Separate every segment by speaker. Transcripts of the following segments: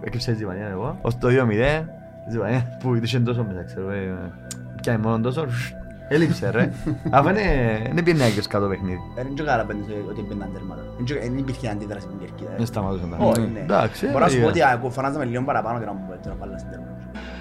Speaker 1: έκλειψα τη Ζιβανία εγώ. Ως το 2-0, η Ζιβανία που είχε τόσο μέσα, ξέρω. ε, Πιάει μόνο τόσο, ρουσ, έλειψε ρε. Αφού είναι, δεν πήγαινε άγιος κάτω παιχνίδι.
Speaker 2: Δεν είναι καλά πέντε ότι έμπαιναν τέρματα. Δεν τσο- Δεν υπήρχε αντίδραση με την κερκίδα.
Speaker 3: Δεν σταματούσαν τα.
Speaker 2: Όχι,
Speaker 3: Ναι.
Speaker 2: ναι.
Speaker 1: Εντάξει,
Speaker 2: Μπορώ να σου πω
Speaker 1: ε,
Speaker 2: ότι α, φωνάζαμε λίγο παραπάνω και να μου πέτω να βάλω στην τέρμα.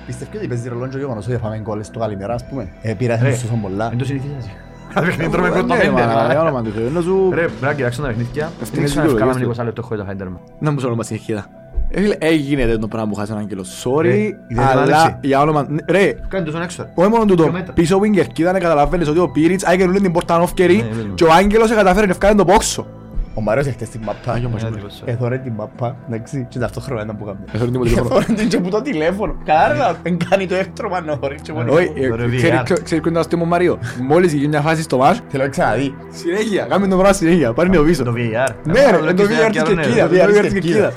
Speaker 4: Πιστεύω ότι παίζει ρολόντζο γεγονός ότι φάμε γκολ στο καλημέρα, ας πούμε. Ε, πειράζει
Speaker 1: Ρε.
Speaker 4: τους τόσο πολλά.
Speaker 1: Δεν το συνηθίζεις. Ένα παιχνίδι τρώμε
Speaker 4: Ναι,
Speaker 1: πρώτα
Speaker 4: μα,
Speaker 1: πέντε.
Speaker 4: ρε,
Speaker 1: ρε.
Speaker 4: όνομα του Θεού, να σου-
Speaker 1: Ρε, πρέπει να κοιτάξω τα παιχνίδια.
Speaker 3: είναι
Speaker 1: Στρίξα να
Speaker 3: σίγουρο,
Speaker 1: βγάλαμε
Speaker 3: γι' αυτό.
Speaker 1: 20 λεπτό χωρίς το Χάιντερμαν.
Speaker 3: Να μου σου όνομα συνεχίδα. Ε, φίλε, Έγινε τέτοιο πράγμα που χάσανε έναν κιλό. Sorry,
Speaker 1: η δεν
Speaker 3: αλλά
Speaker 1: βάλεψε.
Speaker 3: για όνομα... ναι, Ρε,
Speaker 1: Κάνει τους τον έξω.
Speaker 3: όχι μόνο
Speaker 1: Δύο
Speaker 3: τούτο.
Speaker 1: μέτρα.
Speaker 3: Πίσω wing κερκίδα, καταλαβαίνεις ότι ο Πίριτς άγγελουλε την πόρτα ανόφκερη
Speaker 1: Ναι, βλέπουμε.
Speaker 3: και ο Άγγελος καταφέρει να ευκάρει τον πόξο.
Speaker 4: Ο Μαριος έχετε στην μαπά.
Speaker 1: Μαριος, Μαριος.
Speaker 4: Έθωρε Ε, την μαπά, εντάξει, και ταυτόχρονα ήταν που κάμνει.
Speaker 3: Έθωρε την μου τηλέφωνο.
Speaker 4: Έθωρε την και που το τηλέφωνο. Κάρα, δεν κάνει το έκτρωμα νωρίς και μόνο.
Speaker 3: Όχι, ε,
Speaker 1: Ωραία,
Speaker 3: ξέρει-
Speaker 1: VR.
Speaker 3: ξέρεις ποιο είναι το αστείο μου, Μαρίο. Μόλις γίνει μια φάση στο μάτς,
Speaker 4: Θέλω να ξαναδεί.
Speaker 3: συνέχεια, κάμε το πράγμα συνέχεια, πάρει νέο πίσω.
Speaker 1: Το VAR.
Speaker 3: Ναι,
Speaker 1: Ε,
Speaker 3: ρε, το
Speaker 1: κοιτάξτε,
Speaker 3: VR της
Speaker 1: άλλο, ναι,
Speaker 3: κερκίδας,
Speaker 1: ρε.
Speaker 3: το VR της κερκίδας.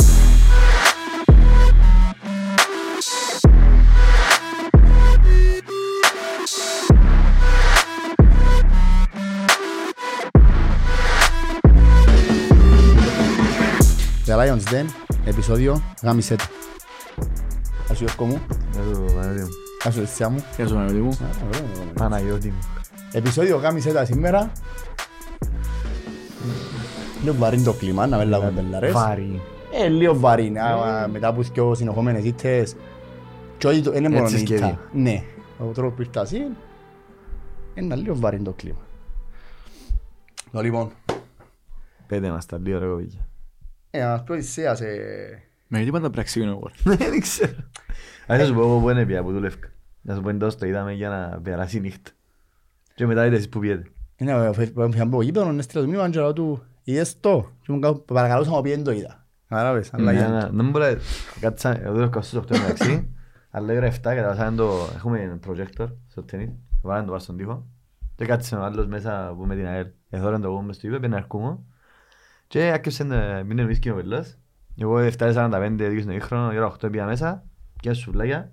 Speaker 4: The Lions Den, επεισόδιο γάμισε το. Ας σου Γιώργο μου,
Speaker 1: Εδώ, Παναγιώτη μου.
Speaker 4: ας σου Δεσσιά μου.
Speaker 3: Γεια σου, Μανώλη μου.
Speaker 1: Παναγιώτη μου.
Speaker 4: Επεισόδιο γάμισε τα σήμερα. Λίγο βαρύ είναι το κλίμα, να μην λάβουμε μπελαρές.
Speaker 1: Βάρη.
Speaker 4: Ε, λίγο βαρύ είναι, άμα μετά από δυο συνεχόμενες ήττες. Και όχι, το- είναι μόνο
Speaker 1: Έτσι
Speaker 4: η ήττα.
Speaker 1: σκέφτει.
Speaker 4: Ναι, ο τρόπος που ήρθα εσύ, είναι λίγο βαρύ είναι το κλίμα. Το λοιπόν,
Speaker 1: Πέντε μας τα δύο ρε κοπήκια.
Speaker 4: ε, να μας πω Ισέας, ε,
Speaker 3: Με γιατί πάντα πραξί είναι εγώ.
Speaker 1: Δεν ξέρω. Ας θα σου πω εγώ που είναι πια που δουλεύκα. Να σου πω εντός το είδαμε για να περάσει η νύχτα. Και μετά είδες εσείς που πιέτε.
Speaker 4: Ναι, ε, φε- φεύγαν από το γήπεδο, έστειλα το μήνυμα και λέω του «Είδες το» και μου κάνω «Παρακαλούσα να μου πιέν το είδα». Κατάλαβες, αλλά
Speaker 1: Ναι,
Speaker 4: είδα.
Speaker 1: ναι, Δεν μπορεί να... Κάτσα, εγώ δουλεύκα στις 8 μεταξύ. Αλλά ώρα 7 καταβάσαμε το... Έχουμε ένα projector στο τένις. Βάλαμε το πάνω στον τοίχο. Και κάτσε ο άλλος μέσα που με την ΑΕΛ. Εθώραν το εγώ μες στο είπε, πήγαινε αρκούμο. Και άκουσε να μην είναι ο πελός. Εγώ 7.45 δίκαιο στον ίχρονο, η ώρα 8 πήγα μέσα. Και σουβλάκια.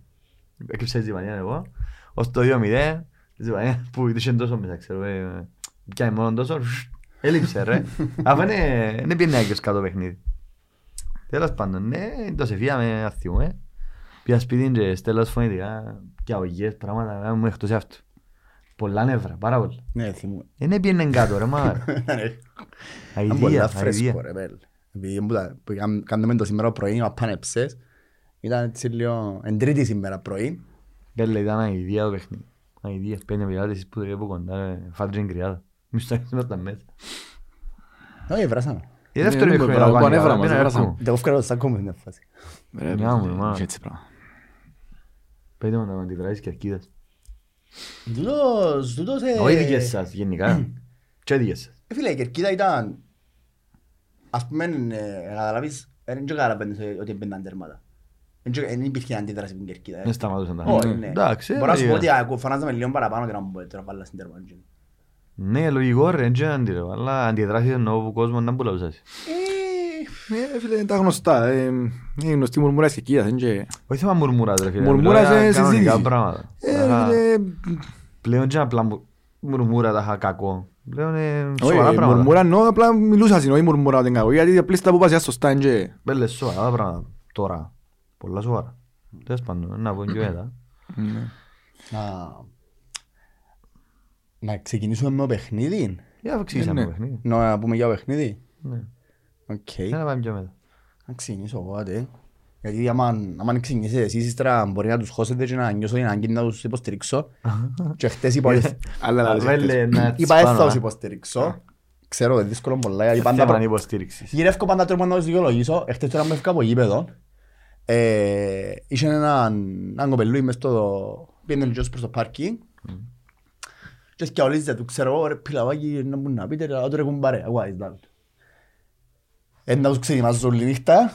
Speaker 1: Έκρυψα τη Ζιβανία εγώ. Ως το 2-0, η Ζιβανία που είχε τόσο μέσα, ξέρω. ε, Πιάει μόνο τόσο, ρουσ, έλειψε ρε. Αφού είναι, δεν πήγαινε άγιος κάτω το παιχνίδι. Τέλος πάντων, ναι, το σε φύγαμε, αθιούμε. Πήγα σπίτι και στέλνω φωνητικά και αγωγές, πράγματα, ε, μου εκτός αυτού. Πολλά νεύρα, πάρα πολλά.
Speaker 4: Ναι, θυμούμαι.
Speaker 1: Ε, Δεν πήγαινε κάτω ρε, μα.
Speaker 4: Ήταν πολύ
Speaker 1: Αηδία,
Speaker 4: φρέσκο
Speaker 1: αηδία.
Speaker 4: ρε πέλ. Επειδή μου τα- που κάν- κάνουμε το σήμερα πρωί, μας πάνε ψες. Ήταν έτσι λίγο εν τρίτη σήμερα πρωί.
Speaker 1: Πέλε, ήταν αηδία το παιχνίδι. Αηδία, πέντε πελάτες εσείς που το βλέπω κοντά, ρε, φάτρε την κρυάδα. Μη στο έρθουμε τα μέσα. Ε,
Speaker 4: Όχι, βράσαμε.
Speaker 1: Η
Speaker 3: Ναι,
Speaker 1: δεύτερη
Speaker 3: ναι,
Speaker 1: χρονιά,
Speaker 3: μπράβο,
Speaker 1: κάνει,
Speaker 3: ανέβρα μας,
Speaker 1: πήγαινε
Speaker 3: ανέβρα
Speaker 1: ακόμα.
Speaker 3: μας.
Speaker 4: Τα κόφκαρα το σακό μου στην φάση.
Speaker 3: Ρε,
Speaker 1: Γεια μου, μα.
Speaker 3: έτσι πράγμα.
Speaker 1: Πέντε μου τα αντιδράσεις και αρκίδες.
Speaker 4: Τούτος, τούτος... ε,
Speaker 1: Ο ίδιες σας, γενικά. Και ίδιες σας.
Speaker 4: ε, Φίλε, η Κερκίδα ήταν... Ας πούμε, ε, καταλάβεις, ε, δεν είναι καλά πέντε ότι έμπαιναν τέρματα. Δεν τσο- Δεν υπήρχε αντίδραση με την Κερκίδα. ε.
Speaker 1: Δεν σταματούσαν τα
Speaker 4: Όχι,
Speaker 1: μάτια.
Speaker 4: ναι.
Speaker 1: Εντάξει,
Speaker 4: Μπορώ να σου πω
Speaker 1: ε,
Speaker 4: ότι α, φωνάζαμε λίγο παραπάνω και να μου πέτω να βάλω στην τέρμα. τζιν.
Speaker 1: Ναι, λογικό ρε, δεν ξέρω αντίρρε, αλλά αντιδράσεις εννοώ που κόσμος να μπουλαούσες.
Speaker 3: Ε, φίλε, είναι τα γνωστά. ε, Είναι η γνωστή μουρμουράς της κερκίδας. είναι και-
Speaker 1: Όχι θέμα μουρμούρας ρε φίλε,
Speaker 3: Μουρμούρας,
Speaker 1: μιλάω για
Speaker 3: ε,
Speaker 1: κανονικά
Speaker 3: συζήτηση.
Speaker 1: πράγματα.
Speaker 3: Ε,
Speaker 1: Αλλά
Speaker 3: ρε,
Speaker 1: Πλέον και απλά μου- μουρμούρα τα είχα κακό. Πλέον ε,
Speaker 3: Όχι,
Speaker 1: σοβαρά πράγματα.
Speaker 3: μουρμουρά εννοώ, απλά μιλούσα στην όχι μουρμουρά ότι είναι κακό. Γιατί απλή στα που πας, ας το στάνε και-
Speaker 1: Μπέλε σοβαρά τα πράγματα τώρα. Πολλά σοβαρά. Τέλος πάντων, να πω και μετά.
Speaker 4: να, να ξεκινήσουμε με το παιχνίδι.
Speaker 1: Για να ξεκινήσουμε
Speaker 3: Ναι,
Speaker 1: το
Speaker 3: ναι.
Speaker 1: παιχνίδι.
Speaker 4: Να, να πούμε για το παιχνίδι.
Speaker 1: Ναι.
Speaker 4: Οκ.
Speaker 1: Για να πάμε πιο μετά.
Speaker 4: Να ξεκινήσω εγώ, άντε. Γιατί άμα, άμα ξεκινήσετε εσείς ύστερα μπορεί να τους χώσετε και να νιώσω την ανάγκη να τους υποστηρίξω. και χτες είπα, ότι-
Speaker 3: Αλλά να δεις χτες.
Speaker 1: Βέλε να
Speaker 4: είπα
Speaker 1: τσπάνω,
Speaker 4: έτσι θα τους
Speaker 1: α.
Speaker 4: υποστηρίξω. Ξέρω, είναι δύσκολο πολλά, γιατί
Speaker 1: ε. Θέμα
Speaker 4: πάντα προ-
Speaker 1: υποστήριξης.
Speaker 4: Γυρεύω πάντα τρόπο να τους δικαιολογήσω. Εχθές τώρα μου έφυγα από γήπεδο. Ε, είχε έναν, έναν κοπελούι μες στο... Πήγαινε λιγός προς το πάρκινγκ. Και σκιαολίζεται του, ξέρω εγώ, ρε πιλαβάκι, να μου να πείτε, ρε, τώρα κουμπάρε, αγουά, εις δάβει. Ένα τους ξεκινάζω όλη νύχτα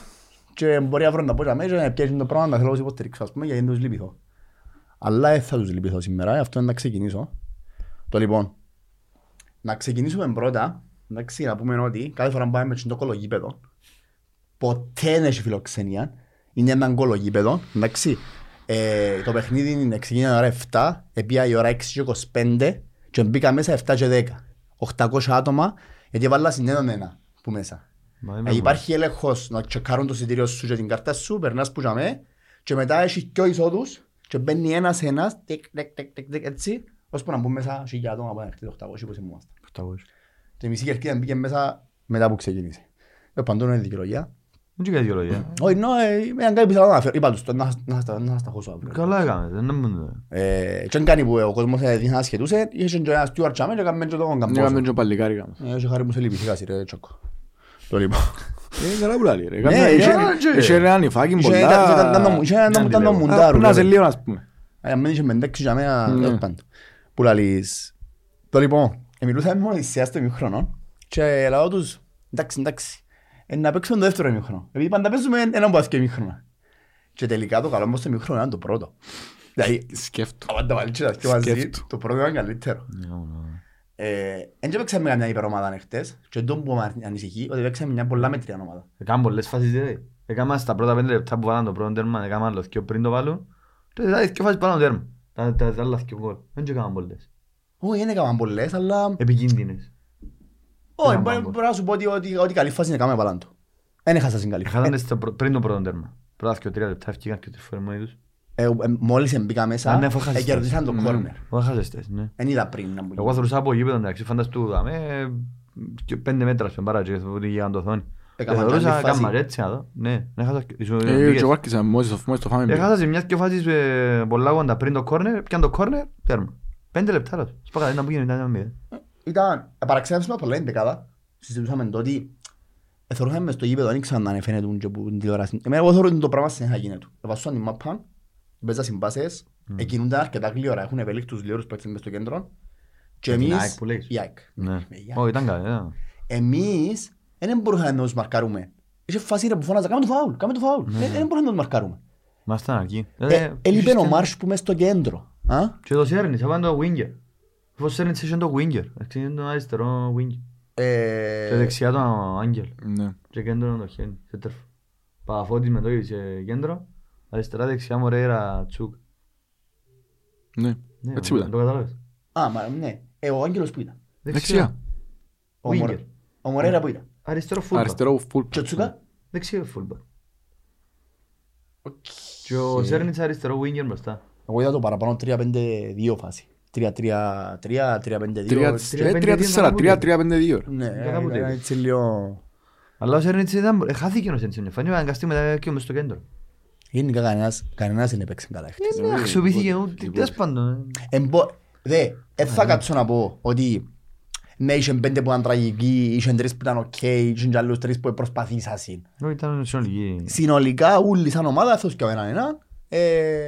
Speaker 4: και μπορεί αύριο να πω για μένα και να πιάσουν το πράγμα να θέλω να τους υποστηρίξω, ας πούμε, γιατί δεν τους λυπηθώ. Αλλά δεν θα τους λυπηθώ σήμερα, γι' αυτό είναι να ξεκινήσω. Το λοιπόν, να ξεκινήσουμε πρώτα, εντάξει, να πούμε ότι κάθε φορά που πάμε με το κολογίπεδο, ποτέ δεν έχει φιλοξενία. Είναι έναν κολογίπεδο, εντάξει. Ε, το παιχνίδι είναι ξεκίνησε ώρα 7, επία η ώρα 6 και 25 και μπήκα μέσα 7 και 10. 800 άτομα, γιατί βάλα συνέναν ένα που μέσα.
Speaker 1: Μα είμαι
Speaker 4: Ε, Υπάρχει έλεγχος να τσεκάρουν το εισιτήριο σου και την κάρτα σου, περνάς που τζαμέ και μετά έχει δυο εισόδους και μπαίνει ένας ένας, τικ, τικ, τικ, τικ, τικ, έτσι, ώσπου να μπουν μέσα χιλιά άτομα που έρθει το 800 που είμαστε.
Speaker 1: πρωταγωνιστής.
Speaker 4: Και η μισή κερκίδα μπήκε μέσα μετά που ξεκίνησε. Ε, παντού είναι δικαιολογία.
Speaker 1: Δεν και δικαιολογία.
Speaker 4: Όχι, νο, ε, ήταν κάτι που ήθελα να αναφέρω. Είπα τους, το, να, να, να, να σταχώσω αύριο.
Speaker 1: Καλά έκαμε, δεν ήμουν.
Speaker 4: Ε, και αν κάνει που ο κόσμος ε, δείχνει να σχετούσε, είχε και ένα στιούαρ τσάμε και έκαμε και τον καμπόσο.
Speaker 3: Ναι, Έκαμε και παλικάρικα μας.
Speaker 4: Ε, είχε χάρη μου σε λύπη, σιγά σειρέ, τσόκο. Το λοιπόν.
Speaker 3: Ε, καλά που λαλεί ρε.
Speaker 4: Ναι,
Speaker 3: Κάμια-
Speaker 4: είχε-
Speaker 3: είχε- Είχε ένα νυφάκι
Speaker 4: Είχε ήταν- ήταν- ήταν
Speaker 3: πολλά.
Speaker 4: το- είχε ένα
Speaker 1: δεν
Speaker 4: που ήταν το
Speaker 3: Ah,
Speaker 1: τη λέω.
Speaker 4: μουντάρου,
Speaker 3: Πού να σε
Speaker 4: βέβαια.
Speaker 3: λίγο ας πούμε.
Speaker 4: Αν μην είχε μεντέξει για μένα,
Speaker 3: Ναι.
Speaker 4: τέλος πάντων. Που λαλείς. Το λοιπόν, μιλούσαμε μόνο της σειράς του ημιχρονών και λαό τους, εντάξει, εντάξει, ε, να παίξουμε το δεύτερο ημιχρονό. Επειδή πάντα παίζουμε έναν που έφυγε ημιχρονό. Και τελικά το καλό μας το ημιχρονό ήταν το πρώτο. Δηλαδή,
Speaker 3: Σκέφτο.
Speaker 4: αν τα βάλεις και τα δυο μαζί,
Speaker 3: Σκέφτο.
Speaker 4: το πρώτο ήταν καλύτερο.
Speaker 3: Ναι,
Speaker 4: Εν και παίξαμε καμιά υπερομάδα ανεχτές και τον που με ανησυχεί ότι παίξαμε μια πολλά μετριά ομάδα.
Speaker 1: Έκαμε πολλές φάσεις δηλαδή. Έκαμε στα πρώτα πέντε λεπτά που βάλαν το πρώτο τέρμα, έκαμε άλλος δυο πριν το βάλουν. Και μετά δυο φάσεις πάνω το τέρμα. Τα- Τα τα άλλα δυο γκολ. Δεν και έκαμε πολλές.
Speaker 4: Όχι, δεν έκαναν πολλές, αλλά...
Speaker 1: Επικίνδυνες.
Speaker 4: Όχι,
Speaker 1: έκαναν
Speaker 4: μπορώ
Speaker 1: πολλά.
Speaker 4: μπορώ να σου πω ότι- ότι ότι καλή φάση είναι κάμε παλάντο. Δεν έχασα στην καλή φάση.
Speaker 1: Έχασαν στο πρω- πριν το πρώτο τέρμα. Πρώτα δυο τρία λεπτά έφυγαν και τρεις φορές μόνοι τους.
Speaker 4: Ε, ε, μόλις μπήκα
Speaker 1: Α, ναι,
Speaker 4: μέσα,
Speaker 1: αφού έχασες
Speaker 4: ε, κερδίσαν το
Speaker 3: το.
Speaker 4: κόρνερ.
Speaker 1: Μα χάσεστες, ναι.
Speaker 4: Δεν είδα πριν να μου
Speaker 1: Εγώ
Speaker 4: γίνει.
Speaker 1: θρουσα από γήπεδο εντάξει, φανταστού δαμε και πέντε μέτρα στον παράτζι, θα πω ότι γιγαντοθόνη.
Speaker 4: Έκαναν
Speaker 1: Και
Speaker 4: άλλη
Speaker 1: θωρούσα,
Speaker 4: φάση.
Speaker 1: κάμμα έτσι, να δω. Ναι, έχασα και- ίσως
Speaker 3: Ε,
Speaker 1: πήγες.
Speaker 3: και εγώ άρχισα μόλις το- μόλις το φάμε. πήγα.
Speaker 1: Έχασα σε μιας και φάσεις ε, πολλά γόντα πριν το κόρνερ, πιαν το κόρνερ, τέρμα. Πέντε λεπτά λάθος. Σπάκα, δεν ήταν που γίνεται, ήταν ένα μηδέν.
Speaker 4: Ήταν, ε, παραξένασμα πολλά εντεκάδα. Συζητούσαμε το ότι εθωρούσαμε μες στο γήπεδο, δεν ήξερα να ανεφαίνεται και που την τηλεόραση. Εμένα εγώ θεωρώ ότι το πράγμα συνέχεια γίνεται. Εβασούσαν την μάπα, παίζα συμπάσεις, εκινούνταν αρκετά γλύωρα, έχουν ευέλικτους γλύωρους παίκτες μες στο κέντρο. Και
Speaker 1: Με την
Speaker 4: εμείς,
Speaker 1: ΑΕΚ που λέγεις.
Speaker 4: η ΑΕΚ.
Speaker 1: Ναι.
Speaker 4: Με η ΑΕΚ.
Speaker 1: Ω, ήταν καλή, ήταν.
Speaker 4: εμείς ε, δεν μπορούσαμε να τους μαρκάρουμε. Είχε φάση ρε που φώναζα, κάμε το φάουλ, κάμε το φάουλ.
Speaker 1: Ναι.
Speaker 4: Ε, Δεν μπορούσαμε να τους μαρκάρουμε.
Speaker 1: Ήμασταν αρκεί.
Speaker 4: Ε,
Speaker 1: Ε,
Speaker 4: Έλειπε
Speaker 1: είχες
Speaker 4: ο
Speaker 1: και-
Speaker 4: Μάρς που μες στο κέντρο. Α?
Speaker 1: Και το Σέρνης, έβαλε το winger. Φως Σέρνης είχε το winger. Έτσι είναι το αριστερό winger.
Speaker 4: Ε,
Speaker 1: Και δεξιά τον Άγγελ.
Speaker 3: Ναι.
Speaker 1: Και κέντρο το χέρι, σε τέρφο. Παπαφώτης με το ίδιο σε κέντρο. Αριστερά δεξιά Μωρέιρα Τσούκ.
Speaker 3: Ναι.
Speaker 1: Ναι,
Speaker 3: Έτσι που ήταν.
Speaker 1: Το κατάλαβες.
Speaker 4: Α, μα, ναι. Ε, ο Άγγελος που ήταν.
Speaker 3: Δεξιά.
Speaker 4: Ο
Speaker 1: Winger.
Speaker 4: Μωρέ- Ο Μωρέρα που ήταν.
Speaker 1: Αριστερό φούλμπα.
Speaker 3: Αριστερό φουλ.
Speaker 4: Και ο Τσούκα.
Speaker 1: Δεξιό φούλμπα. Και ο Σέρνης αριστερό winger μπροστά.
Speaker 4: Εγώ είδα το παραπάνω 3-5-2 φάση. 3-3-3-3-5-2.
Speaker 3: eh, 3-4-3-3-5-2.
Speaker 4: Ναι,
Speaker 1: Για κάπου
Speaker 4: ήταν
Speaker 1: τέτοιο.
Speaker 4: έτσι λίγο...
Speaker 1: Αλλά ο Σέρνης ήταν, ε, χάθηκε ο Σέρνης. Φανεί αναγκαστεί μετά και μες στο κέντρο.
Speaker 4: Γενικά κανένας, κανένας δεν έπαιξε καλά χτες.
Speaker 1: Ε, ναι, Αξιοποιήθηκε ούτε, τέλος πάντων. ε.
Speaker 4: Εμπο... Δε, δεν θα κάτσω να πω ότι ναι, είχε πέντε που ήταν τραγικοί, είχε τρεις που ήταν οκ, είχε και άλλους τρεις που προσπαθήσασαν.
Speaker 1: Όχι, Ε, ήταν συνολική.
Speaker 4: Συνολικά όλοι σαν ομάδα, αυτός και ο έναν έναν, ε,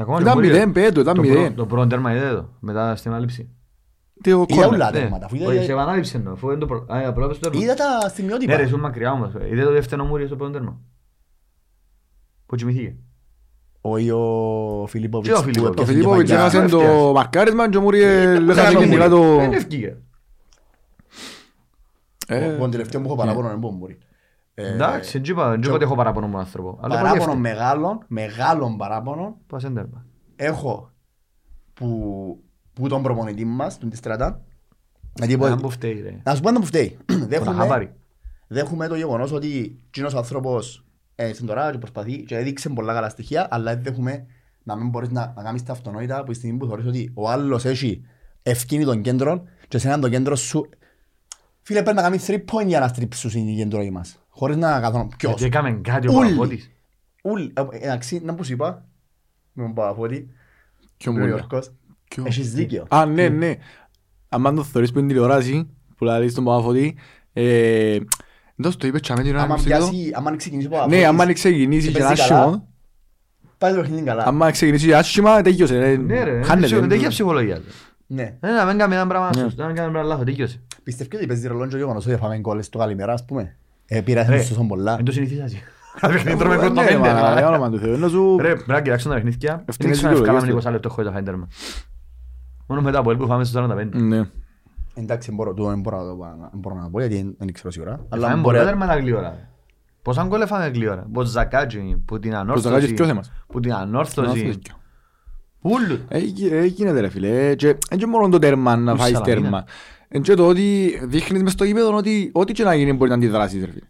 Speaker 1: Ακόμα
Speaker 3: Ήταν
Speaker 1: και μπορεί,
Speaker 3: 0-5,
Speaker 1: το
Speaker 3: ήταν
Speaker 1: πρώτο-
Speaker 3: 0.
Speaker 1: Το πρώτο τέρμα είδε το, μετά στην ανάληψη.
Speaker 3: Τι ο
Speaker 4: Είδα
Speaker 3: κόρνερ.
Speaker 4: ούλα. Τα
Speaker 1: Ναι,
Speaker 4: τέρματα, αφού είδα-
Speaker 1: όχι, σε επανάληψη εννοώ, αφού δεν το προ- Α, απλά έπεσε το τέρμα.
Speaker 4: Είδα τα
Speaker 1: Ναι ρε,
Speaker 4: στιγμιότυπα.
Speaker 1: ήσουν μακριά όμως, ε. είδε το δεύτερο μούριο στο πρώτο τέρμα. Που κοιμηθήκε.
Speaker 4: Όχι ο
Speaker 1: Και
Speaker 4: Φιλίπποβιτς
Speaker 1: ο
Speaker 4: που
Speaker 1: Φιλίπποβιτς.
Speaker 3: Ο
Speaker 4: έπιασε την
Speaker 3: Φιλίπποβιτς
Speaker 4: παγιά.
Speaker 3: έχασε το
Speaker 1: Εύκαιας.
Speaker 3: μαρκάρισμα και ο Μούριελ έχασε
Speaker 1: Ήταν
Speaker 3: και
Speaker 1: το
Speaker 3: μιλά
Speaker 1: μούριο.
Speaker 3: το...
Speaker 1: Δεν ευκήγε.
Speaker 3: Ε,
Speaker 4: Ο- ο τελευταίο που έχω παράπονο είναι ο Μπούμπουρη. Ε,
Speaker 1: Εντάξει, δεν είπα δεν είπα ότι έχω παράπονο μου άνθρωπο. Αλλά
Speaker 4: Παράπονο
Speaker 1: πας
Speaker 4: μεγάλων, μεγάλων παράπονων
Speaker 1: Πάσε εν τέρμα.
Speaker 4: έχω που, που τον προπονητή μας, τον Τιστρατά. Γιατί πω-
Speaker 1: Δεν μου φταίει ρε.
Speaker 4: Να σου πω ένα που φταίει.
Speaker 1: Τον
Speaker 4: Δέχομαι,
Speaker 1: αχαπάρει.
Speaker 4: δέχομαι το γεγονός ότι κοινός άνθρωπος ε, στην τώρα και προσπαθεί και έδειξε πολλά καλά στοιχεία, αλλά δεν δέχομαι να μην μπορείς να, να κάνεις τα αυτονόητα που η στιγμή που θεωρείς ότι ο άλλος έχει ευκίνη των κέντρων και σε έναν το κέντρο σου... Φίλε, πρέπει να κάνεις 3 point για να στρίψουν οι κέντροι μας. Χωρίς να καθόλου ποιος.
Speaker 1: Γιατί έκαμε κάτι ο
Speaker 4: Ούλη.
Speaker 1: Παραπότης.
Speaker 4: Ούλ, ε, εντάξει, να που σου είπα, με τον Παπαφώτη,
Speaker 3: Ποιο
Speaker 4: ο
Speaker 3: Μούριελ.
Speaker 4: Ιωρκός,
Speaker 3: Ποιο?
Speaker 4: έχεις δίκιο.
Speaker 3: Α, ναι, ναι. Αν το θεωρείς που είναι τηλεοράση, που λέει στον Παπαφωτή, ε, εντός το είπες τσάμε την ώρα να
Speaker 4: Άμα
Speaker 3: μην ψηλώ.
Speaker 4: πιάσει, άμα ξεκινήσει ο Παπαφώτης,
Speaker 3: Ναι, άμα ξεκινήσει
Speaker 4: και
Speaker 3: και
Speaker 4: παίζει καλά.
Speaker 3: άσχημα,
Speaker 4: πάει το παιχνίδι καλά.
Speaker 3: άμα ξεκινήσει και άσχημα, τέγιωσε. ρε.
Speaker 1: Ναι ρε,
Speaker 3: Χάνεται.
Speaker 1: δεν είχε ψυχολογία.
Speaker 4: Ναι.
Speaker 1: Ναι, να μην κάνουμε ένα πράγμα σωστό, να μην κάνουμε ένα λάθος, δίκιος.
Speaker 4: Πιστεύω ότι παίζει ρολόντζο γεγονός ότι φάμε γκολ στο καλημέρα, ας πούμε. Ε, πήρασε
Speaker 1: Ρε,
Speaker 4: τους τόσο πολλά.
Speaker 1: Εν το συνηθίζασαι. Αν παιχνίδι τρώμε
Speaker 3: Ναι,
Speaker 1: πρώτα
Speaker 3: ρε,
Speaker 1: πέντε,
Speaker 3: μα,
Speaker 1: αλλά-
Speaker 3: για όνομα του Θεού, να σου-
Speaker 1: Ρε, πρέπει να κοιτάξουν τα παιχνίδια. Δεν
Speaker 3: Ευθύνες
Speaker 1: ξέρω
Speaker 3: δικαιολογίας
Speaker 1: αν ευκάλαμε
Speaker 3: του.
Speaker 1: 20 λεπτό χωρίς το χάιντερμα. Μόνο μετά από ελπού φάμε στο 45.
Speaker 3: Ναι.
Speaker 4: Εντάξει, μπορώ, το, δεν μπορώ, να το πω, να- δεν μπορώ να πω γιατί δεν ήξερα σίγουρα. Αλλά
Speaker 1: Ε, Φάμε
Speaker 4: μπορεί
Speaker 1: πολλά
Speaker 4: να
Speaker 1: τέρματα γλύωρα. Πόσα γκολ έφαμε γλύωρα. Μποζακάτζι που την
Speaker 3: Μποζακάτζι
Speaker 1: ανόρθωση.
Speaker 3: ποιο θέμας?
Speaker 1: Που την
Speaker 3: Να
Speaker 1: ανόρθωση.
Speaker 3: θες.
Speaker 1: Ούλου.
Speaker 3: Ε, γι- ε, Γίνεται ρε φίλε, Ε, και- ε, και μόνο το τέρμα να
Speaker 1: Τους
Speaker 3: φάεις
Speaker 1: Σαλαμίνα.
Speaker 3: τέρμα. Εν και το ότι δείχνεις μες στο γήπεδο ότι ό,τι και να γίνει μπορεί να αντιδράσεις. ρε φίλε.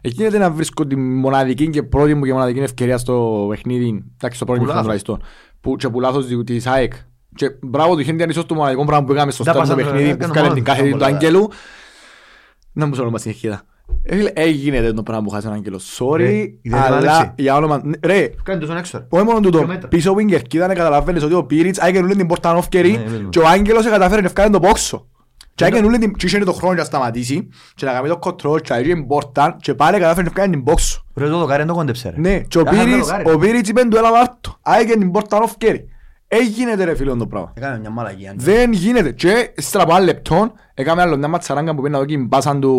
Speaker 3: Εκείνη δεν να βρίσκω τη μοναδική και πρώτη μου και μοναδική ευκαιρία στο παιχνίδι, εντάξει στο πρώτο
Speaker 1: Που
Speaker 3: μήχρονο
Speaker 1: λάθος.
Speaker 3: τουλάχιστον, που, και που λάθος δι- της ΑΕΚ. Και μπράβο του, είχε την ίσως το μοναδικό πράγμα που έκαμε στο
Speaker 1: Τα
Speaker 3: στέρνο το
Speaker 1: πάσα-
Speaker 3: παιχνίδι, που
Speaker 1: έκανα
Speaker 3: έφκανε
Speaker 1: μόνο
Speaker 3: την
Speaker 1: του,
Speaker 3: κάθετη
Speaker 1: ήταν
Speaker 3: του
Speaker 1: πολλά.
Speaker 3: Αγγέλου. Να μου σωρώ μας την χείρα. Ε, Έγινε το πράγμα που χάσει ο Αγγέλος,
Speaker 1: Ρε,
Speaker 3: sorry,
Speaker 1: η
Speaker 3: αλλά
Speaker 1: διαλέψη.
Speaker 3: για όνομα... ναι, Ρε,
Speaker 1: Κάνει τους έξω. ρε.
Speaker 3: όχι μόνο τούτο,
Speaker 1: Δύο μέτρα.
Speaker 3: πίσω winger κοίτανε καταλαβαίνεις ότι ο Πίριτς άγγελνε την πόρτα
Speaker 1: Ναι,
Speaker 3: ανόφκερη
Speaker 1: βλέπουμε.
Speaker 3: και ο Άγγελος έκαταφέρε να ευκάρει το πόξο. Και άγγελνε την τσίσσερε το χρόνο για να σταματήσει και να κάνει το κοτρόλ και άγγελνε την πόρτα και πάλι κατάφερε να ευκάρει την πόξο.
Speaker 1: Ρε το δοκάρι δεν το κόντεψε ρε.
Speaker 3: Ναι, και ο
Speaker 1: Άρα,
Speaker 3: Πίριτς,
Speaker 1: το δοκάρι.
Speaker 3: ο Πίριτς είπε του έλα βάρτο, άγγελνε την πόρτα ανόφκερη. Έγινε ρε φίλε το πράγμα.
Speaker 4: Έκαμε μια μαλαγία.
Speaker 3: Δεν γίνεται. Και στρα από άλλο λεπτό, έκαμε άλλο μια ματσαράγκα που πήγαινε να δω και μπάσαν του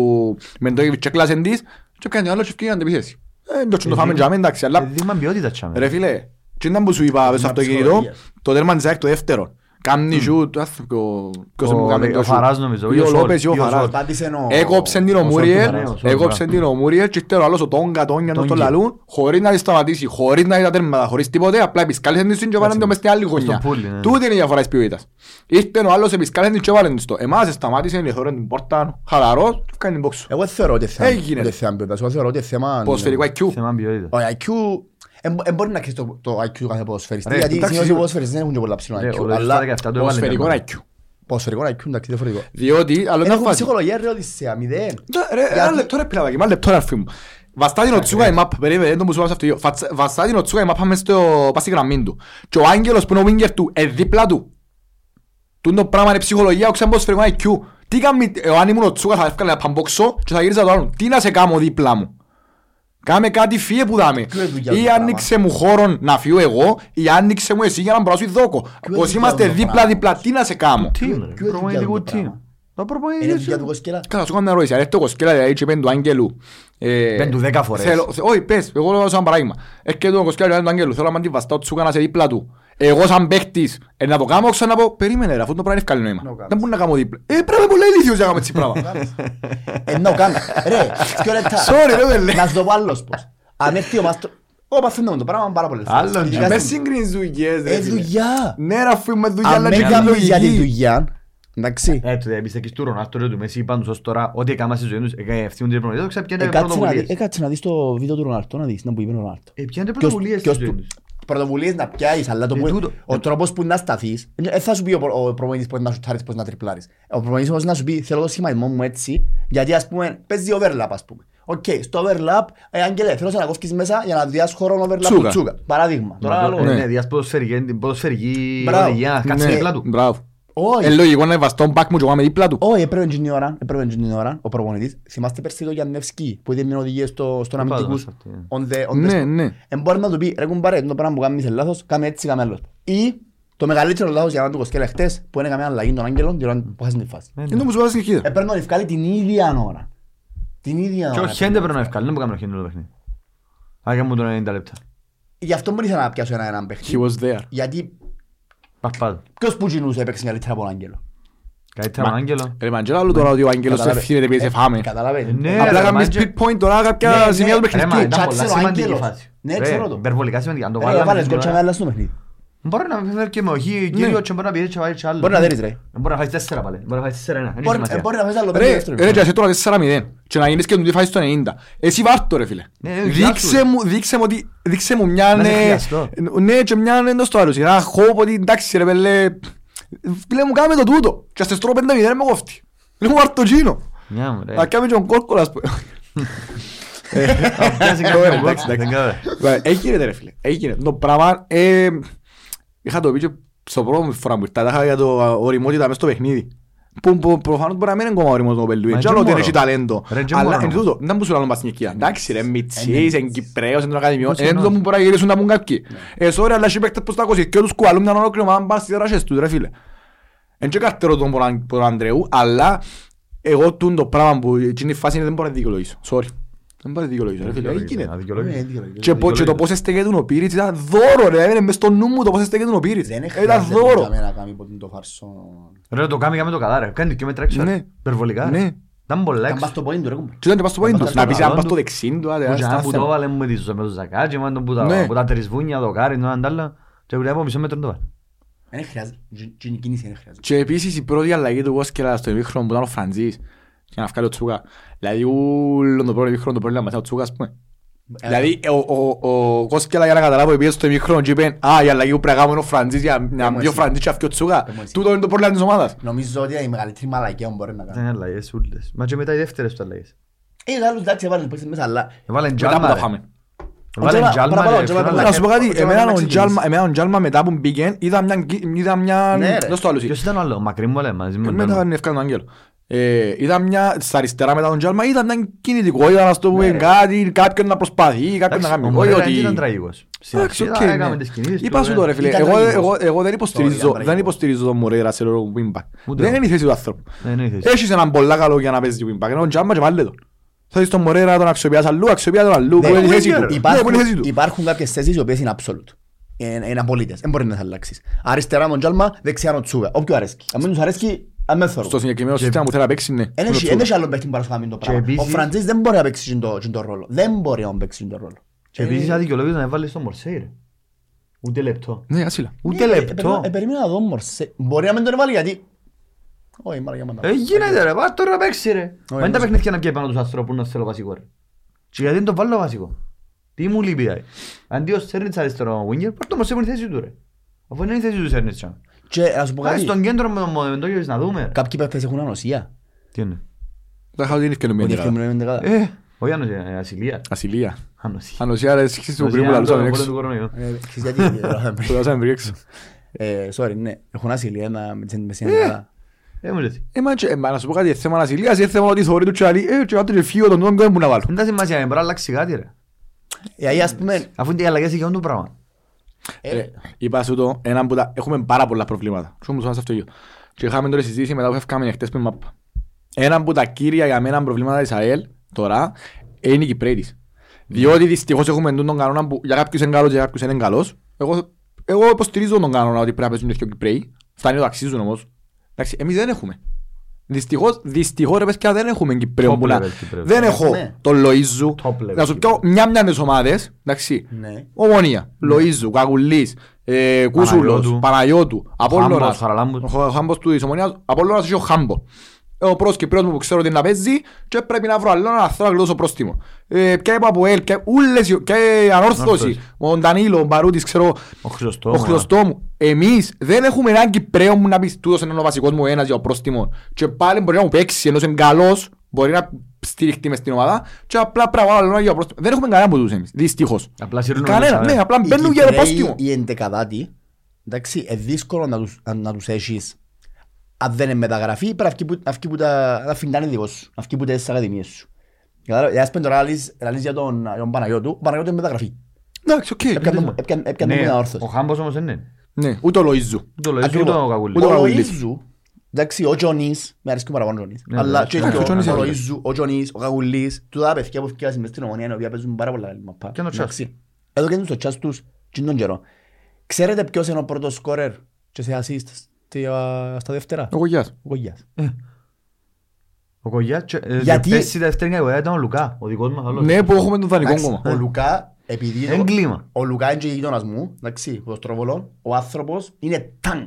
Speaker 3: Μεντόγεβιτ και κλάσεν της και έκανε άλλο και ευκαιρία να την επιθέσει. Ε, εντάξει, το φάμε τζάμε, εντάξει, αλλά
Speaker 1: Ε, Δείγμα ποιότητας τσάμε.
Speaker 3: Ρε φίλε, τι ήταν που σου είπα στο αυτοκίνητο,
Speaker 4: ψυχολογίας.
Speaker 3: το τέρμα της ΑΕΚ το δεύτερο. Κάμνη σουτ, άθ- ο- ποιος
Speaker 1: Ο-
Speaker 3: μου κάνει
Speaker 1: ο
Speaker 3: το σουτ.
Speaker 1: Φαράς νομίζω,
Speaker 3: Ή
Speaker 1: ή
Speaker 3: ο
Speaker 1: ο Σολ,
Speaker 3: Λόπες ή ο
Speaker 1: ή ο
Speaker 3: Φαράς.
Speaker 1: Σολ.
Speaker 4: Πάτησε ο...
Speaker 3: Έκοψε την
Speaker 1: ο Σολ του
Speaker 3: ομούριελ,
Speaker 1: Φαράς, ο Σολ,
Speaker 3: έκοψε
Speaker 1: μπράβο.
Speaker 3: την ομούριελ και ήρθε ο άλλος ο Τόγκα, Τόγκα, το
Speaker 1: Τόγκι.
Speaker 3: λαλούν, χωρίς να τη σταματήσει, χωρίς να είναι τα τέρματα, χωρίς τίποτε, απλά επισκάλεσαν την και βάλαν το μες στην άλλη γωνιά.
Speaker 1: πουλί, ναι.
Speaker 3: Τούτη είναι η διαφορά της ποιότητας. Ήρθε ο άλλος επισκάλεσαν την και βάλαν της το. Εμάς σταμάτησε, ελευθέρωσε την πόρτα, χαλαρός, κάνει την πόξο.
Speaker 4: Εγώ δεν θεωρώ ότι θέμα-
Speaker 3: Έγινε.
Speaker 4: ότι θέμα ποιότητας. Εγώ θεωρώ ότι θέμα...
Speaker 3: Ποδοσφαιρικό IQ.
Speaker 1: Θέμα ποιότητας.
Speaker 4: Ο IQ... εν μπο- εν μπορεί να ξέρεις το- το IQ του κάθε ποδοσφαιριστή.
Speaker 1: Ρε,
Speaker 4: Γιατί
Speaker 1: εντάξει,
Speaker 4: συνήθως οι
Speaker 1: σίγουρα.
Speaker 4: ποδοσφαιριστές δεν έχουν και πολλά ψηλό
Speaker 1: Ρε,
Speaker 4: IQ.
Speaker 1: ο Λεωστάς
Speaker 4: Αλλά
Speaker 1: 17 το έβαλε
Speaker 3: Ποδοσφαιρικό
Speaker 1: ένα.
Speaker 3: IQ.
Speaker 4: ποδοσφαιρικό IQ εντάξει διαφορετικό.
Speaker 3: Διότι, άλλο μια
Speaker 4: Έχω
Speaker 3: φάση.
Speaker 4: ψυχολογία ρε Οδυσσέα, μηδέν.
Speaker 3: Τω- Ρε, ένα λεπτό ρε πειραδάκι, ένα λεπτό ρε φίλε μου. Βαστά
Speaker 4: Ε,
Speaker 3: την οτσούγα η μάπα, περίμενε, δεν το μου σου βάζει αυτό το ίδιο. Φατσα- Βαστά την οτσούγα η μάπα μες στο πάση γραμμή του. Και ο άγγελος που είναι ο winger του, ε, δίπλα του. Τούν το πράγμα είναι ψυχολογία, ο ξέμπος φρεγό IQ. Τι κάνει, ε, αν ήμουν ο Τσούγας θα έφκαλα να παμπόξω και θα γύριζα το άλλο. Τι να σε κάνω δίπλα μου. Κάμε κάτι φύε που δάμε.
Speaker 4: Ποιο είναι δουλειά
Speaker 3: Ή
Speaker 4: το
Speaker 3: άνοιξε μου χώρο να φύγω εγώ, ή άνοιξε μου εσύ για να μπράσω η δόκο.
Speaker 4: είναι
Speaker 3: Πως
Speaker 4: δουλειά
Speaker 3: είμαστε
Speaker 4: το πράγμα.
Speaker 3: δίπλα-δίπλα, τι να σε κάνω.
Speaker 1: Team,
Speaker 4: Ποιο-
Speaker 1: ρε.
Speaker 4: ποιο
Speaker 1: Προπονητικού
Speaker 4: δουλειά είναι το
Speaker 1: team. Το
Speaker 4: Είναι
Speaker 1: προπονητή
Speaker 4: δουλειά
Speaker 1: σου.
Speaker 4: του Κοσκέλα.
Speaker 3: Καλά, σου κάνω μια ερώτηση. Αν έρθει ο Κοσκέλα, δηλαδή, και πέντε του Άγγελου. ε,
Speaker 1: Πέντε του δέκα φορές.
Speaker 3: θέλω- θε- Όχι, πες, εγώ λέω σαν παράδειγμα. Έρχεται ο Κοσκέλα και λέει του Άγγελου, θέλω να μ' αντιβαστάω Τσούκα να σε δίπλα του. Εγώ σαν παίχτης, ε, να το κάνω, ξέρω να πω, περίμενε ρε, αφού το πράγμα είναι ευκάλλη νόημα.
Speaker 4: Να το κάνεις.
Speaker 3: Δεν μπορεί να κάνω δίπλα. Ε, πρέπει να είμαι πολύ ηλίθιος για να κάνω έτσι πράγμα.
Speaker 4: Ενώ κάνω. Ε, Ρε, πιο λεπτά.
Speaker 3: Sorry, ρε, βέλε.
Speaker 4: Να σου το πω άλλος πώς. Αν έρθει ο μάστρο... Εγώ παθαίνω με το πράγμα πάρα πολλές φορές.
Speaker 1: Άλλον,
Speaker 4: Ειδικά
Speaker 3: Μες
Speaker 4: στην-
Speaker 3: συγκρίνεις δουλειές, ε, ρε,
Speaker 4: Ε,
Speaker 3: φίλε.
Speaker 4: δουλειά.
Speaker 3: Ναι, ρε, αφού είμαι δουλειά,
Speaker 4: Αν
Speaker 3: αλλά
Speaker 4: δεν
Speaker 3: και
Speaker 4: κάνεις
Speaker 3: λογική.
Speaker 4: για τη δουλειά. Εντάξει.
Speaker 1: Ε, το εμπιστεύεις του Ρονάλτο, ρε, του Μέση, είπαν τους ως τώρα ό,τι έκανα στη ζωή τους, έκανε ευθύνη την προπονητή, ξέρω, πιάνε
Speaker 4: Έκατσε Ε, να δεις-
Speaker 1: πρωτοβουλίες.
Speaker 4: έκατσε να δεις το βίντεο του Ρονάρτο, να δεις, να που είπε ο Ρονάρτο.
Speaker 1: Ε, πιάνε
Speaker 4: Ποιος-
Speaker 1: πρωτοβουλίες στη
Speaker 4: ποιος
Speaker 1: ζωή
Speaker 4: του-
Speaker 1: τους.
Speaker 4: Πρωτοβουλίες να πιάσεις, αλλά το
Speaker 1: Ε,
Speaker 4: που-
Speaker 1: τούτο.
Speaker 4: ο τρόπος που να σταθείς, δεν θα σου πει ο προ- ο προπονητής πώς να σουτάρεις, πώς να τριπλάρεις. Ο προπονητής όμως να σου πει, θέλω το σχηματισμό μου έτσι, γιατί ας πούμε, παίζει overlap ας πούμε. Οκ, στο overlap, ε, Άγγελε, θέλω να κόφκεις μέσα για να διάσεις χώρο overlap
Speaker 3: Τσούκα.
Speaker 4: του Τσούκα. Παράδειγμα. Τώρα
Speaker 1: Μα το-
Speaker 4: άλλο.
Speaker 1: ε,
Speaker 3: ναι.
Speaker 1: ναι, διάς ποδοσφαιρική- την ποδοσφαιρική
Speaker 4: Μπράβο.
Speaker 1: οδηγία, κάτσε
Speaker 3: Ναι,
Speaker 1: δίπλα του.
Speaker 3: μπράβο.
Speaker 4: Όχι.
Speaker 3: Ε, λογικό να βαστώ μπακ μου και εγώ είμαι δίπλα του.
Speaker 4: Όχι, έπρεπε την ώρα, ε, έπρεπε την ώρα, ο προπονητής. Θυμάστε πέρσι το Γιαννεύσκι που έδινε οδηγίες στο, στον
Speaker 1: Πάντα
Speaker 4: αμυντικούς.
Speaker 1: σε αυτή, ναι.
Speaker 4: On the, on the
Speaker 3: Ναι,
Speaker 4: spot.
Speaker 3: ναι.
Speaker 1: Ε,
Speaker 4: Εν μπορεί να του πει, ρε κουμπάρε, το πράγμα που κάνεις είναι λάθος, κάμε έτσι, κάμε άλλος. Ή το μεγαλύτερο λάθος για να του κοσκέλα χτες, που είναι καμία αλλαγή των άγγελων, την ώρα που χάσουν τη φάση.
Speaker 1: Ε, ναι.
Speaker 3: Είναι το που σου βάζει στην χείρα.
Speaker 4: Έπρεπε να τη βγάλει την ίδια ώρα. Την ίδια
Speaker 1: Και ο
Speaker 4: ώρα.
Speaker 1: Χέντε πρέπει να ευκάλλει, δεν μπορεί να κάνει ο Χέντε το παιχνίδι. Άρα μου τον 90 λεπτά.
Speaker 4: Γι' αυτό δεν ήθελα να πιάσω ένα έναν
Speaker 3: He
Speaker 4: παίχτη.
Speaker 3: was there.
Speaker 4: Γιατί
Speaker 1: Παππάδο.
Speaker 4: ποιος που γινούσε έπαιξε καλύτερα από τον άγγελο.
Speaker 1: Καλύτερα
Speaker 3: Μα-
Speaker 1: με Άγγελο.
Speaker 3: Ρε μαντζέλα, άλλο τώρα ότι ο Άγγελος
Speaker 4: Καταλάβες.
Speaker 3: ευθύνεται επειδή σε φάμε.
Speaker 4: Ε, Καταλάβες.
Speaker 1: Ναι,
Speaker 4: Ε,
Speaker 1: ρε,
Speaker 3: Απλά κάνεις
Speaker 1: μάντζε-
Speaker 3: pinpoint τώρα
Speaker 4: Ναι, ναι,
Speaker 3: κάποια σημεία
Speaker 1: Ρε,
Speaker 3: του
Speaker 1: μα,
Speaker 3: παιχνιδιού.
Speaker 1: ήταν
Speaker 4: τσάτσε
Speaker 1: πολλά
Speaker 4: ο
Speaker 1: σημαντική
Speaker 4: Άγγελος.
Speaker 1: φάση.
Speaker 4: Ναι,
Speaker 1: Ρε,
Speaker 4: ξέρω το. Ε,
Speaker 1: υπερβολικά σημαντική. Αν το
Speaker 4: Ρε,
Speaker 1: βάλαμε
Speaker 4: βάλες
Speaker 1: την
Speaker 4: γκολ και
Speaker 1: ώρα-
Speaker 4: να άλλα στο παιχνίδι.
Speaker 1: Μπορεί να φέρει και με οχή, κύριο, και μπορεί να πιέζει και να βάλει και άλλο.
Speaker 4: Ναι.
Speaker 1: Ε,
Speaker 4: Μπορεί να δέρεις, ρε.
Speaker 1: Μπορεί να φάει τέσσερα πάλι. Μπορεί να φάει τέσσερα ένα. Δεν έχει
Speaker 4: Μπορεί
Speaker 1: σημασία.
Speaker 4: ε, μπορεί να πες άλλο
Speaker 3: Ρε,
Speaker 4: παιχνίδι δεύτερο.
Speaker 3: ρε, και ας τώρα 4-0 και να γίνεις και τον φάση στο 90. Εσύ βάρ' το ρε φίλε.
Speaker 1: Ναι, ναι,
Speaker 3: Δείξε
Speaker 1: γεια σου.
Speaker 3: μου, δείξε μου, ότι- δείξε μου μια...
Speaker 1: Να σε
Speaker 3: ναι,
Speaker 1: χρειαστώ.
Speaker 3: Ναι, και μια ναι, εντός το άλλο. Ένα χώπο ότι εντάξει ρε πέλε... Φίλε μου κάμε το τούτο. Και ας τες τρώω 5-0 με κόφτει. Λέω βάρ' το γίνο.
Speaker 1: Μια μου, ρε.
Speaker 3: Να κάμε και τον κόρκολα ας πούμε.
Speaker 1: Α, πιάσει κάποιο
Speaker 3: Ωραία,
Speaker 1: γκολ.
Speaker 3: εντάξει, εντάξει.
Speaker 1: Δεν κάνω.
Speaker 3: Βα, Έγινε ρε φίλε, έγινε. Το πράγμα, ε, είχα το πει και στο πρώτο φορά που ήρθα, τα είχα για το α, οριμότητα μέσα στο παιχνίδι. Που που προφανώς μπορεί να μην είναι ακόμα οριμός ο Πελούι,
Speaker 1: Μα
Speaker 3: και
Speaker 1: και
Speaker 3: άλλο ότι
Speaker 1: μόνο.
Speaker 3: έχει ταλέντο.
Speaker 1: Ρε, και
Speaker 3: Αλλά
Speaker 1: μόνο
Speaker 3: εν
Speaker 1: όμως.
Speaker 3: τούτο, δεν μου σου λάλλον μας την οικία. Εντάξει ρε, Μιτσής, εν Κυπρέος, εν τον Ακαδημιό,
Speaker 1: Πώς
Speaker 3: εν τούτο
Speaker 1: εννοώ.
Speaker 3: που μπορεί να γυρίσουν να πούν κάποιοι. Ε, sorry, αλλά έχει παίκτες πως τα κόσια, και τους κουβαλούν μια ολόκληρη ομάδα να πάνε στις δράσες τους, ρε φίλε. Εν και καρτερό τον Ποραν- Ποραντρεού, αλλά εγώ τούν το πράγμα που εκείνη η φάση είναι δεν μπορώ να δικαιολογήσω. Sorry. Δεν μπορώ να δικαιολογήσω, ρε φίλε. Έγινε.
Speaker 1: Αδικαιολόγητο.
Speaker 3: Ε,
Speaker 4: Ναι, δικαιολογητό.
Speaker 3: Και, πο- και το πώς στέκεται ο Πύριτς ήταν δώρο ρε, είναι μες στο νου μου το πώς στέκεται ο Πύριτς.
Speaker 4: Δεν
Speaker 3: Ήταν
Speaker 4: χρειάζεται
Speaker 3: δώρο.
Speaker 4: να κάνουμε ποτέ το φάρσο.
Speaker 1: Ρε, το κάνει κάμε το καλά, ρε. Κάνει και μέτρα έξω,
Speaker 3: Ναι.
Speaker 1: ρε. Υπερβολικά, ρε.
Speaker 3: Ναι.
Speaker 1: Ήταν πολλά
Speaker 4: Αν πας
Speaker 1: έξω.
Speaker 4: στο πόδι του ρε κουμπάρε.
Speaker 3: Και ήταν και πας στο πόδι
Speaker 1: Ήταν
Speaker 3: του.
Speaker 1: στο
Speaker 3: Να πεις αν
Speaker 1: καλό
Speaker 3: πας στο
Speaker 1: του.
Speaker 3: δεξίν του, άντε,
Speaker 1: Που και
Speaker 3: ένα
Speaker 1: ένα που το
Speaker 3: θέμα.
Speaker 1: βάλε με τις- με το ζακάτσι, με τον που
Speaker 3: Ναι.
Speaker 1: τα- που τα τρισβούνια, το κάρι, το έναν τ' άλλο. Και γουριά από μισό μέτρο το βάλε.
Speaker 4: Δεν χρειάζεται. Την κίνηση δεν χρειάζεται.
Speaker 3: Και επίσης η πρώτη αλλαγή του Βόσκελα στο ημίχρονο που ήταν ο Φραντζής για να βγάλει ο Τσούκα. Δηλαδή ούλον το πρώτο ημίχρονο το πρόβλημα μετά ο Τσούκα, ας πούμε. Δηλαδή ο- ο- ο Βόσκελα για να καταλάβω πήγε στο ημίχρονο και είπε «Α, η αλλαγή που πρέπει να κάνουμε είναι ο Φραντζής για να
Speaker 4: μου
Speaker 3: μπει ο
Speaker 4: εσύ.
Speaker 3: Φραντζής και να βγει ο Τσούκα».
Speaker 4: μου εσύ.
Speaker 3: Τούτο είναι το πρόβλημα της ομάδας.
Speaker 4: Νομίζω ότι είναι η μεγαλύτερη μαλακία που μπορεί να κάνει.
Speaker 1: Ήταν αλλαγές ούλες. Μα και μετά οι δεύτερες του αλλαγές. Ναι.
Speaker 4: Ε, άλλους εντάξει, έβαλε πόσεις μέσα, αλλά...
Speaker 1: Έβαλε
Speaker 3: Μετά που τα
Speaker 1: Ε, τζάλμα ρε.
Speaker 3: φάμε.
Speaker 1: Έβαλε
Speaker 4: Τζάλμα,
Speaker 1: τζάλμα
Speaker 4: παραπάνω,
Speaker 1: ρε,
Speaker 4: τζάλμα,
Speaker 1: φέρε
Speaker 4: παραπάνω.
Speaker 1: αλλαγές.
Speaker 3: Να σου πω κάτι,
Speaker 4: Ο Τζάλμα
Speaker 3: εμένα
Speaker 4: να
Speaker 3: ο
Speaker 4: ξεκινήσει.
Speaker 3: Τζάλμα- εμένα ο Τζάλμα μετά που μπήκε είδα μια- είδα μια...
Speaker 4: Ναι, ρε.
Speaker 3: Δώσ' το άλλο εσύ.
Speaker 1: Ποιος ήταν ο άλλος, μακρύ μου λέει, μαζί μου.
Speaker 3: Μετά
Speaker 1: ήταν.
Speaker 3: ήταν ευκάλλον τον Άγγελο. Ε, ήταν μια, στα αριστερά μετά τον Τζάλμα, ήταν μια κινητικότητα, να στο πούμε κάτι, κάποιον να προσπαθεί, κάποιον να
Speaker 1: Ναι, Εντάξει, ο
Speaker 3: κάνει. Όχι
Speaker 1: Μωρέρα δεν
Speaker 3: ότι...
Speaker 1: ήταν τραγικός. Στην
Speaker 3: Εντάξει,
Speaker 1: αρχή
Speaker 3: οκ,
Speaker 1: ήταν- έκαμε
Speaker 3: ναι.
Speaker 1: τις κινήσεις του.
Speaker 3: Είπα σου
Speaker 1: ε.
Speaker 3: το ρε φίλε,
Speaker 4: Ήταν
Speaker 3: εγώ,
Speaker 4: τραγικός.
Speaker 3: εγώ, εγώ δεν
Speaker 4: ήταν
Speaker 3: υποστηρίζω, δεν
Speaker 4: τραγικός.
Speaker 3: υποστηρίζω τον Μωρέρα σε ρόλο wingback.
Speaker 1: Ούτε
Speaker 3: Δεν
Speaker 1: εγώ.
Speaker 3: είναι η θέση του άνθρωπου.
Speaker 1: Δεν είναι η θέση.
Speaker 3: Έχεις έναν πολλά καλό για να παίζεις wingback, ενώ ο Τζάλμα και βάλε τον. Θα δεις τον Μωρέρα, τον αξιοποιάς αλλού, αξιοποιάς τον αλλού, που είναι η θέση του. Ναι, που είναι η θέση
Speaker 4: Υπάρχουν,
Speaker 3: του.
Speaker 4: υπάρχουν κάποιες θέσεις οι οποίες είναι absolute. Είναι, είναι απολύτες. Δεν μπορεί να τις αλλάξεις. Αριστερά με τον Τζάλμα, δεξιά με τον Τσούκα. Όποιο αρέσκει. Αν μην τους αρέσκει, αν με θωρώ.
Speaker 3: Στο συγκεκριμένο σύστημα που θέλει να παίξει, ναι.
Speaker 4: Εν
Speaker 3: είναι ο
Speaker 4: έχει-
Speaker 3: Τσούκα.
Speaker 4: εν έχει άλλον παίχτη που μπορεί να σου κάνει το πράγμα. Ο
Speaker 1: επίσης-
Speaker 4: Φραντζής δεν μπορεί να παίξει τον- τον τον ρόλο. Δεν μπορεί να παίξει τον ρόλο.
Speaker 1: Και
Speaker 3: ε,
Speaker 1: επίσης αδικαιολόγητος να βάλει στο Μορσέι ρε. Ούτε λεπτό.
Speaker 3: Ναι, άσυλα.
Speaker 1: Ούτε
Speaker 4: Ε, ε,
Speaker 1: λεπτό.
Speaker 4: περίμενα- ε, Περίμενα να δω Μορσέ. Μπορεί να μην τον βάλει γιατί... Όχι, μάλλον για μάνα.
Speaker 1: Ε, γίνεται ρε, πάρ' τώρα να παίξει ρε. Μα είναι τα
Speaker 4: εμείς-
Speaker 1: παιχνίδια να πιέει πάνω τους ανθρώπους να θέλω βασικό ρε. Και γιατί δεν τον βάλω βασικό. Τι μου λείπει ρε. Αντί ο Σέρνιτς αριστερό winger, πάρ' το Μωσέ που είναι η θέση του ρε. Αφού είναι η θέση του Σέρνιτς. τσάμε.
Speaker 4: Και να σου πω
Speaker 1: Πάει
Speaker 4: κάτι.
Speaker 1: στον κέντρο με τον Μοντόγιος να δούμε ρε.
Speaker 4: Κάποιοι παίχτες έχουν ανοσία.
Speaker 1: Τι είναι.
Speaker 3: Τα είχα δει την ευκαιρία με
Speaker 4: Ότι
Speaker 3: την
Speaker 4: αυτή
Speaker 3: Ελλάδα.
Speaker 4: μου λέμε δεκάδα.
Speaker 1: Ε, ο Γιάννος είναι ασυλία.
Speaker 3: Ασυλία.
Speaker 1: Ανοσία.
Speaker 3: Ανοσία, ρε, σκίσεις του
Speaker 1: Ανοσία,
Speaker 3: κρύβου,
Speaker 1: το
Speaker 3: λαλούσαμε
Speaker 1: πόλεμο
Speaker 3: έξω.
Speaker 1: του κορονοϊού.
Speaker 4: Ε, ξέρεις γιατί, ε, τώρα θα
Speaker 3: Το
Speaker 4: μπει.
Speaker 3: δώσαμε πριν έξω.
Speaker 4: Ε, sorry, ναι. Έχουν ασυλία να με την μεσαία δεκάδα.
Speaker 1: Ε, μου λες.
Speaker 3: Ε, μα, και- ε, μα, να σου πω κάτι, ε, θέμα ανασυλίας, ε, θέμα ότι θεωρεί του τσάλι, ε, και άντε και φύγω τον τόγκο, δεν μπορούν να βάλω.
Speaker 1: Δεν τα σημασία, μπορεί να αλλάξει κάτι ρε.
Speaker 4: Γιατί Ε, ας πούμε...
Speaker 1: Αφού είναι οι αλλαγές εκείνο το πράγμα.
Speaker 4: ε,
Speaker 3: Ρε, Είπα σου το, έναν που τα- έχουμε πάρα πολλά προβλήματα. Σου μου σου αυτό γιο. Και είχαμε τώρα συζήτηση μετά που έφυγαμε χτες με μαπ. Ένα από τα κύρια για μένα προβλήματα της ΑΕΛ τώρα είναι η Κυπρέτης. Διότι δυστυχώς έχουμε εντούν τον κανόνα που για κάποιους είναι καλός και για κάποιους δεν είναι καλός. Εγώ, εγώ υποστηρίζω τον κανόνα ότι πρέπει να παίζουν και οι Κυπρέοι. Φτάνει το αξίζουν όμως. Εντάξει, εμείς δεν έχουμε. Δυστυχώς, δυστυχώς ρε παιδιά δεν έχουμε Κυπρέο
Speaker 1: Top
Speaker 3: που να...
Speaker 1: level Κυπρέο.
Speaker 3: Δεν έχω
Speaker 4: Ναι.
Speaker 3: τον Λοΐζου.
Speaker 1: Top level
Speaker 3: Να σου πιω μια-μια τις ομάδες. Εντάξει.
Speaker 4: Ναι.
Speaker 3: Ομονία, Λοΐζου, Κακουλής, ε, Κούσουλος,
Speaker 1: Παναγιώτου.
Speaker 3: Παναγιώτου,
Speaker 1: Χάμπος,
Speaker 3: Απόλλωνας,
Speaker 1: Χαραλάμπους.
Speaker 3: ο Χα- ο Χάμπος του της Ομονίας, Απόλλωνας έχει ο Χάμπος. Ε, Ο πρώτος Κυπρέος μου που ξέρω ότι είναι να παίζει και πρέπει να βρω άλλον να θέλω να κλειδώσω πρόστιμο. Ε, Ποια είπα από ελ, ποια- ούλες οι- ποια η ανόρθωση,
Speaker 1: Ανόρθωση.
Speaker 3: ο Ντανίλο, ο Μπαρούτης, ξέρω,
Speaker 1: Ο
Speaker 3: ο
Speaker 1: Χριστός.
Speaker 3: Χρωστόμου. Εμείς δεν έχουμε έναν Κυπρέο μου να πεις τούτος είναι ο βασικός μου ένας για ο πρόστιμο. Και πάλι μπορεί να μου παίξει ενώ είναι καλός, μπορεί να στηριχτεί μες στην ομάδα και απλά πρέπει να βάλω άλλον για ο πρόστιμο. Δεν έχουμε κανέναν από τους εμείς, δυστυχώς.
Speaker 1: Απλά σύρνουν
Speaker 3: Κανένα,
Speaker 1: μέσα, ε.
Speaker 3: ναι, απλά
Speaker 4: οι
Speaker 3: μπαίνουν για το
Speaker 4: Κυπρέοι,
Speaker 3: πρόστιμο.
Speaker 4: Οι εντεκαδάτοι, εντάξει, είναι δύσκολο να τους, να- να τους έχεις αν δεν είναι μεταγραφή, πρέπει να φκεί που- να φκεί που τα να φυντάνε δικός σου, να φκεί που τα στις ακαδημίες σου. Κατάλαβες, ας πούμε τώρα λες- λες για τον, για τον Παναγιώτου, ο Παναγιώτου είναι μεταγραφή.
Speaker 3: Εντάξει, οκ.
Speaker 4: Έπιανε τον-
Speaker 1: δούμε.
Speaker 4: έπιανε- έπιανε
Speaker 1: Ναι,
Speaker 4: τον ανόρθωση.
Speaker 1: Ο Χάμπος όμως δεν είναι.
Speaker 3: Ναι, ούτε ο Λοΐζου.
Speaker 1: Το λέει,
Speaker 4: Ακριβώς.
Speaker 1: ούτε ο Κακουλής.
Speaker 3: Ούτε ο
Speaker 4: Ο
Speaker 3: Καγουλής.
Speaker 4: Λοΐζου, εντάξει, ο Τζονής, με αρέσκει παραπάνω ο Τζονής,
Speaker 1: Ναι,
Speaker 4: αλλά
Speaker 1: ναι,
Speaker 4: και
Speaker 1: ναι.
Speaker 4: ο-
Speaker 3: Ο Τζονής
Speaker 4: ο
Speaker 3: είναι
Speaker 4: Λοΐζου, ο Τζονής, ο Καγουλής, τούτα τα παιδιά που φτιάχνουν μες στην Ομονία, τα οποία παίζουν πάρα πολλά καλή μαπά.
Speaker 1: Και το τσάς.
Speaker 4: Εντάξει. Εδώ και τους τσάς τους τζιν τον καιρό. Ξέρετε ποιος είναι ο πρώτος σκόρερ και σε assist στη- α, στα δεύτερα,
Speaker 3: Ο Κογιάς.
Speaker 4: ο Κογιάς.
Speaker 1: Ο Κογιάς και- ε,
Speaker 4: Γιατί-
Speaker 1: πέρσι τα δεύτερη κατηγορία ήταν ο Λουκά, ο δικός μας άλλος. Ε,
Speaker 3: Ναι, που έχουμε τον δανεικό
Speaker 4: Εντάξει,
Speaker 3: κόμμα.
Speaker 4: Ο Λουκά, επειδή
Speaker 1: Εν κλίμα.
Speaker 4: ο Λουκά είναι και γείτονας μου, εντάξει, ο Στροβολό, ο άνθρωπος είναι τάγκ.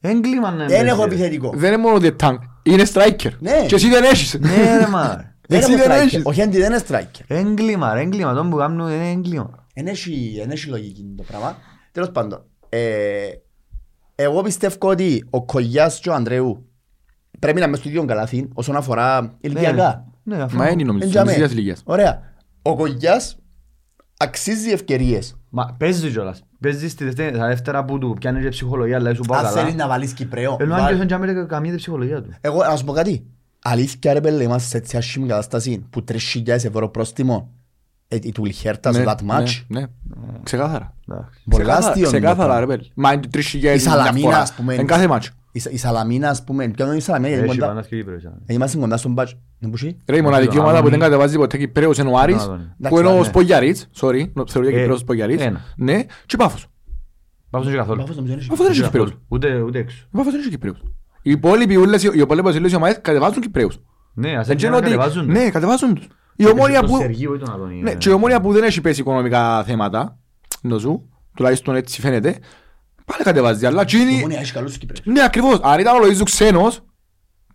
Speaker 1: Εν κλίμα, ναι.
Speaker 4: Δεν
Speaker 1: ρε,
Speaker 4: έχω
Speaker 1: ρε.
Speaker 4: επιθετικό.
Speaker 3: Δεν είναι μόνο the tank, είναι striker.
Speaker 4: Ναι.
Speaker 3: Και εσύ δεν έχεις.
Speaker 1: Ναι ρε μα.
Speaker 4: Δεν
Speaker 3: Εσύ
Speaker 4: έχω
Speaker 3: δεν
Speaker 4: striker.
Speaker 3: έχεις.
Speaker 4: Ο Χέντι δεν είναι striker.
Speaker 1: Εν κλίμα, ρε, εν κλίμα. Τον που κάνουν είναι Ναι, εν κλίμα.
Speaker 4: Εν έχει- εν έχει λογική το πράγμα. Τέλος πάντων, ε, εγώ πιστεύω ότι ο Κογιάς και ο Ανδρέου πρέπει να είναι μες στο ίδιο καλάθι όσον αφορά ηλικιακά.
Speaker 1: Ναι, ναι, αφού-
Speaker 3: Μα είναι
Speaker 4: Εν
Speaker 3: νομίζω,
Speaker 4: τζαμέ.
Speaker 3: είναι της ηλικίας.
Speaker 4: Ωραία. Ο Κογιάς αξίζει ευκαιρίες.
Speaker 1: Μα παίζει κιόλας. Παίζει στη δεύτερη, στα δεύτερα που του πιάνει και ψυχολογία, λέει σου πάω
Speaker 4: Αν
Speaker 1: καλά.
Speaker 4: θέλεις να βάλεις Κυπρέο.
Speaker 1: Ενώ
Speaker 4: βάλ-
Speaker 1: αν και στον τζάμι ρε, καμία την ψυχολογία του.
Speaker 4: Εγώ, να σου πω κάτι. Αλήθεια ρε πέλε, είμαστε σε έτσι άσχημη κατάσταση που 3.000 ευρώ πρόστιμο ε, it will hurt us
Speaker 3: Ναι,
Speaker 4: that
Speaker 3: ναι,
Speaker 4: much.
Speaker 3: ναι. Ξεκάθαρα.
Speaker 1: Εντάξει.
Speaker 4: Πολλά
Speaker 3: Ξεκάθαρα,
Speaker 4: αστείο είναι το
Speaker 3: Ξεκάθαρα,
Speaker 4: πράγμα.
Speaker 3: ρε παιδί. Μα είναι τρεις χιλιάδες
Speaker 4: Η Σαλαμίνα,
Speaker 3: διαφορά.
Speaker 4: ας πούμε,
Speaker 3: Εν
Speaker 4: είναι-
Speaker 3: κάθε μάτσο.
Speaker 4: Η Σα- Η Σαλαμίνα, ας πούμε, ποιο είναι η Σαλαμίνα, γιατί
Speaker 1: Έχει
Speaker 4: κοντά-
Speaker 1: Ιωάννας και Κύπρος, ε.
Speaker 4: γιατί είμαστε κοντά στον μπάτσο. Ναι, που είσαι.
Speaker 3: Ρε, η μοναδική
Speaker 1: Νομίζω,
Speaker 3: ομάδα που
Speaker 1: αν-
Speaker 3: δεν κατεβάζει ποτέ Κυπρέος είναι ο Άρης,
Speaker 1: Να, ναι.
Speaker 3: που είναι ο
Speaker 4: Εντάξει, ναι.
Speaker 3: Σπογιαρίτς, sorry, νο- θεωρείται
Speaker 1: Ε,
Speaker 3: Κυπρέος ο Σπογιαρίτς.
Speaker 1: ένα.
Speaker 3: Ναι, και η Πάφος.
Speaker 1: Πάφος δεν είχε καθόλου.
Speaker 4: Παφός νομίζω είναι
Speaker 3: Αφού δεν έχει
Speaker 1: Καθόλου.
Speaker 3: Κυπρέος.
Speaker 1: Ούτε- ούτε έξω.
Speaker 3: Η Πάφος δεν έχει Κυπρέους. Οι υπόλοιποι ούλες- οι υπόλοιπες ούλες οι ομάδες κατεβάζουν Κυπρέους.
Speaker 1: Ναι, ας
Speaker 3: Δεν
Speaker 1: έρθουν
Speaker 3: ξέρω
Speaker 1: να
Speaker 3: ότι...
Speaker 1: κατεβάζουν τους.
Speaker 3: Ναι, κατεβάζουν τους. Η
Speaker 1: Τον
Speaker 3: ομόνια που...
Speaker 1: Σεργίου ή τον Αντωνίου,
Speaker 3: Ναι,
Speaker 1: ε.
Speaker 3: και η ομόνια που δεν έχει πέσει οικονομικά θέματα, νοζού, τουλάχιστον έτσι φαίνεται, Πάλι κατεβάζει, αλλά εκείνη...
Speaker 4: Ομόνια έχει καλούς Κύπρες.
Speaker 3: Ναι, ακριβώς. Αν ήταν ο Λοΐζου ξένος,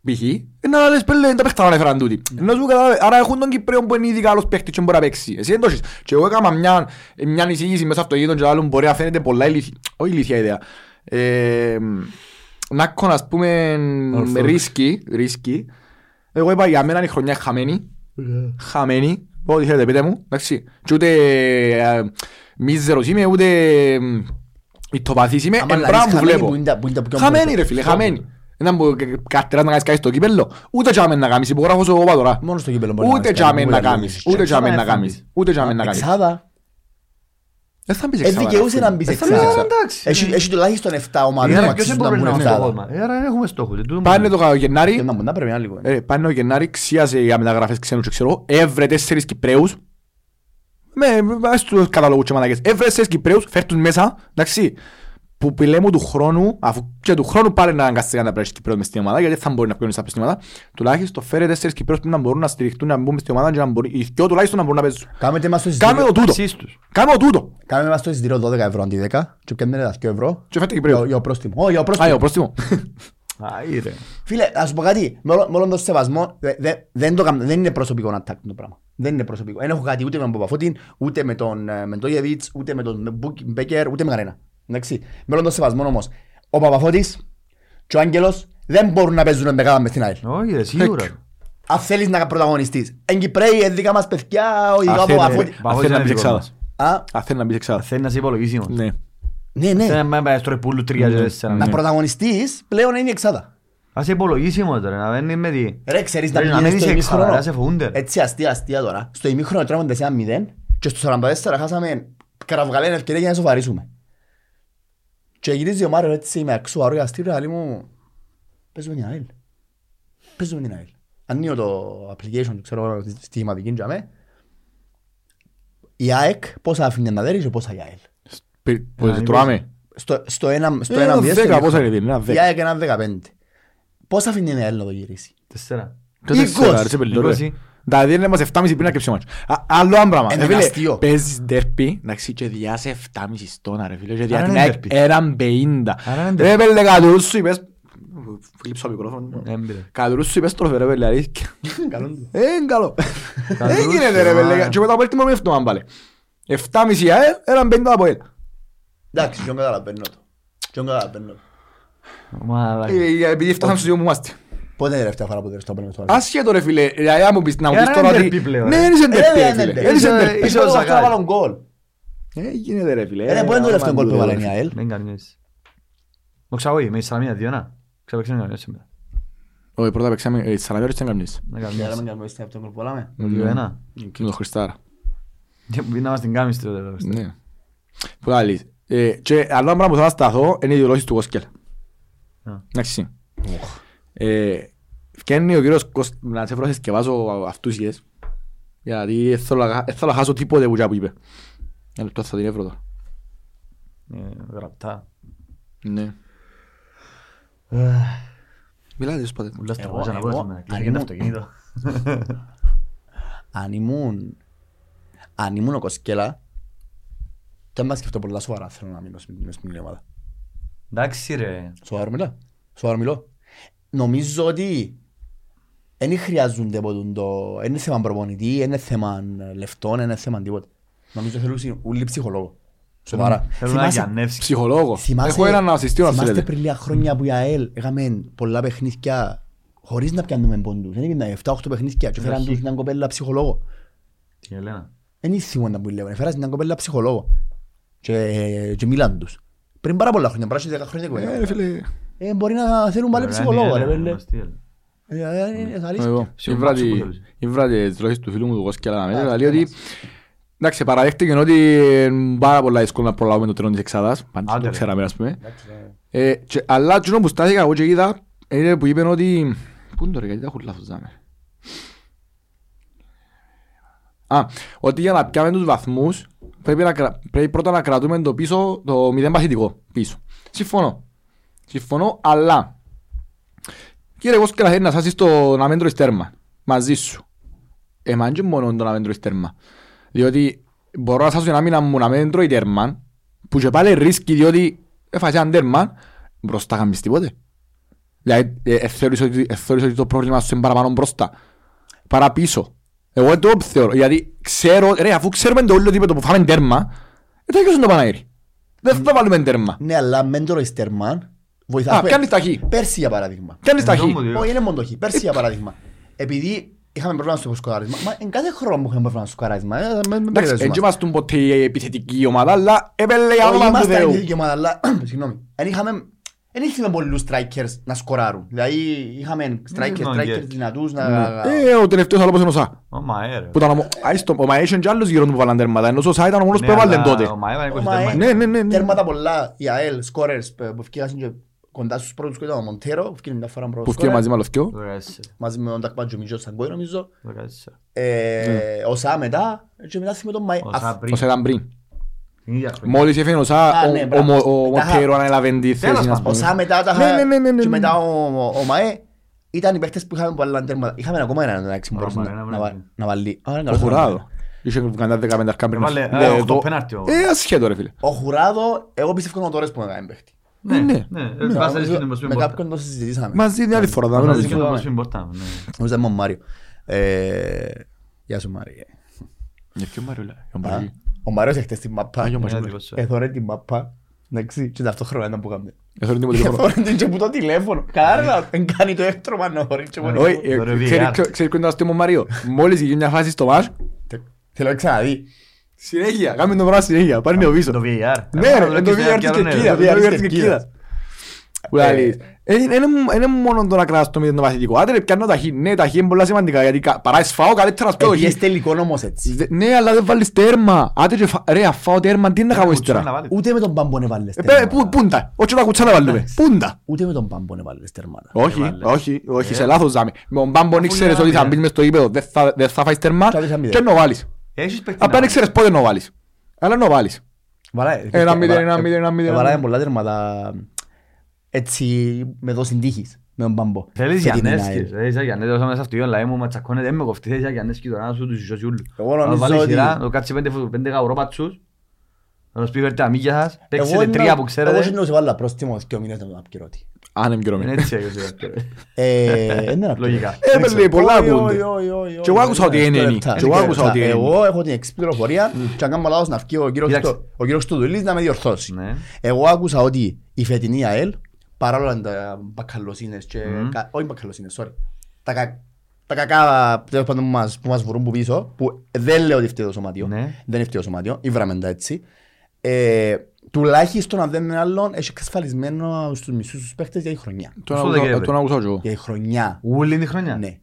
Speaker 3: π.χ. Ε, να λες πέλε, τα παίχτα να έφεραν τούτοι. Να σου καταλάβει. Άρα έχουν τον Κυπρέο που είναι ήδη καλός παίχτης και μπορεί να παίξει. Εσύ δεν το έχεις. Και εγώ έκανα μια, μια εισήγηση μέσα στο γείτον και άλλον μπορεί να φαίνεται πολλά ηλίθια. Όχι ηλίθια ιδέα. Ε, να έχω, ας πούμε, ρίσκι, ρίσκι. Εγώ είπα για μένα είναι η χρονιά χαμένη.
Speaker 4: Ναι.
Speaker 3: Χαμένη. Ό,τι θέλετε πείτε μου. Εντάξει. Και ούτε ε, μίζερος είμαι, ούτε ε, ητοπαθής είμαι.
Speaker 4: Άμα
Speaker 3: Εν
Speaker 4: λαλείς
Speaker 3: πράγμα που
Speaker 4: χαμένη,
Speaker 3: βλέπω.
Speaker 4: που είναι τα- που είναι τα πιο
Speaker 3: Χαμένη
Speaker 4: μπροστά.
Speaker 3: ρε φίλε, χαμένη. Ένα που κατεράς να κάνεις κάτι στο κύπελλο. Ούτε τζάμεν να κάνεις, υπογράφω εγώ τώρα.
Speaker 4: Μόνο στο κύπελλο μπορεί να
Speaker 3: Ούτε
Speaker 4: κάνεις
Speaker 3: τζάμεν να
Speaker 4: κάτι,
Speaker 3: κάνεις,
Speaker 4: μπορεί
Speaker 3: ούτε
Speaker 4: να
Speaker 3: τζάμεν να
Speaker 4: κάνεις.
Speaker 3: κάνεις, ούτε τζάμεν να κάνεις.
Speaker 4: Εξάδα.
Speaker 3: Δεν θα μπεις
Speaker 4: Ε,
Speaker 3: εξάδα, ρε
Speaker 4: δικαιούσε
Speaker 3: φίλε.
Speaker 4: να μπεις
Speaker 3: Ε, θα
Speaker 4: εξάδα.
Speaker 3: μπεις εξάδα. εντάξει. Ε,
Speaker 4: Έχει έχει τουλάχιστον 7 ομάδες που
Speaker 1: Άρα ποιος
Speaker 4: αξίζουν να
Speaker 1: μπορεί
Speaker 4: μπουν
Speaker 1: να είναι
Speaker 4: εξάδα.
Speaker 1: στόχος μας. Ε, Άρα έχουμε στόχο.
Speaker 3: Πάνε το Γενάρη,
Speaker 4: Να μπουν, να πρέπει να είναι λίγο.
Speaker 3: Ε, πάνε ο Γενάρη, ξίασε για μεταγραφές ξένους και ξέρω, εγώ, έβρε τέσσερις Κυπρέους. Με, με- ας τους καταλογούς και μαλακές. Έβρε τέσσερις Κυπρέους, φέρ τους μέσα, εντάξει. Που πιλέμω του χρόνου, αφού και του χρόνου πάλι να αναγκαστικά να πρέπει Κυπρέους μες στην ομάδα, γιατί δεν θα μπορεί να πιώνει στα πεστήματα, τουλάχιστον φέρε τέσσερις Κυπρέους που να μπορούν να στηριχτούν, να μπουν μες στην ομάδα και να μπορεί, οι δυο τουλάχιστον να μπορούν να παίζουν.
Speaker 4: Κάμε μας το
Speaker 3: Κάμε
Speaker 4: εισιτήριο-
Speaker 3: το τούτο. Κάμε το τούτο.
Speaker 4: κάμε μας το εισιτήριο 12 ευρώ αντί 10 και πιάνε τα 2 ευρώ.
Speaker 3: Και φέρτε
Speaker 4: Για-
Speaker 3: Κυπρέους.
Speaker 4: Για πρόστιμο. Ω, για πρόστιμο.
Speaker 3: Α, ο πρόστιμο.
Speaker 4: Φίλε, να σου πω κάτι. Με όλο- με όλον τον σεβασμό, δε- δε- δεν, το, κάμ- δεν είναι προσωπικό να τάκτουν το πράγμα. Δεν είναι προσωπικό. Δεν έχω κάτι ούτε με τον Παπαφώτιν, ούτε με τον ε, Μεντόγεβιτς, ούτε με τον Μπουκ- Μπέκερ, ούτε με κανένα. Εντάξει. Με όλον τον σεβασμό όμως, ο Παπαφώτης και ο Άγγελος δεν μπορούν να παίζουν μεγάλα μες την ΑΕΛ.
Speaker 1: Όχι ρε, σίγουρα.
Speaker 4: Αν θέλεις να πρωταγωνιστείς. Εν Κυπρέοι, εν δικά μας παιδιά, ο ειδικά
Speaker 3: Α,
Speaker 4: ο
Speaker 3: θέλει,
Speaker 4: Παπαφώτη.
Speaker 3: ρε.
Speaker 1: Παπαγόνης
Speaker 3: θέλει να
Speaker 1: είναι
Speaker 3: μπεις
Speaker 1: δικός
Speaker 3: εξάδας.
Speaker 1: μας.
Speaker 4: Α,
Speaker 3: Α, θέλει να μπεις εξάδας.
Speaker 1: Θέλει να είσαι υπολογίσιμος.
Speaker 3: Ναι.
Speaker 4: ναι, ναι.
Speaker 1: Θέλει να πάει στο ρεπούλου τρία και
Speaker 3: Ναι.
Speaker 1: τέσσερα.
Speaker 3: Να
Speaker 1: Ναι.
Speaker 4: Να πρωταγωνιστείς πλέον είναι η εξάδα.
Speaker 1: Να είσαι υπολογίσιμος τώρα, να μην με τη...
Speaker 4: Ρε, ξέρεις να
Speaker 1: Ρε, να
Speaker 4: πηγαίνεις
Speaker 1: μην
Speaker 4: στο
Speaker 1: είσαι
Speaker 4: ημίχρονο.
Speaker 1: εξάδας, να σε φοβούνται, ρε.
Speaker 4: Έτσι αστεία, αστεία τώρα. Στο ημίχρονο τρώμε 4-0 και στο 44 χάσαμε καραβγαλένα ευκαιρία για να σοβαρίσουμε. Και γυρίζει ο Μάριο έτσι με αξουαρό για αστήριο, αλλά μου παίζουμε την ΑΕΛ. Παίζουμε την ΑΕΛ. Ανοίγω το application, ξέρω εγώ, τη στοιχηματική για μέ. Η ΑΕΚ πόσα αφήνει να δέρει και πόσα η ΑΕΛ.
Speaker 3: Πι- που
Speaker 1: να
Speaker 3: τρώμε.
Speaker 4: Στο, στο ένα, στο
Speaker 3: Ε,
Speaker 4: ένα
Speaker 3: ένα
Speaker 4: μηδέν, στο ημίχρονο.
Speaker 3: δέκα, πόσα είναι, ένα δέκα.
Speaker 4: Η ΑΕΚ ένα δεκαπέντε. Πόσα αφήνει η ΑΕΛ να το γυρίσει.
Speaker 1: Τέσσερα.
Speaker 3: Τέσσερα, ρε, σε πελτό, ρε.
Speaker 1: Είκοσι.
Speaker 3: Δηλαδή είναι μας 7,5 πριν να κρυψει ο μάτς. Α- Άλλο ένα πράγμα.
Speaker 4: Ε,
Speaker 3: Ε,
Speaker 4: είναι
Speaker 3: φίλε,
Speaker 4: αστείο.
Speaker 3: Παίζεις ντέρπι, εντάξει, και διάσαι 7,5 στόνα ρε φίλε, και διά
Speaker 1: Άρα
Speaker 3: την
Speaker 1: είναι
Speaker 3: ΑΕΚ
Speaker 1: ντέρπι.
Speaker 3: έναν 50.
Speaker 1: Άρα είναι
Speaker 3: Ρε πέλε κατουρούς σου είπες... Φίλιψα
Speaker 4: Ναι.
Speaker 3: μικρόφωνο.
Speaker 1: Έμπειρα.
Speaker 3: Κατουρούς σου είπες τροφε ρε πέλε, αλήθεια. Ε, είναι καλό.
Speaker 1: Κατουρούς
Speaker 3: Δεν γίνεται ρε
Speaker 1: σου,
Speaker 3: πέλε,
Speaker 1: α.
Speaker 3: και μετά από έρθει μόνο αυτό αν πάλε. 7,5 η ΑΕΛ, έναν 50 από ΑΕΛ.
Speaker 4: Εντάξει, ποιον καταλαβαίνω το. Ποιον καταλαβαίνω το.
Speaker 1: Μαλάκα.
Speaker 3: Ε, Επειδή φτάσαμε στους δύο μου είμαστε.
Speaker 4: Πότε είναι η τελευταία φορά που δεν στο πέντε στο άλλο.
Speaker 3: Άσχετο ρε φίλε, δηλαδή, άμα μου πεις- να μου πεις
Speaker 1: Άρα
Speaker 3: τώρα
Speaker 1: είναι
Speaker 3: ότι-
Speaker 1: ντέρπι πλέον,
Speaker 3: Ναι,
Speaker 1: ρε.
Speaker 3: δεν είσαι
Speaker 4: Ε,
Speaker 3: ντέρπι,
Speaker 4: δεν
Speaker 3: ρε,
Speaker 4: είναι
Speaker 3: φίλε.
Speaker 4: ντέρπι.
Speaker 3: Δεν είσαι
Speaker 1: Είσαι-
Speaker 3: ντέρπι.
Speaker 1: είσαι-
Speaker 4: Είσαι ο
Speaker 1: Ζαγάρη.
Speaker 4: Ζαγάρη. Βάλω γκολ.
Speaker 3: Ε, γίνεται ρε φίλε.
Speaker 4: Ρε,
Speaker 3: Ε,
Speaker 4: πού είναι το
Speaker 3: άμα
Speaker 4: τελευταίο γκολ που
Speaker 3: ντούτο,
Speaker 4: έβαλε
Speaker 3: ρε,
Speaker 4: η ΑΕΛ.
Speaker 1: Δεν κάνει έτσι. Μα ξέρω εγώ, με η Σαλαμίνα δύο να. Ξέρω ξέρω να σήμερα.
Speaker 3: Όχι, πρώτα παίξαμε ε, Σαραβέρος και Καμνής.
Speaker 1: Να
Speaker 4: Για να
Speaker 1: κάνει
Speaker 3: ναι.
Speaker 4: μην κάνουμε στην αυτόν γκολ που βάλαμε.
Speaker 3: Mm.
Speaker 1: Δύο ένα.
Speaker 3: Και με τον Χριστάρα.
Speaker 1: Και μπορεί να μας την κάνεις τώρα.
Speaker 3: Ναι. Που άλλης. Ε, Και άλλο ένα πράγμα που θα σταθώ είναι οι δηλώσεις του Κόσκελ.
Speaker 1: Α.
Speaker 3: Εντάξει. Ε, Φτιάχνει ο κύριος Κόσκελ να σε βρω να συσκευάζω αυτούσιες. Γιατί δεν θέλω να χα- δεν θέλω να χάσω τίποτε που τζα που είπε. Ένα λεπτό θα την έβρω τώρα.
Speaker 1: Ε, Γραπτά.
Speaker 3: Ναι. Μιλάτε τους πάτε.
Speaker 1: Ουλάς τα
Speaker 4: Εγώ-
Speaker 1: βάζα να
Speaker 4: εγώ-
Speaker 1: πω σήμερα.
Speaker 4: αν
Speaker 1: Κλείνει το
Speaker 4: ήμουν-
Speaker 1: αυτοκίνητο.
Speaker 4: Αν ήμουν... Αν ήμουν ο Κοσκέλα... Και αν μας σκεφτώ πολλά σοβαρά θέλω να μείνω στην- στην άλλη ομάδα.
Speaker 1: Εντάξει ρε.
Speaker 4: Σοβαρό μιλά. Σοβαρό μιλώ. Νομίζω ότι... Δεν χρειάζονται από τον το... Είναι θέμα προπονητή, είναι θέμα λεφτών, είναι θέμα τίποτα. Νομίζω θέλουν όλοι ψυχολόγο. Σοβαρά.
Speaker 1: Θέλω να
Speaker 4: Θυμάσαι-
Speaker 1: γιανεύσει.
Speaker 3: Ψυχολόγο.
Speaker 4: Θυμάσαι-
Speaker 3: Έχω έναν ασυστή να
Speaker 4: Θυμάστε
Speaker 3: θέλετε.
Speaker 4: πριν λίγα χρόνια που η ΑΕΛ έκαμε πολλά παιχνίδια χωρίς να πιάνουμε πόντους. Δεν έγινε 7-8 παιχνίδια και φέραν τους μια κοπέλα ψυχολόγο.
Speaker 1: Τι Ελένα.
Speaker 4: Δεν ήθιμον να που λέγουν. Φέραν μια κοπέλα ψυχολόγο. Και, και μιλάν τους. Πριν πάρα πολλά χρόνια, πράσινη 10 χρόνια
Speaker 3: Ε,
Speaker 4: κοπέλα.
Speaker 3: ρε φίλε.
Speaker 4: Ε, μπορεί να θέλουν πάλι ψυχολόγο. ρε, πέλε. Ε, ε, ε, θα λύσει.
Speaker 3: Εγώ. Η
Speaker 1: Σίγουρα,
Speaker 3: βράτη-
Speaker 1: σίγουρα.
Speaker 3: η βράτη της λόγης του φίλου μου του Κοσκέλα να μένει, λέει ότι εντάξει παραδέχτηκε ότι είναι πάρα πολλά δύσκολο να προλάβουμε το τρένο της εξάδας, πάντα
Speaker 1: Άντε,
Speaker 3: το
Speaker 1: ρε.
Speaker 3: ξέραμε ας πούμε. Ε, και- Αλλά τσινό που στάθηκα εγώ και είδα είναι που είπαν ότι... Πού είναι το ρε, γιατί τα έχουν λάθος δάμε. Α, ότι για να πιάμε τους βαθμούς πρέπει, να, κρα- πρέπει πρώτα να κρατούμε το πίσω, το μηδέν παθητικό πίσω. Συμφωνώ. Συμφωνώ, αλλά Κύριε Κόσκελα, θέλει να σάσεις το να μην τρώεις τέρμα. Μαζί σου. Εμάν και μόνο το να μην τρώεις τέρμα. Διότι μπορώ να σάσω την άμυνα μου να μην τρώει τέρμα, που και πάλι ρίσκει διότι έφαγε έναν τέρμα, μπροστά κάνεις τίποτε. Δηλαδή, ε, ε, θεωρείς ότι- ε, θεωρείς ότι το πρόβλημα σου είναι παραπάνω μπροστά. Παραπίσω. Εγώ δεν το θεωρώ, γιατί ξέρω, ρε, αφού ξέρουμε το όλο επίπεδο που φάμε τέρμα, ε, θα δικαιώσουν το Παναήρι. Δεν θα βάλουμε τέρμα.
Speaker 4: Ναι, αλλά μέντορο εις τερμάν βοηθά.
Speaker 3: Α, κάνεις τα χ.
Speaker 4: Πέρσι για παράδειγμα.
Speaker 3: Κάνεις τα χ.
Speaker 1: Εντό μου, διό-
Speaker 4: Όχι, είναι μόνο το χ. Πέρσι για παράδειγμα. Επειδή είχαμε πρόβλημα στο σκοράρισμα, μα εν κάθε χρόνο που είχαμε πρόβλημα στο σκοράρισμα. ε, με- με
Speaker 3: Εντάξει,
Speaker 4: μπερδεύεις
Speaker 3: δεν
Speaker 4: μας.
Speaker 3: είμαστε ποτέ η επιθετική ομάδα, αλλά έπαιρνε για
Speaker 4: Όχι,
Speaker 3: όνομα του
Speaker 4: ήμασταν η
Speaker 3: Θεού.
Speaker 4: ίδια ομάδα, αλλά συγγνώμη. Εν είχαμε- εν είχαμε πολλούς strikers να σκοράρουν. Δηλαδή είχαμε strikers,
Speaker 1: Ναι,
Speaker 4: strikers
Speaker 1: ναι.
Speaker 4: δυνατούς να...
Speaker 3: Ε, ο τελευταίος άλλος είναι ο Σά.
Speaker 1: Ο Μαέρ. ε, ρε.
Speaker 3: Που ήταν ο- άιστο- ο Μαέσιον και άλλος γύρω του που βάλαν τέρματα, ενώ ο Σά ήταν ο μόνος
Speaker 1: Ναι,
Speaker 3: που έβαλε
Speaker 1: αλλά
Speaker 3: τότε.
Speaker 1: Ο Μαέρ
Speaker 4: Ο
Speaker 1: ήταν 20
Speaker 4: Μαέ-
Speaker 1: τέρμα.
Speaker 3: Ναι, ναι, ναι, ναι.
Speaker 4: Τέρματα πολλά, η ΑΕΛ, σκόρερς ε, που ευκήκασαν και κοντά στους πρώτους και ήταν ο Μοντέρο, ευκήκε μια φορά πρώτος
Speaker 3: Που φτιάχνει
Speaker 4: σκόρερ,
Speaker 3: μαζί Ναι. με άλλο φτιό.
Speaker 1: Δεκατέσσερα,
Speaker 4: μαζί με τον Τακμπάτζο Μιτζο Σαγκόη νομίζω,
Speaker 1: δεκατέσσερα.
Speaker 4: Ε, ο Σά μετά και μετά θυμίζω τον Μαέ.
Speaker 1: Ο
Speaker 4: Ας-
Speaker 1: Σαμπρί.
Speaker 3: Ο Σά ήταν πριν.
Speaker 1: Την ίδια χρονιά.
Speaker 3: Μόλις έφυγε ο Σά,
Speaker 4: Α,
Speaker 3: ο-
Speaker 4: ναι,
Speaker 3: ο
Speaker 4: μπράβο.
Speaker 3: Μο- ο
Speaker 4: Μετά-
Speaker 3: Μοντέιρο ανέλαβε τη
Speaker 1: Τέλος
Speaker 3: θέση, να
Speaker 1: πάντων,
Speaker 4: Ο
Speaker 3: πούμε.
Speaker 4: Σά μετά τα
Speaker 3: Ναι, ναι, ναι, ναι, ναι.
Speaker 4: και μετά ο, ο- ο Μαέ ήταν οι παίχτες που είχαμε πολλά τέρματα. Είχαμε ακόμα έναν εντάξει που
Speaker 1: Ο
Speaker 4: μπορούσε να,
Speaker 1: Ραμπαρένα,
Speaker 4: να,
Speaker 1: βράδυ.
Speaker 4: βα- να βάλει. Α, είναι
Speaker 3: Ο
Speaker 4: καλός ο
Speaker 3: Χουράδο. Είχε βγάλει τα 15 αρκά πριν.
Speaker 1: Έβαλε,
Speaker 3: Ναι,
Speaker 1: ε, οκτώ
Speaker 3: εδώ-
Speaker 1: πέναρτι, ο-
Speaker 3: Ε, ασχέτο ρε φίλε.
Speaker 4: Ο Χουράδο, εγώ πιστεύω είναι ο τώρα που με κάνει παίχτη.
Speaker 1: Ναι,
Speaker 3: ναι.
Speaker 1: ναι. ε, βάζα την στην
Speaker 4: Με
Speaker 1: προσωπική πόρτα.
Speaker 4: κάποιον το συζητήσαμε.
Speaker 3: Μαζί την άλλη φορά. θα
Speaker 1: Βάζα
Speaker 3: δούμε.
Speaker 1: την στην
Speaker 4: ναι.
Speaker 1: προσωπική πόρτα, ναι.
Speaker 4: Νομίζω ήταν ο Μάριο. Ε, Γεια σου Μάριο.
Speaker 3: Για ποιον Ναι, Μάριο, λέει, για τον Παραγή.
Speaker 4: Ο Μάριος έχτες την μαπά.
Speaker 1: Μαριό. Ναι, δικός σου.
Speaker 4: Έθωρε την μαπά. Εντάξει, και ταυτόχρονα ήταν που κάμνε.
Speaker 3: Ε, θεωρεί τίποτα διαφορά.
Speaker 4: Έθωρε την και που το τηλέφωνο. Κάρα, εν κάνει το έκτρωμα να χωρεί και μόνο.
Speaker 3: Όχι, ε,
Speaker 1: Το
Speaker 3: ξέρει-
Speaker 1: VR.
Speaker 3: ξέρει ποιο είναι το αστείο μου, Μάριο. Μόλις γίνει μια φάση στο βάρ,
Speaker 4: Θέλω να ξαναδεί.
Speaker 3: συνέχεια, κάμε το πράγμα συνέχεια, πάρει νέο πίσω.
Speaker 1: Το VAR.
Speaker 3: Ναι, ρε,
Speaker 1: Ε,
Speaker 3: το VR της
Speaker 1: ναι, ναι.
Speaker 3: Κερκίδας. Το
Speaker 4: VR
Speaker 3: VR
Speaker 4: της
Speaker 3: της Κερκίδας.
Speaker 4: Κερκίδας.
Speaker 3: Που τα λες. Ε, Είναι είναι μόνο το να κρατάς το μηδέν το παθητικό. Άντε ρε, πιάνω τα χ. Ναι, τα χ είναι πολλά σημαντικά, γιατί κα- παρά σφάω, καλύτερα να σπάω το χ.
Speaker 4: Επίσης τελικό όμως έτσι.
Speaker 3: Δε- Ναι, αλλά δεν βάλεις τέρμα. Άντε και φα- ρε, αφάω τέρμα, τι να κάνω
Speaker 1: Κουτσούνα
Speaker 3: ύστερα.
Speaker 1: να βάλεις.
Speaker 4: Ούτε με τον Πάμπον έβαλες
Speaker 3: Ε, πέ-
Speaker 4: τερμάτα.
Speaker 3: πού- Πούντα, όχι να κουτσά να βάλουμε. Πούντα.
Speaker 4: Ούτε με τον Πάμπον έβαλες τερμάτα.
Speaker 3: Όχι,
Speaker 1: βάλε.
Speaker 3: όχι, όχι, σε λάθος ζάμε. Με τον Μπάμπον ήξερες ότι
Speaker 1: μιλάμε,
Speaker 3: θα
Speaker 1: ε.
Speaker 3: μπεις μες στο γήπεδο, δεν θα- δεν θα φάεις τερμά
Speaker 4: Θα δεις να μην
Speaker 3: και να βάλεις.
Speaker 1: Ε, Έχεις παίκτη να
Speaker 3: Απλά δεν
Speaker 1: βάλεις.
Speaker 3: ξέρεις πότε να βάλεις. Αλλά να βάλεις.
Speaker 4: Βαλάει.
Speaker 3: Ένα μηδέν,
Speaker 4: Έβαλα-
Speaker 3: ένα μηδέν, ένα μηδέν.
Speaker 4: έβαλα ε, πολλά τέρματα έτσι με δόση τύχης με τον Πάμπο.
Speaker 1: Θέλεις
Speaker 4: Και την
Speaker 1: Γιαννέσκης,
Speaker 4: Νάιλ.
Speaker 1: ρε, είσαι Γιαννέσκης, τώρα μέσα αυτοί, όλα μου ματσακώνεται, δεν με κοφτεί, είσαι Γιαννέσκης τώρα, να σου τους ζητήσω όλους.
Speaker 4: Εγώ
Speaker 1: Αν
Speaker 4: νομίζω
Speaker 1: βάλει
Speaker 4: ότι-
Speaker 1: σειρά, το κάτσει πέντε φου- πέντε γαουρόπατσους, να τους πει φέρτε τα μύγια σας, παίξετε
Speaker 4: Εγώ
Speaker 1: τρία
Speaker 4: ήμουν-
Speaker 1: που
Speaker 4: Εγώ
Speaker 1: ξέρετε.
Speaker 4: συνήθως έβαλα πρόστιμο και ο μήνας να τον απειρώτη.
Speaker 3: Αν εμπειρωμένοι.
Speaker 1: Είναι έτσι εγώ σήμερα.
Speaker 4: Ε, δεν είναι
Speaker 1: Λογικά.
Speaker 3: Ε, με λέει, πολλά ακούνται. Και εγώ άκουσα ότι είναι ένι.
Speaker 4: ενένει.
Speaker 3: Και εγώ άκουσα ότι είναι Mm. ένι.
Speaker 4: Εγώ έχω την εξπληροφορία και αν κάνω λάθος να βγει ο κύριος
Speaker 1: Κοιτάξτε.
Speaker 4: στο- ο κύριος Τουδουλής να με διορθώσει.
Speaker 1: Ναι.
Speaker 4: Εγώ άκουσα ότι η φετινή ΑΕΛ παρά όλα τα μπακαλοσύνες και... κα- Όχι μπακαλοσύνες, sorry. Τα κα- τα κακά τέλος πάντων, που μας- που μας βουρούν που πίσω που δεν λέω ότι φταίει το σωματιό.
Speaker 1: Ναι.
Speaker 4: Δεν φταίει το σωματιό. Ήβραμε τα έτσι. Ε, τουλάχιστον αν δεν είναι άλλον έχει εξασφαλισμένο στους μισούς τους παίχτες για η χρονιά.
Speaker 3: Τον
Speaker 1: Στο
Speaker 3: άκουσα-
Speaker 1: Δεκέμβρη.
Speaker 3: Τον άκουσα και εγώ.
Speaker 4: Για η χρονιά.
Speaker 1: Ούλη είναι η χρονιά.
Speaker 4: Ναι.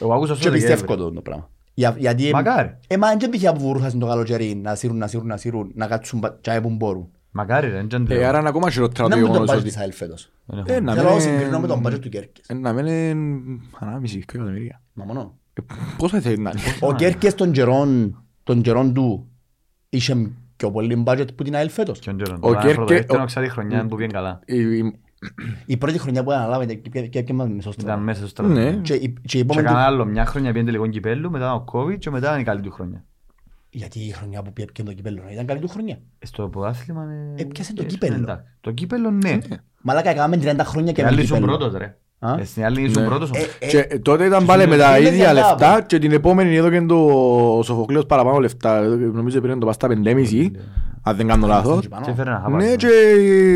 Speaker 1: Εγώ άκουσα
Speaker 4: Και
Speaker 1: στο
Speaker 4: πιστεύω
Speaker 1: Δεκέμβρη.
Speaker 4: το το πράγμα. Για, γιατί...
Speaker 1: Μακάρι.
Speaker 4: Ε, μα δεν πήγε από βούρχα το καλοκαίρι να σύρουν, να σύρουν, να σύρουν, να κάτσουν πα- τσάι που μπορούν.
Speaker 1: Μακάρι ρε, δεν
Speaker 3: Ε,
Speaker 1: τρέχω.
Speaker 3: άρα είναι ακόμα χειρότερα το
Speaker 4: Να μην τον
Speaker 3: γεγονός
Speaker 4: budget
Speaker 3: ότι...
Speaker 4: της ΑΕΛ φέτος.
Speaker 1: Δεν έχω.
Speaker 3: Ε, να
Speaker 4: Θέλω να το
Speaker 3: μην-
Speaker 4: συγκρινώ με τον budget του Κέρκες.
Speaker 3: ε, να μην είναι ανάμιση εκατομμύρια.
Speaker 4: Μα μόνο.
Speaker 3: Ε, Πόσα θέλει να είναι.
Speaker 4: Ο Κέρκες των καιρών, των καιρών του είχε πιο πολύ budget που την ΑΕΛ φέτος.
Speaker 1: Ποιον καιρό,
Speaker 3: Ο
Speaker 1: τώρα,
Speaker 3: Κέρκε-
Speaker 1: πρωτοδεύτερο,
Speaker 3: ο-
Speaker 1: ξέρει, η χρονιά που πήγαινε καλά.
Speaker 3: Η- η-
Speaker 4: Η πρώτη χρονιά που αναλάβετε και πια- και μας μισός
Speaker 1: Ήταν
Speaker 4: στρατό.
Speaker 1: μέσα στο στρατό.
Speaker 3: Ναι.
Speaker 4: Και η- και η
Speaker 1: Και
Speaker 4: επόμενη...
Speaker 1: έκανα άλλο μια χρονιά πήγαινε τελικό κυπέλλου, μετά ο COVID και μετά είναι η καλή του χρονιά.
Speaker 4: Γιατί η χρονιά που πιέπηκε το κυπέλλο ήταν καλή του χρονιά.
Speaker 1: Ε, Στο πρωτάθλημα... ε,
Speaker 4: Έπιασε το
Speaker 1: ε,
Speaker 4: κύπελλο.
Speaker 1: εντάξει. Το κύπελλο ναι.
Speaker 4: Μαλάκα έκαναμε 30 χρόνια και
Speaker 1: Και
Speaker 4: με
Speaker 1: άλλοι
Speaker 4: το
Speaker 1: ήσουν
Speaker 4: κυπέλλο.
Speaker 1: πρώτος ρε.
Speaker 4: Α?
Speaker 1: Ε, Στην άλλη ήσουν
Speaker 3: Ναι.
Speaker 1: πρώτος όμως.
Speaker 4: Ε, ε,
Speaker 3: Και τότε ήταν πάλι με τα
Speaker 4: είναι
Speaker 3: ίδια
Speaker 4: για
Speaker 3: λεφτά
Speaker 4: λάβο.
Speaker 3: και την επόμενη έδωκε το ο Σοφοκλέος παραπάνω λεφτά. Νομίζω πήρε το πάστα πεντέμιση, αν δεν κάνω λάθος.
Speaker 4: πάνω.
Speaker 1: Και έφερε ένα χαβάρι.
Speaker 3: Ναι, και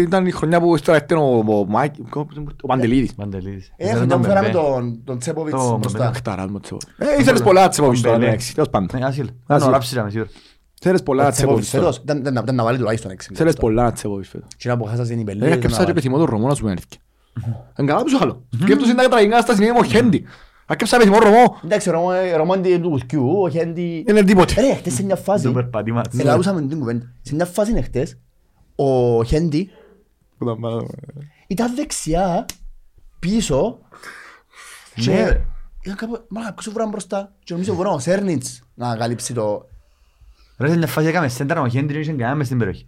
Speaker 3: ήταν η χρονιά που ύστερα έφτανε ο- ο Μάικ- ο Παντελίδης.
Speaker 1: Παντελής.
Speaker 4: Ε, χρονιά που φέραμε τον- τον Τσέποβιτς
Speaker 1: Το
Speaker 4: μπροστά.
Speaker 1: Μπεμπέ.
Speaker 3: Χταράς μου, Τσεπόβιτς. Ε, ήθελες πολλά Τσεπόβιτς τώρα,
Speaker 1: Μπελέ.
Speaker 3: εντάξει, τέλος πάντων.
Speaker 1: Ναι, άσυλ.
Speaker 3: Άσυλ.
Speaker 1: Να ράψεις ήταν σίγουρα.
Speaker 3: Θέλεις πολλά Τσεπόβιτς
Speaker 4: Τσέποβιτς
Speaker 3: τώρα.
Speaker 4: φέτος. Ήταν- Ήταν ήταν να βάλει τουλάχιστον 6.
Speaker 3: Θέλεις πολλά Τσεπόβιτς φέτος.
Speaker 4: Τι να πω, χάσας την
Speaker 3: Ε,
Speaker 4: υπελή.
Speaker 3: και ψάχνω και επιθυμώ τον Ρωμό να σου πούμε αλήθεια. Εν καλά που σου χαλώ. Σκέφτος είναι τα τραγικά στα σημεία μου ο Χέντι. Αν και ψάχνω επιθυμώ Ρωμό,
Speaker 4: Εντάξει, ο Ρωμό- ο Ρωμόντι του Κουσκιού, ο Χέντι...
Speaker 3: είναι τίποτε.
Speaker 4: Ρε, χτες σε μια φάση,
Speaker 1: Το περπατήμα
Speaker 4: Ε,
Speaker 1: της.
Speaker 4: ελαλούσαμε την κουβέντα, σε μια φάση είναι χτες, ο Χέντι ήταν δεξιά, πίσω,
Speaker 1: Ναι,
Speaker 4: και
Speaker 1: ρε.
Speaker 4: ήταν κάπου, μάλλον κάποιος βουράν μπροστά, και νομίζω βουράν ο Σέρνιτς να καλύψει το...
Speaker 1: Ρε, σε μια φάση έκαμε σέντρα ο Χέντρι, δεν είχε κανένα μες στην περιοχή.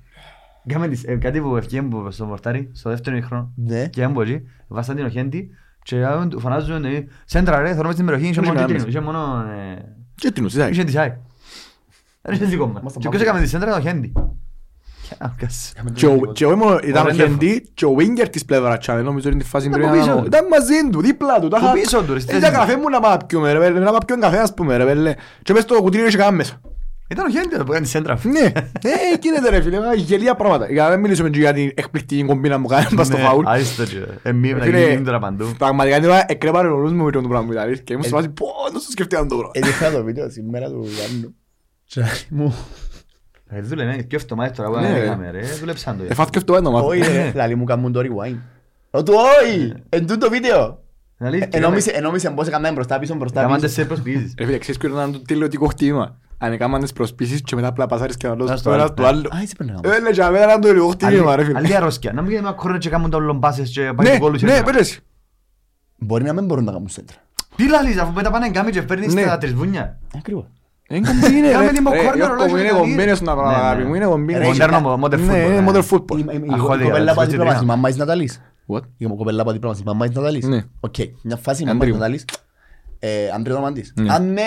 Speaker 1: Κάμε τις- ε, κάτι που ευκαιρία μου στο μορτάρι, στο δεύτερο χρόνο.
Speaker 4: Ναι.
Speaker 1: Και έμπω εκεί, βάσαν την ο Χέντι και άκουγαν του- φωνάζουν ε, «Σέντρα ρε, θωρούμε στην περιοχή, είχε
Speaker 3: Δεν
Speaker 1: μόνο
Speaker 3: είχε
Speaker 1: κίτρινο,
Speaker 3: κανένα
Speaker 1: είχε μόνο, ε,
Speaker 3: Και τι νους, τι θα
Speaker 1: είχε
Speaker 3: έχεις.
Speaker 1: της ΑΕΚ». Δεν είχε δικό μας.
Speaker 4: Μας τα
Speaker 1: Και ποιος
Speaker 4: πάμε.
Speaker 1: έκαμε τη σέντρα ήταν ο Χέντι.
Speaker 3: Και ο- Και ο Έμον ήταν
Speaker 1: Ρέντεφο.
Speaker 3: χεντή και ο Βίγκερ της πλευράς τσάνε, νομίζω είναι τη φάση
Speaker 1: Ήταν
Speaker 3: πριν
Speaker 1: από πίσω
Speaker 3: να-
Speaker 1: του.
Speaker 3: Ε, Ήταν μαζί του, δίπλα του. τα
Speaker 1: Από
Speaker 3: είχα-
Speaker 1: πίσω του, ρε, στη
Speaker 3: Ήταν
Speaker 1: θέση του.
Speaker 3: καφέ μου να πάω να πιούμε, ρε, πέλε, να πάω να πιούμε καφέ, ας πούμε, ρε, πέλε. Και μες στο κουτίνι είχε κανένα μέσα.
Speaker 1: Ήταν ο Χέντελ που κάνει σέντρα.
Speaker 3: Ναι, ε, γίνεται ρε φίλε, μα, γελία πράγματα. Για να μην μιλήσουμε και για την εκπληκτική κομπίνα μου
Speaker 1: Ναι,
Speaker 3: κάνει μπας στο φαουλ.
Speaker 1: Άριστο και εμείς να
Speaker 3: Ε, Φίλε,
Speaker 1: γίνει ύντρα παντού.
Speaker 3: Πραγματικά την ώρα εκρέπαρε ο νους μου με το πράγμα ήταν, αλήθεια. Και ήμουν σε φάση, πω, δεν το σκεφτείαν τώρα.
Speaker 4: Έδειχα Ε, το βίντεο σήμερα του Γιάννου. Και μου-
Speaker 1: Ε, Δούλευε και αυτό μάλιστα τώρα
Speaker 3: Ναι,
Speaker 1: που
Speaker 3: ρε.
Speaker 1: έκαμε ρε. Δούλεψαν το. ε.
Speaker 3: Εφάθηκε αυτό ένα μάθημα.
Speaker 4: Όχι ρε, λαλή μου κάνουν το rewind. Ω του όχι, εν τούτο βίντεο.
Speaker 1: Είναι
Speaker 3: ε,
Speaker 1: αλήθεια, ρε.
Speaker 4: Ενόμισε- Ενόμισε πως έκαναν μπροστά πίσω μπροστά
Speaker 1: Κάμαν
Speaker 4: πίσω.
Speaker 1: τέσσερις προσποιήσεις.
Speaker 3: Ρε φίλε, ξέρεις ποιο ήταν το τηλεοπτικό χτύπημα. Αν έκαναν τις προσπίσεις και μετά απλά πασάρεις και να
Speaker 1: Ένας
Speaker 3: λώσεις
Speaker 1: στο
Speaker 3: το ένα
Speaker 1: άλλο.
Speaker 3: στο άλλο.
Speaker 4: Α, είσαι πέρα να κάνω.
Speaker 3: Ε, λέει, για μένα ήταν το τηλεοπτικό χτύπημα, ρε φίλε.
Speaker 1: Αλλή αρρώσκια. Να μην κάνουμε κόρνο και κάνουμε τα λομπάσες και
Speaker 3: Ναι,
Speaker 1: πάει κόλους.
Speaker 3: ναι, πέτρες.
Speaker 4: Μπορεί να μην μπορούν να κάνουν σέντρα.
Speaker 1: Τι λαλείς αφού μετά πάνε κάμι και παίρνεις
Speaker 3: Ναι.
Speaker 1: τα τρισβούνια.
Speaker 4: Ακριβώς.
Speaker 3: Είναι κομπίνε,
Speaker 1: Κάμε
Speaker 3: ρε.
Speaker 1: λίγο
Speaker 3: Ρε,
Speaker 1: corner,
Speaker 3: Γιώργο
Speaker 1: ρολόγιο,
Speaker 3: μου, Είναι
Speaker 1: δηλαδή.
Speaker 3: κομπίνες να
Speaker 1: Ναι, ναι.
Speaker 3: αγάπη μου, είναι κομπίνες.
Speaker 1: Ρε, Μοντέρνο, modern
Speaker 3: Ναι,
Speaker 1: football,
Speaker 3: είναι
Speaker 1: ναι.
Speaker 3: modern football.
Speaker 4: Η- η- Η η
Speaker 1: Αχώδη,
Speaker 4: κοπέλα που
Speaker 1: έτσι,
Speaker 4: δίπλα
Speaker 1: έτσι,
Speaker 4: μας, η μαμάς της Ναταλής.
Speaker 3: What?
Speaker 4: Η κοπέλα που δίπλα μας, η μαμάς της Ναταλής.
Speaker 3: Ναι.
Speaker 4: Οκ, μια φάση η μαμάς της
Speaker 3: Αντρίου.
Speaker 4: Ναταλής. Ε, Αντρίου το όνομα της. Αμέ!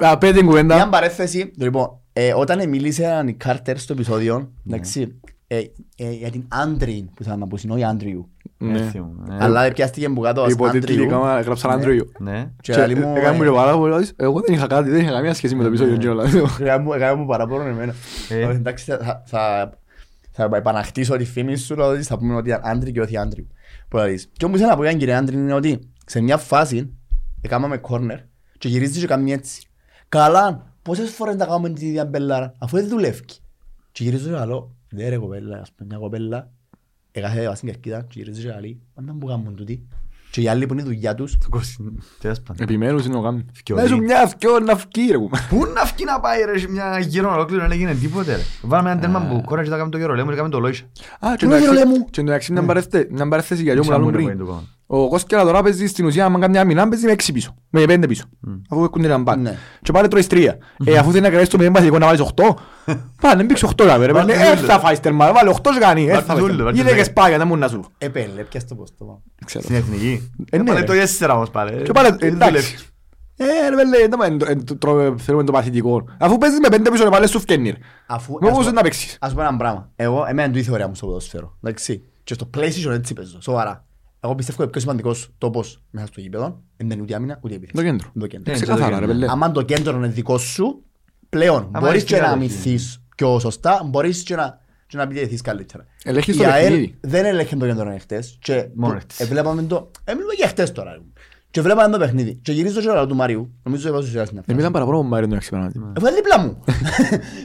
Speaker 3: Α, πες την
Speaker 4: Μια
Speaker 3: κουβέντα.
Speaker 4: παρέθεση. Λοιπόν, ε, όταν μίλησε η Κάρτερ στο επεισόδιο, εντάξει, ε, ε, για την Άντριν που θα αναπούσουν, όχι Άντριου.
Speaker 3: Ναι.
Speaker 1: Έτσι, μου, ναι.
Speaker 4: Αλλά ε, πιάστηκε που κάτω ως
Speaker 3: Υποτιτλή,
Speaker 4: Άντριου.
Speaker 3: κάμα- γράψαν Άντριου.
Speaker 1: Ναι.
Speaker 4: Και
Speaker 3: Και
Speaker 4: λέει μου,
Speaker 3: έκανε μου και πάρα πολύ, λες, Εγώ δεν είχα κάτι, δεν είχα καμία σχέση με το επεισόδιο και όλα.
Speaker 4: έκανε μου- έκανε μου παραπάνω εμένα.
Speaker 1: Ε.
Speaker 4: Ε, Εντάξει, θα- θα- θα- θα επαναχτίσω τη φήμη σου, λέω ότι θα πούμε ότι ήταν Άντρι και όχι Άντριου. Που θα δεις. Και όμως ήθελα να πω για την κυρία Άντρι είναι ότι σε μια φάση έκαναμε κόρνερ και γυρίζει και κάνει έτσι. Καλά, πόσες φορές τα κάνουμε την ίδια μπελάρα, αφού δεν δουλεύει. Και γυρίζω και λέω, ναι ρε κοπέλα, ας πούμε μια κοπέλα, έκαθε βάση στην κερκίδα και γυρίζει και λέει, πάντα που κάνουν τούτοι. Και οι άλλοι που είναι η δουλειά τους,
Speaker 1: Το κόσιν. Τι άσπαν.
Speaker 3: Επιμένους είναι ο γάμι.
Speaker 1: Φκιωδή.
Speaker 3: Να σου μια φκιό να φκεί ρε κουμά.
Speaker 1: Πού να φκεί να πάει ρε, μια γύρω ολόκληρο δεν έγινε τίποτε ρε. Βάλαμε έναν τέρμα που κόρνα και τα κάνουμε το γέρο λέμε και κάνουμε το λόισα.
Speaker 3: Α, και
Speaker 4: Πού είναι,
Speaker 3: εντάξει-
Speaker 4: ρε, μου?
Speaker 3: και εντάξει, μια παρέθε- μια παρέθεση για γιο μου
Speaker 1: Σαν
Speaker 3: λαλούν
Speaker 1: μου, ρε,
Speaker 3: πριν.
Speaker 1: που είναι το
Speaker 3: Ο Κόσκελα τώρα παίζει στην ουσία, άμα κάνει μια μηνά, παίζει με έξι πίσω. Με πέντε πίσω. Αφού έχουν έναν μπακ.
Speaker 4: Ναι.
Speaker 3: Και πάλι τρώεις τρία. Ε, αφού θέλει να κρατήσεις το μηδέν βασικό να βάλεις οχτώ. Πάνε, μπήξε οχτώ λάβε, ρε.
Speaker 1: Βάλτε
Speaker 3: Ε,
Speaker 1: δούλο.
Speaker 3: ε, θα φάεις τερμά. Βάλε οχτώ σου κάνει. ε,
Speaker 1: Βάλτε
Speaker 3: θα φάεις
Speaker 1: δούλο,
Speaker 3: τερμά.
Speaker 1: βάλτε
Speaker 3: Γύρε και
Speaker 1: δούλο.
Speaker 3: σπάγια, να μου να σου.
Speaker 4: επέλε, πιάσε το πόστο.
Speaker 1: Στην εθνική.
Speaker 3: Ε, ναι,
Speaker 1: Έβαλε
Speaker 3: ρε.
Speaker 1: το τέσσερα όμως πάλι.
Speaker 3: Και πάλι,
Speaker 1: Δεν
Speaker 3: εντάξει.
Speaker 1: δουλεύεις.
Speaker 3: Ε, ρε, βέλε, δεν μα- ε, το- τρώμε- θέλουμε το παθητικό. Αφού παίζεις με πέντε πίσω, ρε, βάλε σου φκένει, ρε.
Speaker 4: Αφού-
Speaker 3: Με
Speaker 4: ας
Speaker 3: πώς
Speaker 4: πω-
Speaker 3: να παίξεις.
Speaker 4: Ας πω ένα πράγμα. Εγώ, εμένα του η θεωρία μου στο ποδόσφαιρο. Εντάξει. Και στο PlayStation έτσι παίζω. Σοβαρά. Εγώ πιστεύω ότι ο πιο σημαντικός τόπος μέσα στο γήπεδο δεν είναι ούτε άμυνα ούτε επίθεση.
Speaker 3: Το κέντρο.
Speaker 4: Το κέντρο.
Speaker 1: Ναι,
Speaker 3: Ξεκάθαρα,
Speaker 1: το
Speaker 3: ρε,
Speaker 1: κέντρο.
Speaker 3: βέλε.
Speaker 4: Άμα το κέντρο είναι δικό σου, πλέον μπορείς
Speaker 1: αρέσει
Speaker 4: και να
Speaker 1: η κατοχή.
Speaker 4: αμυνθείς πιο σωστά, μπορείς και να, και να επιτεθείς καλύτερα.
Speaker 3: Ελέγχεις
Speaker 4: Η
Speaker 3: το
Speaker 4: ΑΕΛ
Speaker 3: παιχνίδι.
Speaker 4: δεν έλεγχε το κέντρο χτες και
Speaker 1: Μόνος
Speaker 4: που-
Speaker 1: χτες.
Speaker 4: ε, βλέπαμε το... Ε, μιλούμε για χτες τώρα. ρε. Και βλέπαμε το παιχνίδι. Και γυρίζω και λέω του Μαρίου. Νομίζω ότι βάζω σε άσυνα.
Speaker 3: Δεν ήταν παραπάνω ο Μάριο να ξεπερνάτε.
Speaker 4: Εγώ είναι δίπλα μου.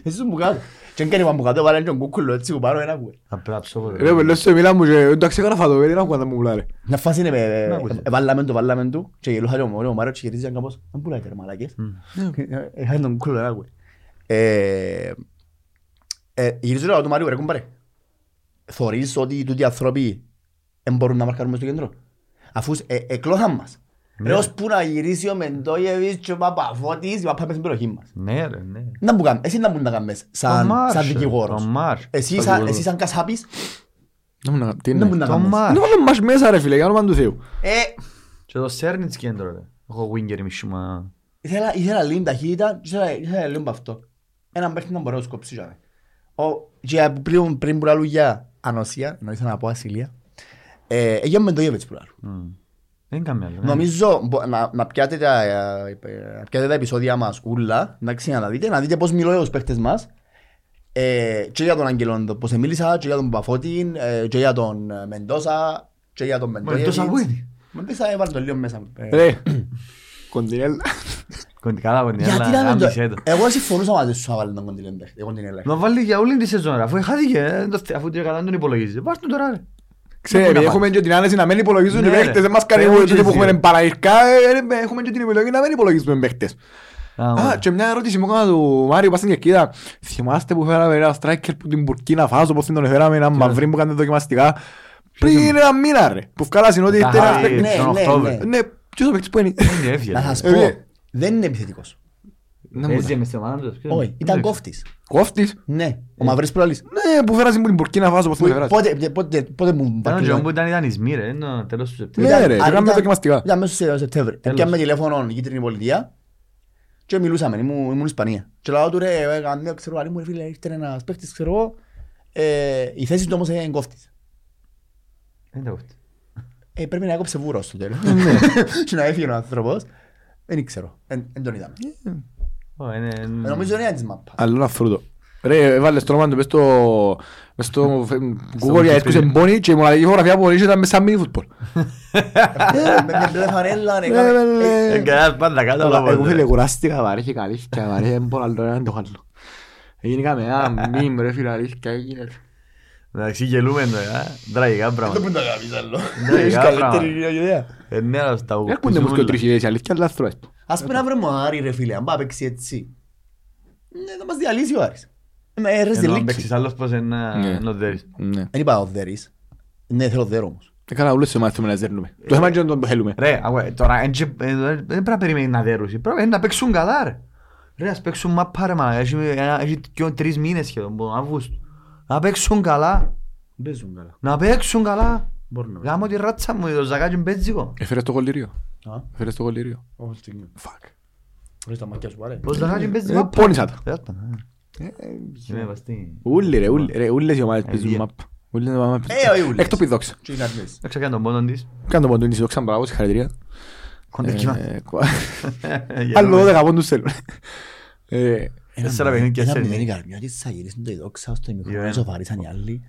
Speaker 4: Εσύ μου κάτω. Και αν κάνει μου κάτω, βάλε τον κούκκουλο έτσι που πάρω ένα κουέ.
Speaker 1: Θα πρέπει να ψώβω,
Speaker 4: Ε,
Speaker 1: ρε.
Speaker 3: Ρε, βέλε, σε μιλά μου και ε, δεν τα ξεγράφα το, δεν άκουγα να μου μιλά, ρε.
Speaker 4: Μια φάση είναι, ε, ε,
Speaker 1: Να ακούσεις.
Speaker 4: ε, βάλαμε του, βάλαμε του και γελούσα και ο Μωρίο, ο Μάριος και γυρίζει κάπως, «Δεν πουλάει τώρα, μαλακές». Ε, ε, Έχανε τον κούκκουλο ένα κουέ. Ε, ε, Γυρίζω λέω του Μαρίου, ρε κουμπάρε. Θωρείς ότι τούτοι οι άνθρωποι δεν μπορούν να μαρκάρουν μες στο κέντρο. Αφού ε, εκλώσαν μας. Ρε ως που να γυρίσει ο Μεντόγεβιτς και ο Παπαφώτης, η Παπά μέσα στην περιοχή μας.
Speaker 1: Ναι ρε, ναι.
Speaker 4: Να που κάνεις, εσύ να που να κάνεις σαν,
Speaker 1: Το Μάρς,
Speaker 4: σαν
Speaker 1: ρε,
Speaker 4: δικηγόρος. Ε,
Speaker 1: το Μάρς.
Speaker 4: Εσύ
Speaker 1: Το
Speaker 4: σαν,
Speaker 1: δικηγόρος.
Speaker 4: εσύ σαν κασάπης,
Speaker 3: Να μου να- τι είναι.
Speaker 4: δεν μπορεί να
Speaker 1: Το
Speaker 4: κάνεις. Ναι.
Speaker 1: Μάρ.
Speaker 3: Δεν βάλε μας μέσα, ρε, φίλε, για όνομα του Θεού.
Speaker 4: Ε,
Speaker 1: Και το Σέρνιτς κέντρο ρε. Έχω winger μισού μα.
Speaker 4: ήθελα, ήθελα λίγη ταχύτητα, ήθελα, ήθελα λίγο αυτό. Έναν παίχτη να μπορώ να σκοψίσω. ρε. Ο, και πριν, πριν που λαλού για ανοσία, ενώ ήθελα να πω ασυλία, ε, έγινε με το Ιεβετς που λαλού.
Speaker 1: Μμ. Δεν κάμει άλλο. ναι.
Speaker 4: Νομίζω μπο- να, να, πιάτε τα, ε, να πιάτε τα επεισόδια μας ούλα, εντάξει, να τα δείτε, να δείτε πώς μιλώ εγώ στους παίχτες μας. Ε, και για τον Αγγελόντο, πώς μίλησα, και για τον Παφώτη, ε, και για τον ε, Μεντόσα, και για τον
Speaker 1: Μα είναι
Speaker 4: Μεντόγεβιτς.
Speaker 1: τόσα που είναι.
Speaker 4: Μεντόσα έβαλε το λίγο μέσα μου. Ε,
Speaker 3: Ρε, κοντινέλα.
Speaker 1: Κοντι- Καλά κοντινέλα,
Speaker 4: Γιατί να μην
Speaker 1: γάμισε
Speaker 4: το...
Speaker 1: Ναι, το.
Speaker 4: Εγώ συμφωνούσα μαζί σου να βάλει τον κοντινέλ παίχτη, εγώ την έλεγα.
Speaker 1: Να βάλει για όλη τη σεζόν ρε, αφού χάθηκε, ε, το θε- αφού την έκαναν τον υπολογίζει. Βάρ' τον τώρα ρε.
Speaker 3: Ξέρε, επειδή έχουμε και την άνεση να μην υπολογίζουν οι
Speaker 1: Ναι, ρε.
Speaker 3: παίχτες, δεν μας κάνει
Speaker 1: Παίρνουν
Speaker 3: ούτε
Speaker 1: και
Speaker 3: που
Speaker 1: δύο.
Speaker 3: έχουμε παραϊρκά, ε, ε, έχουμε και την επιλογή να μην υπολογίζουμε παίχτες.
Speaker 1: Α,
Speaker 3: Α,
Speaker 1: ωραία.
Speaker 3: και μια ερώτηση μου έκανα του Μάριου πας στην κερκίδα. Θυμάστε που φέραμε ένα striker που την Μπουρκίνα Φάσο, πώς την τον φέραμε, ένα μαυρί που κάνει δοκιμαστικά. Πριν ένα μήνα ρε, που βγάλασαν ότι
Speaker 1: Τα
Speaker 3: ήταν ένας
Speaker 1: χάρη,
Speaker 3: παίκτης.
Speaker 4: ναι,
Speaker 1: τον
Speaker 4: ναι,
Speaker 1: Οκτώβριο.
Speaker 4: ναι.
Speaker 3: Ναι, ποιος ο παίκτης που είναι.
Speaker 1: Είναι έφυγε,
Speaker 4: Να
Speaker 1: ρε.
Speaker 4: σας
Speaker 3: Ε,
Speaker 4: πω,
Speaker 1: ναι.
Speaker 3: ε.
Speaker 4: δεν είναι επιθετικός.
Speaker 3: Να μου
Speaker 1: Έζησε
Speaker 3: τα-
Speaker 1: μες στη ομάδα τους, ποιος
Speaker 4: Όχι,
Speaker 1: είναι.
Speaker 4: ήταν
Speaker 1: Δεν
Speaker 4: κόφτης.
Speaker 3: Κόφτης.
Speaker 4: Ναι, ο
Speaker 1: Ε.
Speaker 4: Μαυρής Πρόλης.
Speaker 3: Ναι, που φέρασαν που την Μπουρκίνα Φάσο, πώς την
Speaker 4: Πότε,
Speaker 3: φέρασαν.
Speaker 4: πότε, πότε, πότε μου
Speaker 1: ναι, Ήταν ο
Speaker 4: πατήσε.
Speaker 1: Τζον που ήταν ήταν Ισμύρ, ε, είναι τέλος του Σεπτέμβρη.
Speaker 3: Ναι,
Speaker 4: Ήταν-
Speaker 3: ρε,
Speaker 4: α,
Speaker 3: το κάνουμε
Speaker 4: ήταν-
Speaker 3: δοκιμαστικά.
Speaker 4: Ήταν μέσα σε Σεπτέμβρη.
Speaker 1: Τέλος.
Speaker 4: Έπιαμε τηλέφωνο η κίτρινη πολιτεία και μιλούσαμε, ήμουν ήμουν Ισπανία. Και λέω του ρε, ε, καμία, ξέρω, άλλη μου ρε φίλε, ήρθε ένας παίχτης, ξέρω εγώ, Ε, η θέση του όμως είναι εγκόφτης.
Speaker 1: Δεν τα κόφτει.
Speaker 4: Ε, πρέπει να έκοψε βούρο στο τέλος.
Speaker 1: Ναι.
Speaker 4: Και να έφυγε ο άνθρωπος. Δεν ξέρω. Δεν τον είδαμε.
Speaker 1: Mm. Ω, είναι-
Speaker 4: Ε, Νομίζω είναι ένα της μάπα.
Speaker 3: Αλλού να φρούτο. Ρε, έβαλες το όνομα του μες στο- μες στο ε, Google για έσκουσε μπόνι και η μοναδική φωτογραφία που ορίζει ήταν μέσα mini football.
Speaker 4: Ε, Με μια μπλε φανέλα. ναι, κάμε-
Speaker 3: Ε,
Speaker 1: Ε, καλά, πάντα κάτω
Speaker 3: Τώρα,
Speaker 1: από
Speaker 3: Εγώ φίλε
Speaker 1: όλα.
Speaker 3: κουράστηκα βαρέθηκα αλήθεια βαρέθηκα δεν μπορώ άλλο έναν το άλλο. Έγινε με ένα μήνυμα ρε φίλε αλήθεια έγινε.
Speaker 1: Εντάξει, γελούμε εδώ, ε, τραγικά
Speaker 4: Δεν
Speaker 1: πράγματα.
Speaker 4: μπορεί να κάνεις άλλο.
Speaker 1: Ναι,
Speaker 4: Έχεις
Speaker 1: καλά,
Speaker 4: καλύτερη ιδέα.
Speaker 1: Ε, ναι, αλλά στα
Speaker 3: Έρχονται όμως και
Speaker 1: ουκουζούλα.
Speaker 3: τρεις ιδέες η αλήθεια αλλά θέλω
Speaker 4: Ας πούμε να βρούμε ο Άρη ρε φίλε, αν πάει παίξει έτσι. Ναι, θα μας διαλύσει ο Άρης. Ε, ρε,
Speaker 1: Ενώ αν
Speaker 4: ζελίξει.
Speaker 1: παίξεις άλλος πώς ένα
Speaker 3: Ναι.
Speaker 1: ένα δέρεις.
Speaker 3: Ναι.
Speaker 4: Δεν είπα ο Δέρης. Ναι, θέλω Δέρος όμως.
Speaker 3: Έκανα όλες τις ομάδες θέλουμε να ζέρνουμε. Το θέμα είναι να τον το θέλουμε.
Speaker 1: Ρε, αγώ, τώρα εν τζε- ε, δεν πρέπει να περιμένεις να δέρουσει, πρέπει ε, να παίξουν καλά ρε. Ρε, ας παίξουν μαπά ρε μάνα, έχει ένα- έχει δυο- τρεις μήνες σχεδόν, τον Αύγουστο. Να παίξουν καλά,
Speaker 4: Μπέζουν καλά.
Speaker 1: να παίξουν καλά.
Speaker 4: Μπορεί να
Speaker 1: Γάμω τη ράτσα μου, το ζακάκι μπέτζικο.
Speaker 3: Έφερες Ε, το κολλήριο.
Speaker 4: Α.
Speaker 3: Έφερες το κολλήριο.
Speaker 4: Όχι, τι γίνεται.
Speaker 3: Φακ.
Speaker 4: Βρες τα μάτια σου, πάρε.
Speaker 1: Το ζακάκι
Speaker 3: Ε,
Speaker 1: μπέτζικο.
Speaker 3: πόνισα τα.
Speaker 1: Τέλος πάντων, ε. Είναι βαστή.
Speaker 3: Ούλοι ρε, ούλοι, ρε, ούλες οι ομάδες παίζουν
Speaker 1: Αγία.
Speaker 3: μαπ. Ούλοι είναι μαπ.
Speaker 4: Ε, όχι ούλες.
Speaker 3: Εκτό πηδόξα.
Speaker 4: Τι να πεις.
Speaker 1: Έξα και τον πόντον της.
Speaker 3: Κάνω ποντούν της δόξα, μπράβο, συγχαρητήρια. Eh,
Speaker 1: Κοντά κοιμάται.
Speaker 3: Ε, κο- Άλλο 12 πόντους θέλουν. Ε,
Speaker 1: Τέσσερα παιχνίδια
Speaker 4: Ένα
Speaker 1: σε
Speaker 4: μηδέν η καρμιά της θα γυρίσουν το ειδόξα στο ημιχρόνο,
Speaker 1: Ιωάννα.
Speaker 4: σοβαρίσαν οι άλλοι.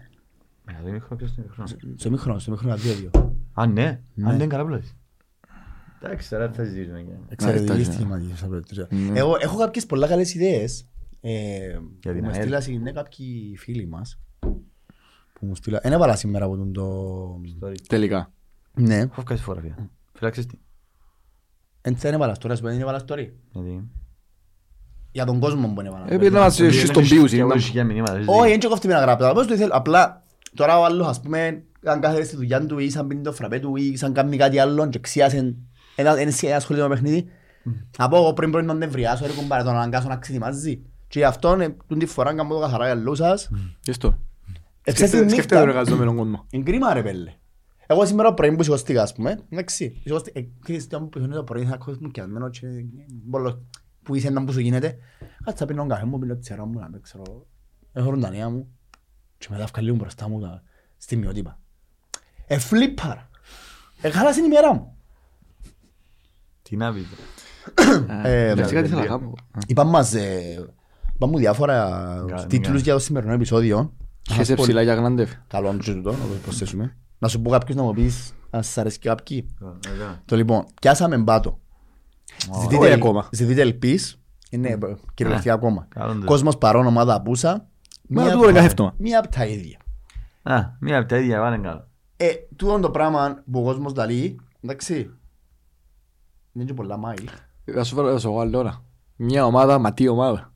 Speaker 1: Ε, δεν έχω ποιος τον μικρό.
Speaker 4: Στο ημιχρόνο, στο ημιχρόνο, δύο-δύο.
Speaker 1: Α, ναι. Αν δεν καλά πλάσεις. Εντάξει, τώρα τι θα συζητήσουμε. και.
Speaker 4: Εξαιρετική
Speaker 3: εντάξει, ναι.
Speaker 4: στοιχηματική σαν περίπτωση. Εγώ έχω κάποιες πολλά καλές ιδέες ε, που
Speaker 1: την
Speaker 4: μου
Speaker 1: ΑΕΛ.
Speaker 4: στείλαν είναι κάποιοι φίλοι μας. Που μου στείλαν. Ένα βάλα σήμερα από τον το...
Speaker 1: Sorry.
Speaker 3: Τελικά.
Speaker 4: Ναι.
Speaker 1: Έχω βγάλει φωτογραφία. Φυλάξεις τη.
Speaker 4: Εν δεν έβαλα τώρα, σου δεν έβαλα τώρα.
Speaker 1: Γιατί-
Speaker 4: Για τον κόσμο που έβαλα.
Speaker 3: Ε, πήγε να μας
Speaker 1: Επειδή
Speaker 3: εσύ στον
Speaker 1: έχεις-
Speaker 3: πίους.
Speaker 1: και εγώ
Speaker 3: είναι-
Speaker 1: έχεις για μηνύματα, έχεις
Speaker 4: Όχι,
Speaker 1: δίκιο.
Speaker 4: δεν τσοκοφτεί με να γράψω. Απλώς το ήθελα. Απλά τώρα ο άλλος ας πούμε αν κάθεται στη δουλειά του ή σαν πίνει το φραπέ του ή σαν κάνει κάτι άλλο και ξίασε ένα, ένα, ένα σχολείο με παιχνίδι. Να πω εγώ πριν πριν να νευριάσω, ρε κουμπάρε, τον αναγκάσω να ξετοιμάζει. Και γι' αυτόν ε, τούτη φορά κάνω το καθαρά για λούσας.
Speaker 3: Γι' αυτό.
Speaker 4: Εξέστη
Speaker 3: Σκέφτε- Σκέφτεται τον
Speaker 4: νύχτα.
Speaker 3: εργαζόμενο κόσμο.
Speaker 4: Είναι κρίμα ρε πέλε. Εγώ σήμερα πρωί που σηκωστήκα ας πούμε, εντάξει, σηκωστήκα, ε, ξέρεις τι μου πιθανόν το πρωί θα ακούσεις μου κιασμένο και ε, μπολο- που είσαι να που σου γίνεται. Κάτσα πίνω τον καφέ μου, πίνω τη σειρά μου, να με ξέρω, έχω ροντανία μου και μετά βγάλει μου μπροστά μου τα στη μειοτύπα. Ε, φλίπαρα. Ε, χάλασες την ημέρα μου.
Speaker 1: Τι να πεις.
Speaker 4: Ε,
Speaker 3: Εντάξει, κάτι θέλω να
Speaker 1: ε,
Speaker 3: κάνω.
Speaker 4: Είπαν μας, ε, είπαν μου διάφορα
Speaker 1: Κα-
Speaker 4: τίτλους
Speaker 1: μια-
Speaker 4: για το σημερινό επεισόδιο.
Speaker 3: Χέσε
Speaker 4: Ας πω-
Speaker 3: ψηλά για Γνάντεφ.
Speaker 4: Καλό και τούτο, να το προσθέσουμε. Να σου πω κάποιος να μου πεις, αν σας αρέσει και κάποιοι.
Speaker 1: Ε, εδώ.
Speaker 4: Το λοιπόν, πιάσαμε μπάτο.
Speaker 3: Όχι
Speaker 4: Ζητείτε,
Speaker 3: ακόμα.
Speaker 4: ακόμα. ζητείτε ελπίς. Είναι ε, κυριολεκτικά ακόμα.
Speaker 1: Καλό το.
Speaker 4: Κόσμος παρόν, ομάδα απούσα.
Speaker 3: Μα
Speaker 4: Μία
Speaker 3: να το
Speaker 4: απ'
Speaker 3: δω
Speaker 4: τα-
Speaker 3: κάθε εβδομάδα.
Speaker 4: Μία από τα ίδια.
Speaker 1: Α, μία από τα ίδια πάνε καλά.
Speaker 4: Ε, τούτο το πράγμα που ο κόσμος λαλεί, εντάξει, είναι και πολλά μάιλ.
Speaker 3: Θα σου φέρω θα σου βάλω τώρα. Μια ομάδα, μα τι ομάδα.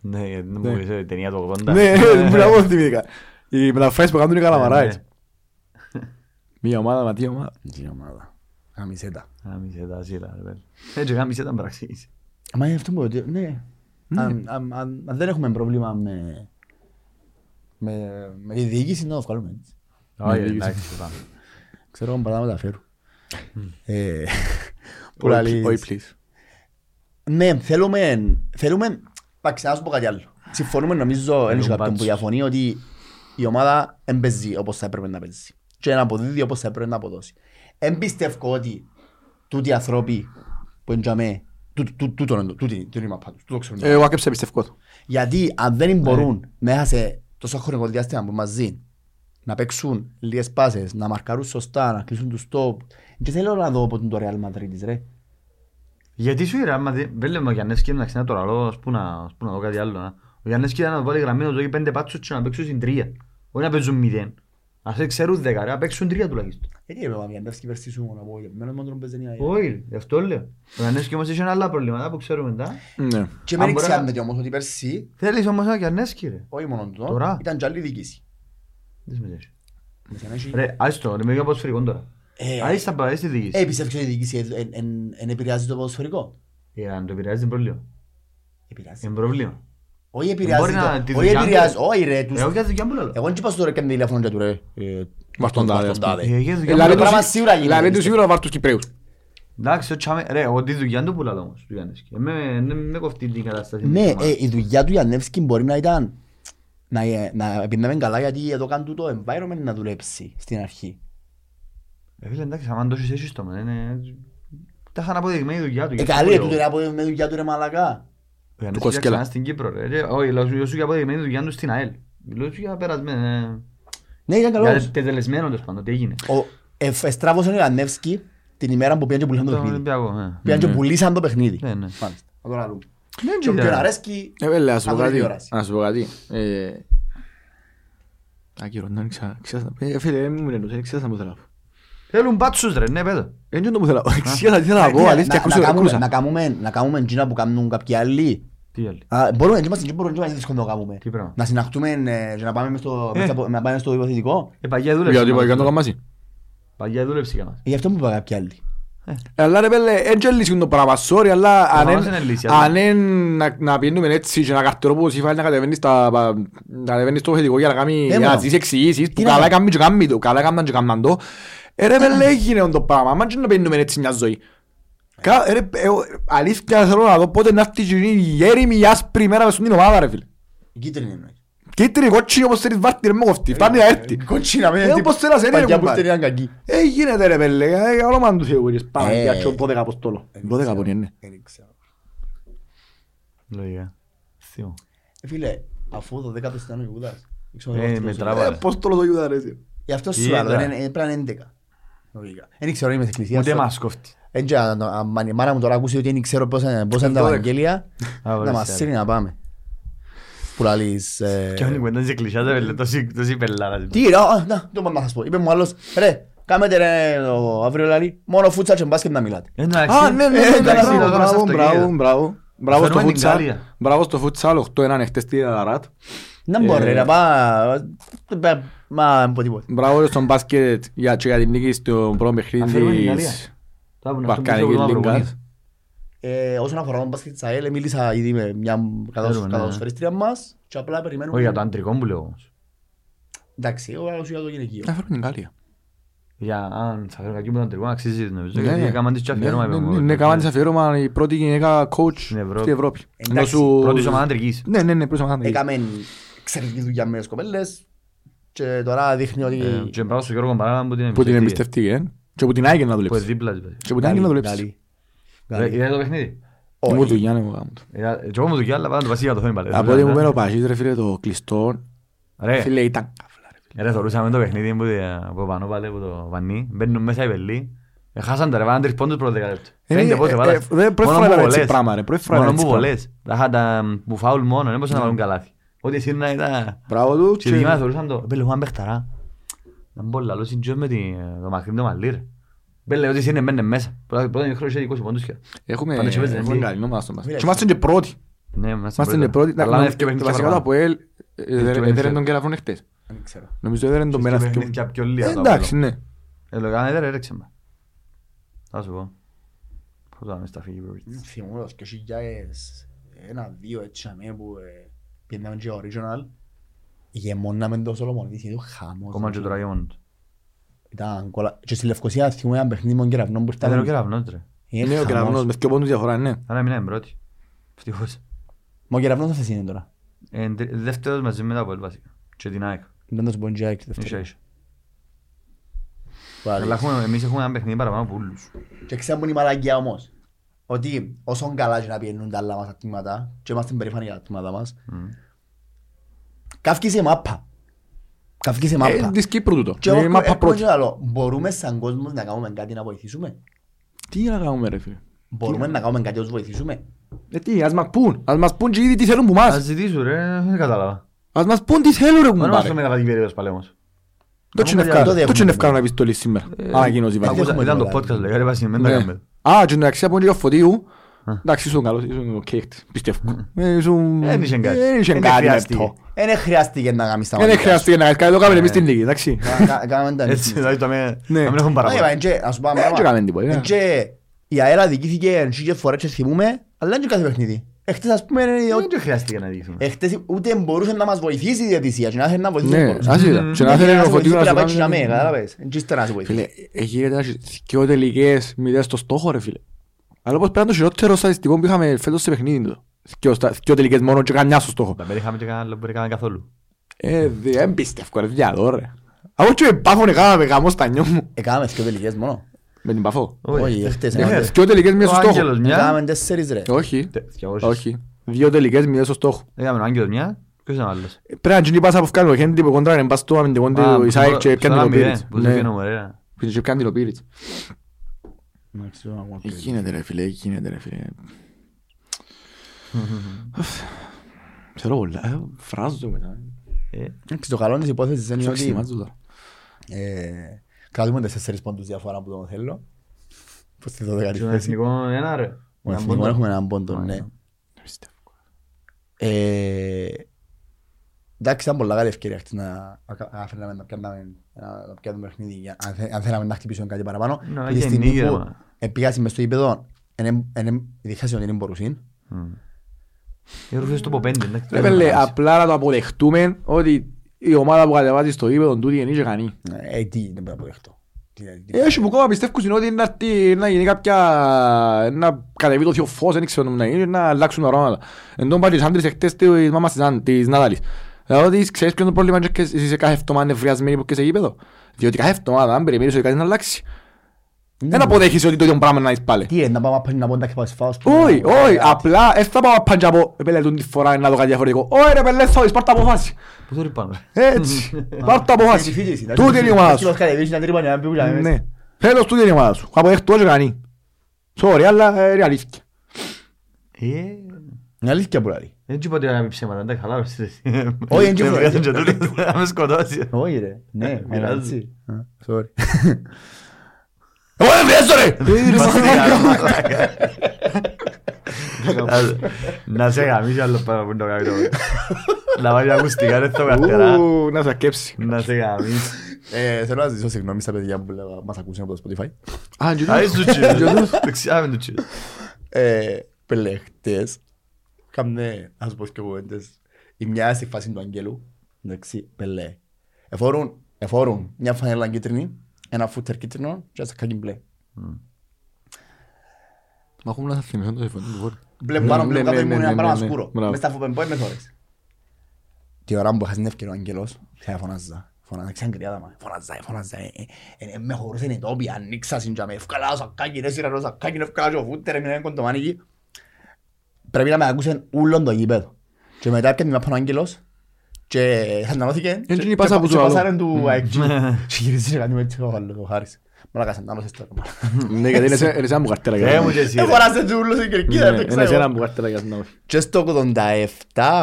Speaker 1: Ναι, γιατί δεν μου είσαι ταινία του 80.
Speaker 3: Ναι, μπράβο θυμήθηκα. Οι μεταφράσεις που κάνουν οι
Speaker 1: Ε,
Speaker 3: καλαμαράες.
Speaker 1: ναι.
Speaker 3: Μια ομάδα, μα τι ομάδα.
Speaker 4: Τι ομάδα. Αμισέτα.
Speaker 1: Γάμισε τα σύλλα, ρε παιδί. Έτσι, γάμισε τα πραξίες.
Speaker 4: Μα είναι αυτό που λέω, ναι. Αν- αν- Αν αν δεν έχουμε πρόβλημα με... Με, με τη διοίκηση να το βγάλουμε έτσι.
Speaker 1: Όχι,
Speaker 3: λίγες.
Speaker 1: εντάξει, πάμε.
Speaker 4: Ξέρω αν παρά να τα φέρω. Ε, που λαλείς-
Speaker 3: Όχι, please.
Speaker 4: Ναι, θέλουμε. θέλουμε... Εντάξει, να σου πω κάτι άλλο. Συμφωνούμε, νομίζω, δεν
Speaker 1: Θέλουν
Speaker 4: έχει κάποιον που
Speaker 1: μπάτσους.
Speaker 4: διαφωνεί ότι η ομάδα δεν παίζει όπως θα έπρεπε να παίζει. Και να αποδίδει όπως θα έπρεπε να αποδώσει. Δεν πιστεύω ότι τούτοι οι άνθρωποι που εντιαμέ, τούτο είναι το- τούτη είναι- τούτη είναι η μαπά τους, τούτο ξέρουν.
Speaker 3: Ε, Εγώ άκεψα πιστεύω το.
Speaker 4: Γιατί αν δεν μπορούν μέσα σε τόσο χρονικό διάστημα που μαζί να παίξουν λίγες πάσες, να μαρκαρούν σωστά, να κλείσουν τους στόπ. Και θέλω να δω από τον το Real Madrid της, ρε.
Speaker 1: Γιατί σου ήρθε, άμα δεν δεν λέμε ο Γιάννευσκι, εντάξει, να το ραλώ, ας πού να ας πού να δω κάτι άλλο. να. Ο Γιάννευσκι ήταν να βάλει γραμμή να δώσει πέντε πάτσους και να παίξουν στην τρία. Όχι να παίζουν μηδέν. Ας δεν ξέρουν δέκα, ρε, να παίξουν τρία τουλάχιστον.
Speaker 4: Γιατί έπρεπε να πιαντεύσει πέρσι σου μόνο από όλη. Μένω μόνο τον Μπεζενία.
Speaker 1: Όχι, ρε, γι' αυτό λέω. Ο Γιάννευσκι όμως είχε άλλα προβλήματα που ξέρουμε τα.
Speaker 3: Ναι.
Speaker 4: Και
Speaker 1: Αν
Speaker 4: μην
Speaker 1: μπορεί να-
Speaker 4: ξέρετε όμως ότι πέρσι,
Speaker 1: Θέλεις όμως ένα Γιάννευσκι, ρε.
Speaker 4: όχι μόνο το,
Speaker 1: Τώρα.
Speaker 4: ήταν και άλλη διοίκηση.
Speaker 1: Δεν συμμετέχει.
Speaker 4: Με συνέχεια-
Speaker 1: Ρε, άστο, ρε, με πιο ποδοσφαιρικό τώρα.
Speaker 4: Ε,
Speaker 1: Άρα στα παγάσεις τη διοίκηση.
Speaker 4: Ε, πιστεύεις ότι η διοίκηση εν- εν- εν- εν επηρεάζει το ποδοσφαιρικό.
Speaker 1: Ε, αν το επηρεάζει, είναι πρόβλημα.
Speaker 4: Επηρεάζει.
Speaker 1: Είναι πρόβλημα. Ε,
Speaker 4: Όχι επηρεάζει
Speaker 1: Ε, μπορεί να τη
Speaker 4: το. Όχι
Speaker 1: δουλειά του,
Speaker 4: επηρεάζει.
Speaker 1: ρε.
Speaker 4: Όχι ρε. τους-
Speaker 1: Εγώ και δουλειά μου λέω.
Speaker 4: Εγώ δεν είπα στο ρε κάνει τηλέφωνο για του ρε. ε,
Speaker 3: Βαρτον τάδε, ας πούμε.
Speaker 4: τάδε.
Speaker 1: Ε, για
Speaker 3: Ε,
Speaker 1: δουλειά
Speaker 3: λαλεί
Speaker 1: μου
Speaker 4: το
Speaker 1: λέω.
Speaker 4: πράγμα
Speaker 3: τους-
Speaker 4: σίγουρα γίνεται,
Speaker 3: Λαλεί τους
Speaker 4: πιστεύω.
Speaker 3: σίγουρα βάρ τους Κυπρέους.
Speaker 1: Εντάξει, ο Τσάμε, ρε, εγώ τη δουλειά του που λέω όμως, του Γιάννη. Ε, με- ναι, με κοφτεί την κατάσταση.
Speaker 4: Ναι,
Speaker 1: Μα,
Speaker 4: ε, η δουλειά του Γιαννεύσκη μπορεί να ήταν να, ε, να επενδύουμε καλά γιατί εδώ κάνουν το environment να δουλέψει στην αρχή.
Speaker 1: Ε, φίλε, εντάξει, άμα το έχεις έτσι το μεν, είναι... Τα είχαν αποδειγμένη η δουλειά του.
Speaker 4: Ε,
Speaker 1: γιατί
Speaker 4: καλή
Speaker 1: το
Speaker 4: ρε
Speaker 1: λέω.
Speaker 4: τούτο είναι από με δουλειά του ρε μαλακά.
Speaker 1: Ο Γιάννης
Speaker 3: Του
Speaker 1: πήγε
Speaker 3: Κοσκέλα.
Speaker 1: ξανά στην Κύπρο, ρε. Ε, Όχι, λέω σου- λέω σου για αποδειγμένη δουλειά του στην ΑΕΛ. Λέω σου για περασμένο,
Speaker 4: Ναι, ήταν
Speaker 1: ε, για
Speaker 4: καλός.
Speaker 1: τετελεσμένο, τέλος πάντων, τι έγινε.
Speaker 4: Ο ε, εφ- εστράβωσε ο Ιαννεύσκη την ημέρα που πήγαν και πουλήσαν το
Speaker 1: Τον
Speaker 4: παιχνίδι.
Speaker 1: Ολυμπιακό, ναι.
Speaker 4: Πήγαν και πουλήσαν το παιχνίδι.
Speaker 1: Ναι, ναι. Ε,
Speaker 4: Μάλιστα. Θα το λαλούμε.
Speaker 1: Δεν
Speaker 4: Και όποιον
Speaker 1: ξέρω.
Speaker 4: αρέσκει,
Speaker 3: Ε, βέβαια, να σου πω
Speaker 4: θα βρει
Speaker 3: κάτι.
Speaker 4: τηλεόραση.
Speaker 3: Να σου πω κάτι. Ε, Άκυρο, δεν ξα- ξέχασα. Ε, Φίλε, δεν μου μιλούν, δεν ξέχασα να μου θέλω.
Speaker 1: Θέλουν μπάτσους, ρε, ναι, παίζω.
Speaker 3: Δεν ξέρω να μου θέλω. Ξέχασα τι θέλω να πω,
Speaker 4: Να-
Speaker 3: αλήθεια,
Speaker 4: να-
Speaker 3: ακούσα,
Speaker 4: να κάνουμε-
Speaker 3: ακούσα.
Speaker 4: να κάνουμε- Να κάνουμε εκείνα που κάνουν κάποιοι άλλοι.
Speaker 1: Τι άλλη.
Speaker 4: Α, Μπορούμε, και είμαστε- και μπορούμε, και είμαστε δύσκολο να το κάνουμε.
Speaker 1: Τι πράγμα.
Speaker 4: Να συναχτούμε ε, και να πάμε μες στο- μες στα- να πάμε στο υποθετικό.
Speaker 1: Ε, παγιά δούλεψε.
Speaker 3: Γιατί πάει
Speaker 1: μας.
Speaker 3: κάνω καμάσι.
Speaker 1: Παγιά δούλεψε για μας.
Speaker 4: Ε, Γι' αυτό μου είπα κάποιοι άλλοι.
Speaker 3: Αλλά ρε πέλε, δεν και λύσουν το πράγμα, sorry, αλλά αν
Speaker 1: πράγμα
Speaker 3: εν-
Speaker 1: είναι λύση, αλλά.
Speaker 3: αν εν να- να πηγαίνουμε έτσι και να καρτερούμε όπως να κατεβαίνεις στα- να κατεβαίνεις στο θετικό για να κάνει- για να
Speaker 4: Ε, μόνο.
Speaker 3: ζεις εξηγήσεις που
Speaker 4: να
Speaker 3: καλά
Speaker 4: κάνω.
Speaker 3: έκαμε και κάμνη το, καλά έκαναν και κάμναν το. Ε, ρε πέλε, έγινε το πράγμα, μα και να πηγαίνουμε έτσι μια ζωή. Κα- ε, ρε, ε, ο- Αλήθεια θέλω να δω πότε να έρθει η γέριμη η άσπρη μέρα μες στην ομάδα ρε φίλε.
Speaker 4: Κίτρινη είναι.
Speaker 3: Κίτρινη, κότσινη, όπως θέλεις βάρτη, ρε μου κοφτεί, φτάνει να έρθει.
Speaker 4: Κότσινα με
Speaker 3: Ε, όπως θέλας, δεν είναι
Speaker 4: Παγιά που
Speaker 3: κουμπάρι.
Speaker 4: ήταν κακή.
Speaker 3: Ε, γίνεται ρε πέλε, ε, όνομα του Θεού, κύριε, πάμε,
Speaker 4: Ε.
Speaker 3: για τσο 12 αποστόλο. 12 πόνοι, ναι.
Speaker 4: Δεν ξέρω.
Speaker 1: Λογικά. Θύμω.
Speaker 4: Ε, Φίλε, αφού το 10 ήταν ο Ιούδας. δεν ξέρω
Speaker 1: Ε,
Speaker 4: εγώ τι
Speaker 1: με
Speaker 4: λέω.
Speaker 1: τραβά. ρε.
Speaker 3: Απόστολο το Ιούδα ρε εσύ.
Speaker 4: Γι' αυτό
Speaker 1: Τι
Speaker 4: σου λέω,
Speaker 1: ήταν.
Speaker 4: είναι- είναι- πρέπει να είναι 11. Λογικά. Δεν ξέρω, είμαι στην εκκλησία.
Speaker 1: Ούτε
Speaker 4: στο-
Speaker 1: μας κόφτει.
Speaker 4: Δεν ξέρω, αν- αν- αν η μάνα μου τώρα ακούσει ότι δεν ξέρω πώς είναι πώς είναι τα
Speaker 3: Τώρα.
Speaker 4: Ευαγγέλια,
Speaker 1: Α,
Speaker 4: να
Speaker 1: ορίστε,
Speaker 4: μας
Speaker 1: ρε.
Speaker 4: σύρει να πάμε. Που λαλείς... ε,
Speaker 1: Και αν η κουβέντα της εκκλησιάς, ρε, λέει, τόση- τόση πελάρα.
Speaker 4: Τι ρε, α, να, το πάμε να σας πω. Είπε μου άλλος, ρε, κάμετε ρε το αύριο λαλή, μόνο φούτσαλ και μπάσκετ να μιλάτε.
Speaker 1: Εντάξει.
Speaker 3: Α, ναι, ναι, ναι,
Speaker 1: Ε, εντάξει,
Speaker 3: μπράβο,
Speaker 1: να δω μας
Speaker 3: μπράβο, μπράβο,
Speaker 1: αυτοκίνητα.
Speaker 3: μπράβο. Μπράβο στο
Speaker 1: Φέρουμε την
Speaker 3: φουτσάλ,
Speaker 1: Γαλλία.
Speaker 3: μπράβο στο φουτσάλ, 8-1 χτες στη Λαράτ.
Speaker 4: Να μπορεί
Speaker 3: Ε.
Speaker 4: να πάει, μα δεν πω τίποτα.
Speaker 3: Μπράβο στον μπάσκετ για και για την νίκη στο πρώτο παιχνίδι
Speaker 1: Φέρουμε την Γαλλία.
Speaker 3: της
Speaker 1: Τώρα που να φτιάξουμε
Speaker 3: Βαλκανικής
Speaker 1: το πρόγραμμα
Speaker 3: Λίγκας.
Speaker 4: Ε, όσον αφορά τον μπάσκετ της ΑΕΛ, μίλησα ήδη με μια
Speaker 1: Ξέρουμε, ναι.
Speaker 4: καταδοσφαιρίστρια μας και απλά περιμένουμε.
Speaker 1: Όχι για το αντρικό που λέω όμως.
Speaker 4: Εντάξει, εγώ σου για το γυναικείο.
Speaker 3: Να φέρουμε την Γαλλία.
Speaker 1: Για αν θα φέρω κάτι με το αντρικό αξίζει νομίζω.
Speaker 3: Ναι,
Speaker 1: Γιατί
Speaker 3: ναι.
Speaker 1: έκαναν τις και αφιέρωμα,
Speaker 3: Ναι,
Speaker 1: είπε μου.
Speaker 3: ναι, ναι, έκαναν της αφιέρωμα η πρώτη γυναίκα coach στην Ευρώπη.
Speaker 4: Εντάξει,
Speaker 3: Ενώ σου-
Speaker 1: Πρώτη ομάδα αντρικής.
Speaker 3: Ναι, ναι, ναι, πρώτη ομάδα αντρικής.
Speaker 4: Έκαμε εξαιρετική δουλειά με τις κοπέλες και τώρα δείχνει ότι...
Speaker 1: Ε, Και μπράβο στον Γιώργο Μπαράλα που την
Speaker 3: Ναι. Που την
Speaker 1: εμπιστεύτηκε.
Speaker 3: εμπιστευτήκε ε. και που την άγγελ να
Speaker 1: Που είναι
Speaker 3: δουλέψει.
Speaker 1: δίπλα της, παιδιά.
Speaker 3: Και που την άγγελ να δουλέψει.
Speaker 4: Καλή.
Speaker 1: Ε, είδατε το παιχνίδι.
Speaker 4: Όχι.
Speaker 3: Μου δουλειά ναι, μου γάμο του.
Speaker 1: Είδα- και εγώ μου δουλειά, αλλά βάλαν το Βασίλη για το θέμα, ρε.
Speaker 3: Από ό,τι μου πέρασε ο Παχής, ρε φίλε το κλειστό,
Speaker 1: Ε, Ρε,
Speaker 3: φίλε ήταν καύλα ρε φίλε.
Speaker 1: Ρε, θεωρούσαμε το παιχνίδι που ε, από πάνω πάλι από το βανί, μπαίνουν μέσα οι πελοί, ε, χάσαν τα ρε, βάλαν τρεις πόντους πρώτα δεκαλέπτο.
Speaker 3: Ε,
Speaker 1: Πέντε
Speaker 3: ε,
Speaker 1: πόντους,
Speaker 3: ε,
Speaker 1: βάλαν.
Speaker 3: ε, δεν πρώτη
Speaker 1: Μόνο
Speaker 3: φορά
Speaker 1: που
Speaker 3: ήταν έτσι
Speaker 1: βολές.
Speaker 3: πράγμα, ρε, πρώτη φορά
Speaker 1: Μόνο
Speaker 3: ήταν
Speaker 1: που
Speaker 3: έτσι πράγμα. Ναι.
Speaker 1: βολές. Τα είχαν τα μ, που φάουλ μόνο, δεν μπορούσαν να βάλουν καλάθι. Ό,τι εσύ να ήταν...
Speaker 3: Μπράβο του
Speaker 1: Και οι δικοί
Speaker 3: και-
Speaker 1: μας θεωρούσαν το, «Μπέλε, εγώ είμαι παιχταρά». Να μπω λαλός, είναι τζιός με τη- το μακρύ το μαλλί, ρε. «Μπέλε, ό,τι εσύ είναι, μένε μέσα. Πρώτα- πρώτα μικρό είχε 20 πόντους και-
Speaker 3: Έχουμε
Speaker 1: Πάντως και παίζει
Speaker 3: έχουμε
Speaker 1: NBA.
Speaker 3: καλή ομάδα στο μπάσκετ.
Speaker 4: Μιλάει.
Speaker 3: Και είμαστε και πρώτοι.
Speaker 1: Ναι, είμαστε
Speaker 3: Είμαστε και
Speaker 1: πρώτοι.
Speaker 3: πρώτοι.
Speaker 1: Καλά,
Speaker 3: Να-
Speaker 1: έφυγε
Speaker 3: το
Speaker 1: παιχνίδι
Speaker 3: βασικά
Speaker 1: παραπάνω.
Speaker 3: το Αποέλ ε,
Speaker 1: Έφυγε
Speaker 3: δεν-
Speaker 1: παιχνίδι.
Speaker 3: δεν τον κεραφούν εχθές.
Speaker 4: Δεν ξέρω.
Speaker 3: Νομίζω δεν τον μένα
Speaker 1: Έφυγε
Speaker 3: αυτού.
Speaker 1: παιχνίδια πιο λίγα το Αποέλ.
Speaker 3: Εντάξει, ναι.
Speaker 1: Ε, λέγανε, «Ρε, ρε, ρέξε με». Θα σου πω. Πού το άμεσα στα φύγη, bro.
Speaker 3: Ναι.
Speaker 4: Θυμούμαι το 2000, ένα, δύο έτσι αμέ που ε, πήγαμε και original. Γεμόναμε το Σολομονίδη, ήταν χαμός.
Speaker 1: Ακόμα και τώρα γεμόνω του.
Speaker 4: Ήταν κολλα... Και στη Λευκοσία θυμούμαι ένα παιχνίδι με τον κεραυνό που
Speaker 1: Ήταν ο
Speaker 4: ήρθαμε.
Speaker 1: κεραυνός ρε.
Speaker 4: Ε,
Speaker 3: Είναι ο
Speaker 4: χαμός.
Speaker 3: κεραυνός με δυο πόντους διαφορά, ναι.
Speaker 1: Άρα μείναμε πρώτοι. Ευτυχώς.
Speaker 4: Μα ο κεραυνός αυτές είναι τώρα.
Speaker 1: Ε, τρι- Δεύτερος μαζί με τα πολύ βασικά. Και την ΑΕΚ.
Speaker 4: Δεν θα σου πω και ΑΕΚ δεύτερη.
Speaker 1: Ίσια ίσια.
Speaker 4: Πάλι.
Speaker 1: Αλλά έχουμε- εμείς έχουμε ένα παιχνίδι παραπάνω από όλους.
Speaker 4: Και ξέρω που είναι η μαλακιά όμως. Ότι όσον καλά και να πιένουν τα άλλα μας τα τμήματα και είμαστε περήφανοι για τα τμήματα μας,
Speaker 1: Μμμ.
Speaker 4: καύκει σε μάπα. Καύκει σε
Speaker 3: Ε,
Speaker 4: μάπα.
Speaker 3: Της Κύπρου τούτο.
Speaker 4: Και
Speaker 3: Είναι η μάπα
Speaker 4: εγώ
Speaker 3: πρώτη.
Speaker 4: πρώτη. Άλλο, μπορούμε σαν κόσμος να κάνουμε κάτι να βοηθήσουμε.
Speaker 3: Τι να κάνουμε ρε φίλε.
Speaker 4: Μπορούμε να κάνουμε κάτι να τους βοηθήσουμε.
Speaker 3: Ε, τι, ας μας πούν. Ας μας πούν και ήδη τι θέλουν που μας.
Speaker 1: Ας ζητήσουν ρε, δεν κατάλαβα.
Speaker 3: Ας μας πούν τι θέλουν ρε που
Speaker 1: Δεν
Speaker 3: μπάρε.
Speaker 1: μας το μεταβατική περίοδος πάλι όμως.
Speaker 3: Το τσι είναι
Speaker 4: Έχουμε
Speaker 3: ευκάρο.
Speaker 4: διαδίδει,
Speaker 3: Το τσι είναι
Speaker 4: έχουμε.
Speaker 3: ευκάρο να πεις το λύση σήμερα. Ανακοίνωση
Speaker 1: Ακούσα-
Speaker 3: βάλε.
Speaker 4: έχουμε
Speaker 1: Ήταν το
Speaker 4: τίποτα.
Speaker 1: podcast λέγα ρε Βασίλη, μην τα
Speaker 3: Ναι.
Speaker 1: κάνουμε.
Speaker 3: Α, και εντάξει, από λίγο φωτίου. Εντάξει, ήσουν καλός, ήσουν οκ, πιστεύω. Ε, ήσουν-
Speaker 1: Δεν είχε κάτι.
Speaker 3: Δεν είχε
Speaker 1: Δεν
Speaker 3: κάτι
Speaker 1: χρειάστηκε.
Speaker 3: λεπτό.
Speaker 4: Δεν χρειάστηκε να κάνεις τα
Speaker 3: Δεν
Speaker 4: μαγικά σου.
Speaker 3: χρειάστηκε να κάνεις κάτι, το κάνουμε
Speaker 1: Ε.
Speaker 3: εμείς στην λίγη, εντάξει.
Speaker 4: Κα- κα- Κάνουμε τα
Speaker 1: Έτσι,
Speaker 4: εμείς.
Speaker 1: δηλαδή το με-
Speaker 3: Ναι.
Speaker 1: να μην έχουν
Speaker 4: Μα
Speaker 1: παραπάνω.
Speaker 4: είπα, εν τζε, να σου πω ένα
Speaker 3: Ε,
Speaker 4: πράγμα.
Speaker 3: δεν κάνουμε τίποτα,
Speaker 4: Εν
Speaker 3: ναι.
Speaker 4: τζε, Η αέρα διοικήθηκε εν τζίγε φορές και θυμούμε, αλλά δεν και κάθε παιχνίδι. Εχθές ας πούμε, είναι
Speaker 1: Ε, Δεν
Speaker 4: ότι-
Speaker 1: το χρειάστηκε να
Speaker 3: Ε.
Speaker 1: διηγηθούμε.
Speaker 4: εχθές ούτε μπορούσε να μας βοηθήσει η διατησία και να θέλει να βοηθήσει.
Speaker 3: Ναι,
Speaker 4: δεν μπορούσε.
Speaker 3: άσυλα. Και να
Speaker 4: Γιατί
Speaker 3: θέλει
Speaker 1: ναι,
Speaker 4: να
Speaker 3: ο
Speaker 4: σε βοηθήσει
Speaker 3: Φωτίου να
Speaker 4: πρέπει να παίξει
Speaker 3: σου
Speaker 4: να με,
Speaker 3: κάνει...
Speaker 4: κατάλαβες. Εν τζι ύστερα να σε βοηθήσει.
Speaker 3: Φίλε, έχει δύο τελικές μηδές στο στόχο ρε φίλε. Αλλά όπως πέραν το χειρότερο στατιστικό που είχαμε φέτος σε παιχνίδι του. Δυο τελικές μόνο και κανιάς στο στόχο.
Speaker 1: Τα περιέχαμε και κανένα άλλο που δεν έκαναν καθόλου.
Speaker 3: Ε, δι- δεν πιστεύω, ρε, διάλο, ρε. Από και με πάφωνε κάναμε γαμό στα νιό μου.
Speaker 4: Έκαναμε δύο τελικές μόνο.
Speaker 3: Με την παφώ.
Speaker 4: Όχι, χτες.
Speaker 1: Ναι,
Speaker 4: έκαναμε-
Speaker 1: χτες.
Speaker 3: Δυο τελικές μία
Speaker 1: Ο
Speaker 3: στο στόχο. Ε,
Speaker 1: Άγγελος μια.
Speaker 4: Έκαναμε τέσσερις ρε.
Speaker 3: Όχι,
Speaker 1: Τε- δυόμισι.
Speaker 3: όχι. Δύο τελικές μία στο στόχο.
Speaker 1: Έκαμε ο Άγγελος μια. Ποιος ήταν ο άλλος.
Speaker 3: Ε, Πρέπει να γίνει πάσα από φκάνω, χέντε τύπο κοντρά, εν πας το αμυντικό
Speaker 1: Α,
Speaker 3: του
Speaker 1: που
Speaker 3: Ισάικ
Speaker 1: στο-
Speaker 3: και
Speaker 1: στο
Speaker 3: πιάνει τον
Speaker 1: 1-0,
Speaker 3: Πίριτς.
Speaker 1: που τους
Speaker 3: Ναι.
Speaker 1: πήγαινε ο Μωρέρα.
Speaker 3: Και πιάνει τον Πίριτς.
Speaker 4: Να ξέρω να ακούω.
Speaker 3: Ε, Γίνεται ρε φίλε, ε, γίνεται ρε φίλε. Ουφ. Ξέρω πολλά, ε, φράζω μετά.
Speaker 1: Ε,
Speaker 4: Εντάξει, Το καλό της υπόθεσης είναι
Speaker 3: Ξέρω
Speaker 4: ότι
Speaker 3: ξυμάζω τώρα.
Speaker 4: ε, κρατούμε τέσσερις πόντους διαφορά από τον θέλω. Προς τη δωδεκάτη
Speaker 1: στον
Speaker 4: θέση.
Speaker 1: εθνικό ένα, ρε.
Speaker 4: Ο
Speaker 1: Έναν
Speaker 4: εθνικό
Speaker 1: πόντο.
Speaker 4: έχουμε έναν πόντο, ναι.
Speaker 1: Μάλιστα.
Speaker 3: Δεν πιστεύω.
Speaker 4: Ε, Εντάξει, ήταν πολλά καλή ευκαιρία χτες να να καταφέρναμε να πιάνουμε ένα πιάνουμε παιχνίδι για- αν θε- αν θέλαμε να χτυπήσουμε κάτι παραπάνω.
Speaker 1: Να,
Speaker 4: Και τη
Speaker 1: είχε
Speaker 4: στιγμή
Speaker 1: νίκη,
Speaker 4: που
Speaker 1: ρε,
Speaker 4: επήγασαι μες στο γήπεδο, εν- εν- εν- διχάσαι ότι δεν μπορούσε.
Speaker 1: Μμ. Ε, ρουφές το από πέντε, εντάξει,
Speaker 3: Ρε
Speaker 1: δεν
Speaker 3: φίλε,
Speaker 1: αλλάζει.
Speaker 3: απλά να το αποδεχτούμε ότι η ομάδα που κατεβάζεις στο ύπεδο τούτη δεν είχε κανεί.
Speaker 4: Ε, τι, δεν μπορώ να αποδεχτώ. Τι- τι-
Speaker 3: Ε, όχι που κόμμα πιστεύουν ότι είναι να έρθει- να γίνει κάποια... να κατεβεί το θείο φως, δεν ξέρω να γίνει, να αλλάξουν οράματα. Εν τόν πάρει τις άντρες εχθές της μάμας της Αν- της Νάταλης. Δηλαδή, ότι ξέρεις ποιο είναι το πρόβλημα και είσαι κάθε εβδομάδα νευριασμένη που είσαι γήπεδο. Διότι κάθε εβδομάδα, αν περιμένεις ότι κάτι να αλλάξει, δεν αποδέχεις ότι το ίδιο πράγμα να είσαι πάλι.
Speaker 4: Τι, ε, να πάμε απέναντι να πούμε, εντάξει, πάω σφάω, πούμε,
Speaker 3: Όχι,
Speaker 4: να-
Speaker 3: όχι, απλά δεν θα πάω απάντια από «Ε, πέλε τούτη φορά να δω κάτι διαφορετικό. Όχι ρε πέλε, θα δεις, πάρ' τα αποφάση.
Speaker 1: Πού το ρυπάνω, ρε.
Speaker 3: Έτσι, πάρ' τα αποφάση.
Speaker 4: Φύγε εσύ, εντάξει.
Speaker 3: Τούτη είναι η ομάδα σου.
Speaker 4: δηλαδή, Μας κατεβείς, να τρύπανε, να πήγαινε, ε.
Speaker 3: Ναι. Θέλω του την ομάδα σου. Αποδέχτω όσο κάνει. Sorry, αλλά ε, ρεαλίστηκε.
Speaker 1: Ε,
Speaker 4: Είναι αλήθεια που λέει.
Speaker 1: δεν σου είπα ότι έκαμε ψέματα, εντάξει, χαλάρωσες, εσύ.
Speaker 4: Όχι, δεν σου
Speaker 1: Ε,
Speaker 4: είπα.
Speaker 1: βγάζουν και τούτες, να με σκοτώσει.
Speaker 4: Όχι ρε, ναι,
Speaker 1: Μοιράζει.
Speaker 4: έτσι. Α, sorry.
Speaker 3: Εγώ δεν βιέζω ρε!
Speaker 1: Να σε γαμίσει άλλο πράγμα που είναι το καλύτερο. Να βάλει ακουστικά ρε στο καρτερά.
Speaker 3: Ου, Να σε ακέψει.
Speaker 1: Να σε γαμίσει.
Speaker 4: Ε, Θέλω να ζητήσω συγγνώμη στα παιδιά που λέγα, μας ακούσαν από το Spotify.
Speaker 3: Α, και
Speaker 1: Άι
Speaker 3: τούτο.
Speaker 1: σου τσιούς. Δεξιά με του τσιούς.
Speaker 4: Ε, Πέλε, χτες, κάμνε, να σου πω και κουβέντες, η μια στη φάση του Αγγέλου, εντάξει, πέλε. Εφόρουν, εφόρουν μια φανέλα κίτρινη, ένα φούτερ κίτρινο και ένα σακάκι μπλε.
Speaker 3: Μα έχουμε να θα θυμηθούν το τηλεφωνικό του βόρειο.
Speaker 4: Μπλε πάνω,
Speaker 3: Ναι,
Speaker 4: μπλε
Speaker 3: ναι,
Speaker 4: κάτω,
Speaker 3: ναι,
Speaker 4: ήμουν
Speaker 3: ναι,
Speaker 4: ένα πράγμα
Speaker 3: ναι, ναι.
Speaker 4: σκούρο.
Speaker 3: Μπράβο.
Speaker 4: Μες στα φοπεμπόι με θόρες. Τη ώρα που είχα την ευκαιρία ο Αγγέλος, θα φωνάζα. Φωνάζα, ξαν κρυάδα μα. Φωνάζα, φωνάζα. ε, ε, ε, ε, Με χωρούσε η τόπη, ανοίξα συντιαμε. Εύκαλα το σακάκι, ρε σειρά το σακάκι, εύκαλα και ο φούτερ, έμεινε ένα κοντομάνικι. Πρέπει να με ακούσαν ούλον το γήπεδο. Και μετά έπιανε την μάπα ο Άγγελος και σαντανώθηκε
Speaker 3: είναι η
Speaker 4: και-
Speaker 3: πάσα
Speaker 4: και-
Speaker 3: που
Speaker 4: και
Speaker 3: σου λέω.
Speaker 4: πασάρεν του ΑΕΚΤ. Και γυρίζει και κάνει με έτσι ο άλλος, ο Χάρης. Μαλάκα, σαντανώσες τώρα, μαλάκα.
Speaker 3: Ναι, γιατί είναι σε- είναι σε ένα μου καρτέρα. για
Speaker 1: Ε,
Speaker 3: να
Speaker 1: μου
Speaker 3: δω.
Speaker 1: και εσύ
Speaker 4: Ε,
Speaker 1: ρε.
Speaker 4: φοράσε του ούλους στην Κερκίδα,
Speaker 3: Ναι,
Speaker 4: δεν
Speaker 3: Είναι σε
Speaker 4: ξέρω.
Speaker 3: ένα μου καρτέρα για να δω.
Speaker 4: Και στο 87,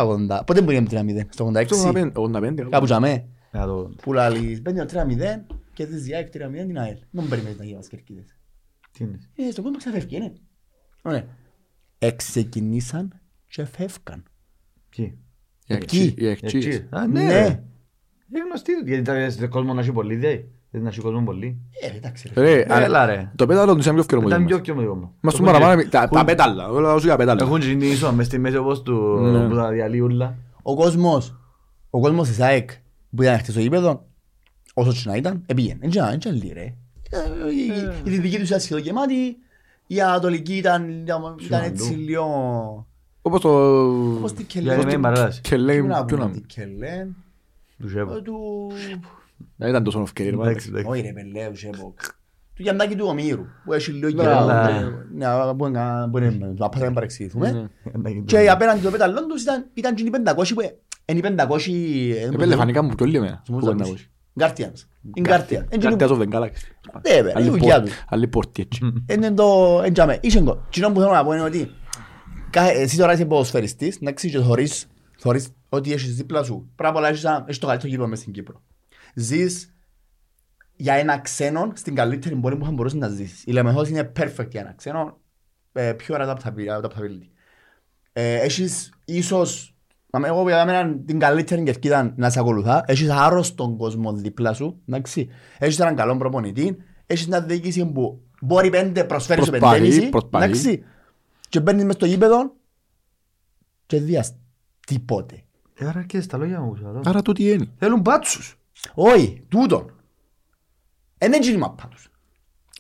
Speaker 4: 80, πότε μπορεί να είναι 3-0, στο 86,
Speaker 3: 85.
Speaker 4: κάπου τζαμέ.
Speaker 1: Να το-
Speaker 4: Που λαλείς, μπαίνει το 3-0 και δεις διάκ 3-0 την ΑΕΛ. Δεν μου περιμένεις να γίνεις κερκίδες.
Speaker 1: Τι είναι.
Speaker 4: Ε, στο κόμμα ξαφεύγει, είναι. Ωραία. Εξεκινήσαν και φεύγαν.
Speaker 1: Ποιοι.
Speaker 3: Η ακτή, η ακτή.
Speaker 1: Εκεί. Α,
Speaker 4: Ναι.
Speaker 1: ναι. ρε. Είναι γνωστή. Γιατί τα- στον κόσμο να έχει πολύ ιδέα. Δεν να έχει κόσμο πολύ.
Speaker 4: Ε, εντάξει ρε.
Speaker 3: Ρε, α-
Speaker 1: Έλα ρε.
Speaker 3: το πέταλο τους είναι πιο φκαιρό
Speaker 1: Ήταν
Speaker 3: μαζί
Speaker 1: πιο
Speaker 3: μας.
Speaker 1: πιο μεγάλο μου.
Speaker 3: Μας
Speaker 1: Το
Speaker 3: του
Speaker 1: έχουν
Speaker 3: παραπάνω,
Speaker 1: και-
Speaker 3: τα- τα πέταλα, όλα όσοι τα πέταλα.
Speaker 1: Έχουν και την ίσο μες στη μέση όπως του
Speaker 3: Ναι.
Speaker 1: που τα διαλύει ούλα.
Speaker 4: Ο κόσμος, ο κόσμος της ΑΕΚ που ήταν χτες στο γήπεδο, όσο και να ήταν, επήγαινε. Εν τζα- εν τζα λί, ρε. Ε, η- η- Η δυτική τους ήταν σχεδόν γεμάτη, η ανατολική ήταν ήταν έτσι
Speaker 1: Συναντού.
Speaker 4: λίγο...
Speaker 3: Όπως το...
Speaker 4: Πώς την
Speaker 1: Για
Speaker 4: κελέν.
Speaker 1: να μην παράδοση.
Speaker 3: Και λέει,
Speaker 4: Τι να
Speaker 3: ποιο να Ε,
Speaker 4: πούμε, την κελέν.
Speaker 1: Του Ζεύου.
Speaker 4: του...
Speaker 3: Δεν ήταν τόσο ευκαιρία. ρε,
Speaker 1: Εντάξει, εντάξει.
Speaker 4: Όχι ρε πελέου σε πω. Του γιαντάκι του ομήρου που έχει λίγο
Speaker 1: Καλά.
Speaker 4: καιρό. Ναι, μπορεί να μπορεί να- να πάμε να
Speaker 3: Ναι.
Speaker 4: παρεξηγηθούμε.
Speaker 1: Να γίνει
Speaker 4: Και
Speaker 1: το-
Speaker 4: η απέναντι το πέταλόν τους ήταν- ήταν και οι 500 που... ε, Είναι οι 500... ε,
Speaker 3: Επέλε φανικά μου πιο λίγο εμένα.
Speaker 4: Τους
Speaker 3: Πού
Speaker 4: Guardians.
Speaker 3: να ακούσει.
Speaker 4: Guardians. Είναι Guardians. Είναι
Speaker 3: Κάτι
Speaker 4: και-
Speaker 3: άσο δεν καλά.
Speaker 4: Ναι, ρε, είναι η δουλειά του.
Speaker 3: Άλλη πόρτη έτσι.
Speaker 4: Είναι το... Είναι τζάμε. Είσαι κο- Κοινό που θέλω να πω είναι ότι κάθε- εσύ τώρα είσαι ποδοσφαιριστής, εντάξει, και θωρείς- θωρείς ότι έχεις δίπλα σου. Πάρα πολλά έχεις ένα- έχεις το καλύτερο γήπεδο μες στην Κύπρο. Ζεις για ένα ξένο στην καλύτερη πόλη που θα μπορούσες να ζήσεις. Η Λεμεσός είναι perfect για ένα ξένο. Ε, πιο ωραία adaptability. Ε, έχεις ίσως, να με- εγώ για μένα την καλύτερη κερκίδα να σε ακολουθά. Έχεις άρρωστον κόσμο δίπλα σου. Εντάξει. Έχεις έναν καλό προπονητή. Έχεις μια διοίκηση που μπορεί πέντε, προσφέρει σου
Speaker 3: Προσπαθεί,
Speaker 4: πεντέμιση.
Speaker 3: προσπαθεί.
Speaker 4: Εντάξει. Και μπαίνεις μες στο γήπεδο και δίας τίποτε.
Speaker 1: Ε, Άρα και στα λόγια μου. ξέρω.
Speaker 3: Άρα τούτη είναι.
Speaker 1: Θέλουν μπάτσους.
Speaker 4: Όχι, τούτον. Εν έτσι είναι η μαπά τους.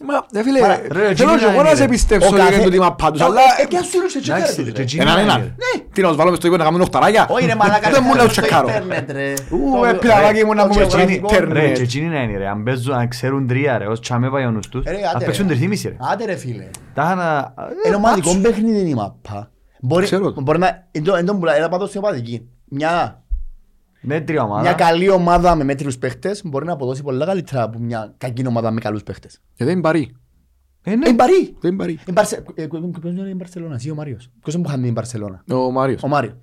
Speaker 3: Μα, ρε φίλε,
Speaker 4: Μα,
Speaker 1: ρε,
Speaker 3: θέλω
Speaker 1: Gina
Speaker 3: και εγώ να
Speaker 1: είναι,
Speaker 3: σε
Speaker 1: ρε.
Speaker 3: πιστέψω
Speaker 4: Ο
Speaker 3: για
Speaker 4: καθέ-
Speaker 3: το τίμα πάντους,
Speaker 4: Ο-
Speaker 3: αλλά...
Speaker 4: ε, ε, πιάσου τους, ε, τσεκάρε
Speaker 1: Εντάξει,
Speaker 4: τους,
Speaker 1: ρε,
Speaker 4: ρε.
Speaker 1: Gina
Speaker 3: Έναν
Speaker 1: είναι.
Speaker 3: έναν. Τι να τους βάλουμε στο ύπο να κάνουμε οχταράκια.
Speaker 4: Όχι ρε μαλάκα,
Speaker 3: Δεν μου λέω
Speaker 4: το
Speaker 3: τσεκάρω.
Speaker 4: ίντερνετ, ρε.
Speaker 3: Ου,
Speaker 4: Το-
Speaker 3: ε, πλαγάκι μου να
Speaker 4: το
Speaker 1: Και
Speaker 3: πούμε
Speaker 1: εκείνη-
Speaker 4: γεωγραφικό.
Speaker 3: Ιντερνετ.
Speaker 1: Ρε, και εκείνη να είναι ρε, αν παίζουν, αν ξέρουν τρία ρε, ως τσάμε πάει ο νους τους,
Speaker 4: Ρε,
Speaker 1: ας
Speaker 4: άντε,
Speaker 1: παίξουν
Speaker 4: ρε.
Speaker 1: τριθύμιση ρε.
Speaker 4: Άντε ρε φίλε.
Speaker 1: Τα ε, είχα να...
Speaker 4: Είναι ομαδικό παιχνίδι είναι η μαπά. Μπορεί,
Speaker 3: Ξέρω.
Speaker 4: μπορεί να... Εν τω- εν τω μπουλά, έλα πάντως είναι ομαδική. Μια,
Speaker 1: Ναι, τρία
Speaker 4: μια
Speaker 1: ομάδα.
Speaker 4: καλή ομάδα με μέτριους παίχτες μπορεί να αποδώσει πολλά καλύτερα από μια κακή ομάδα με καλούς παίχτες.
Speaker 3: Ε, Δεν είναι παρή.
Speaker 1: Ε, ναι.
Speaker 4: Είναι παρή.
Speaker 3: Δεν είναι παρή.
Speaker 4: Είναι Μπαρσε- ε, ε, Ποιος είναι η Μπαρσελώνα, εσύ ο Μάριος. Ποιος είναι που χάνει την Μπαρσελώνα.
Speaker 3: Ο Μάριος.
Speaker 4: Ο Μάριο.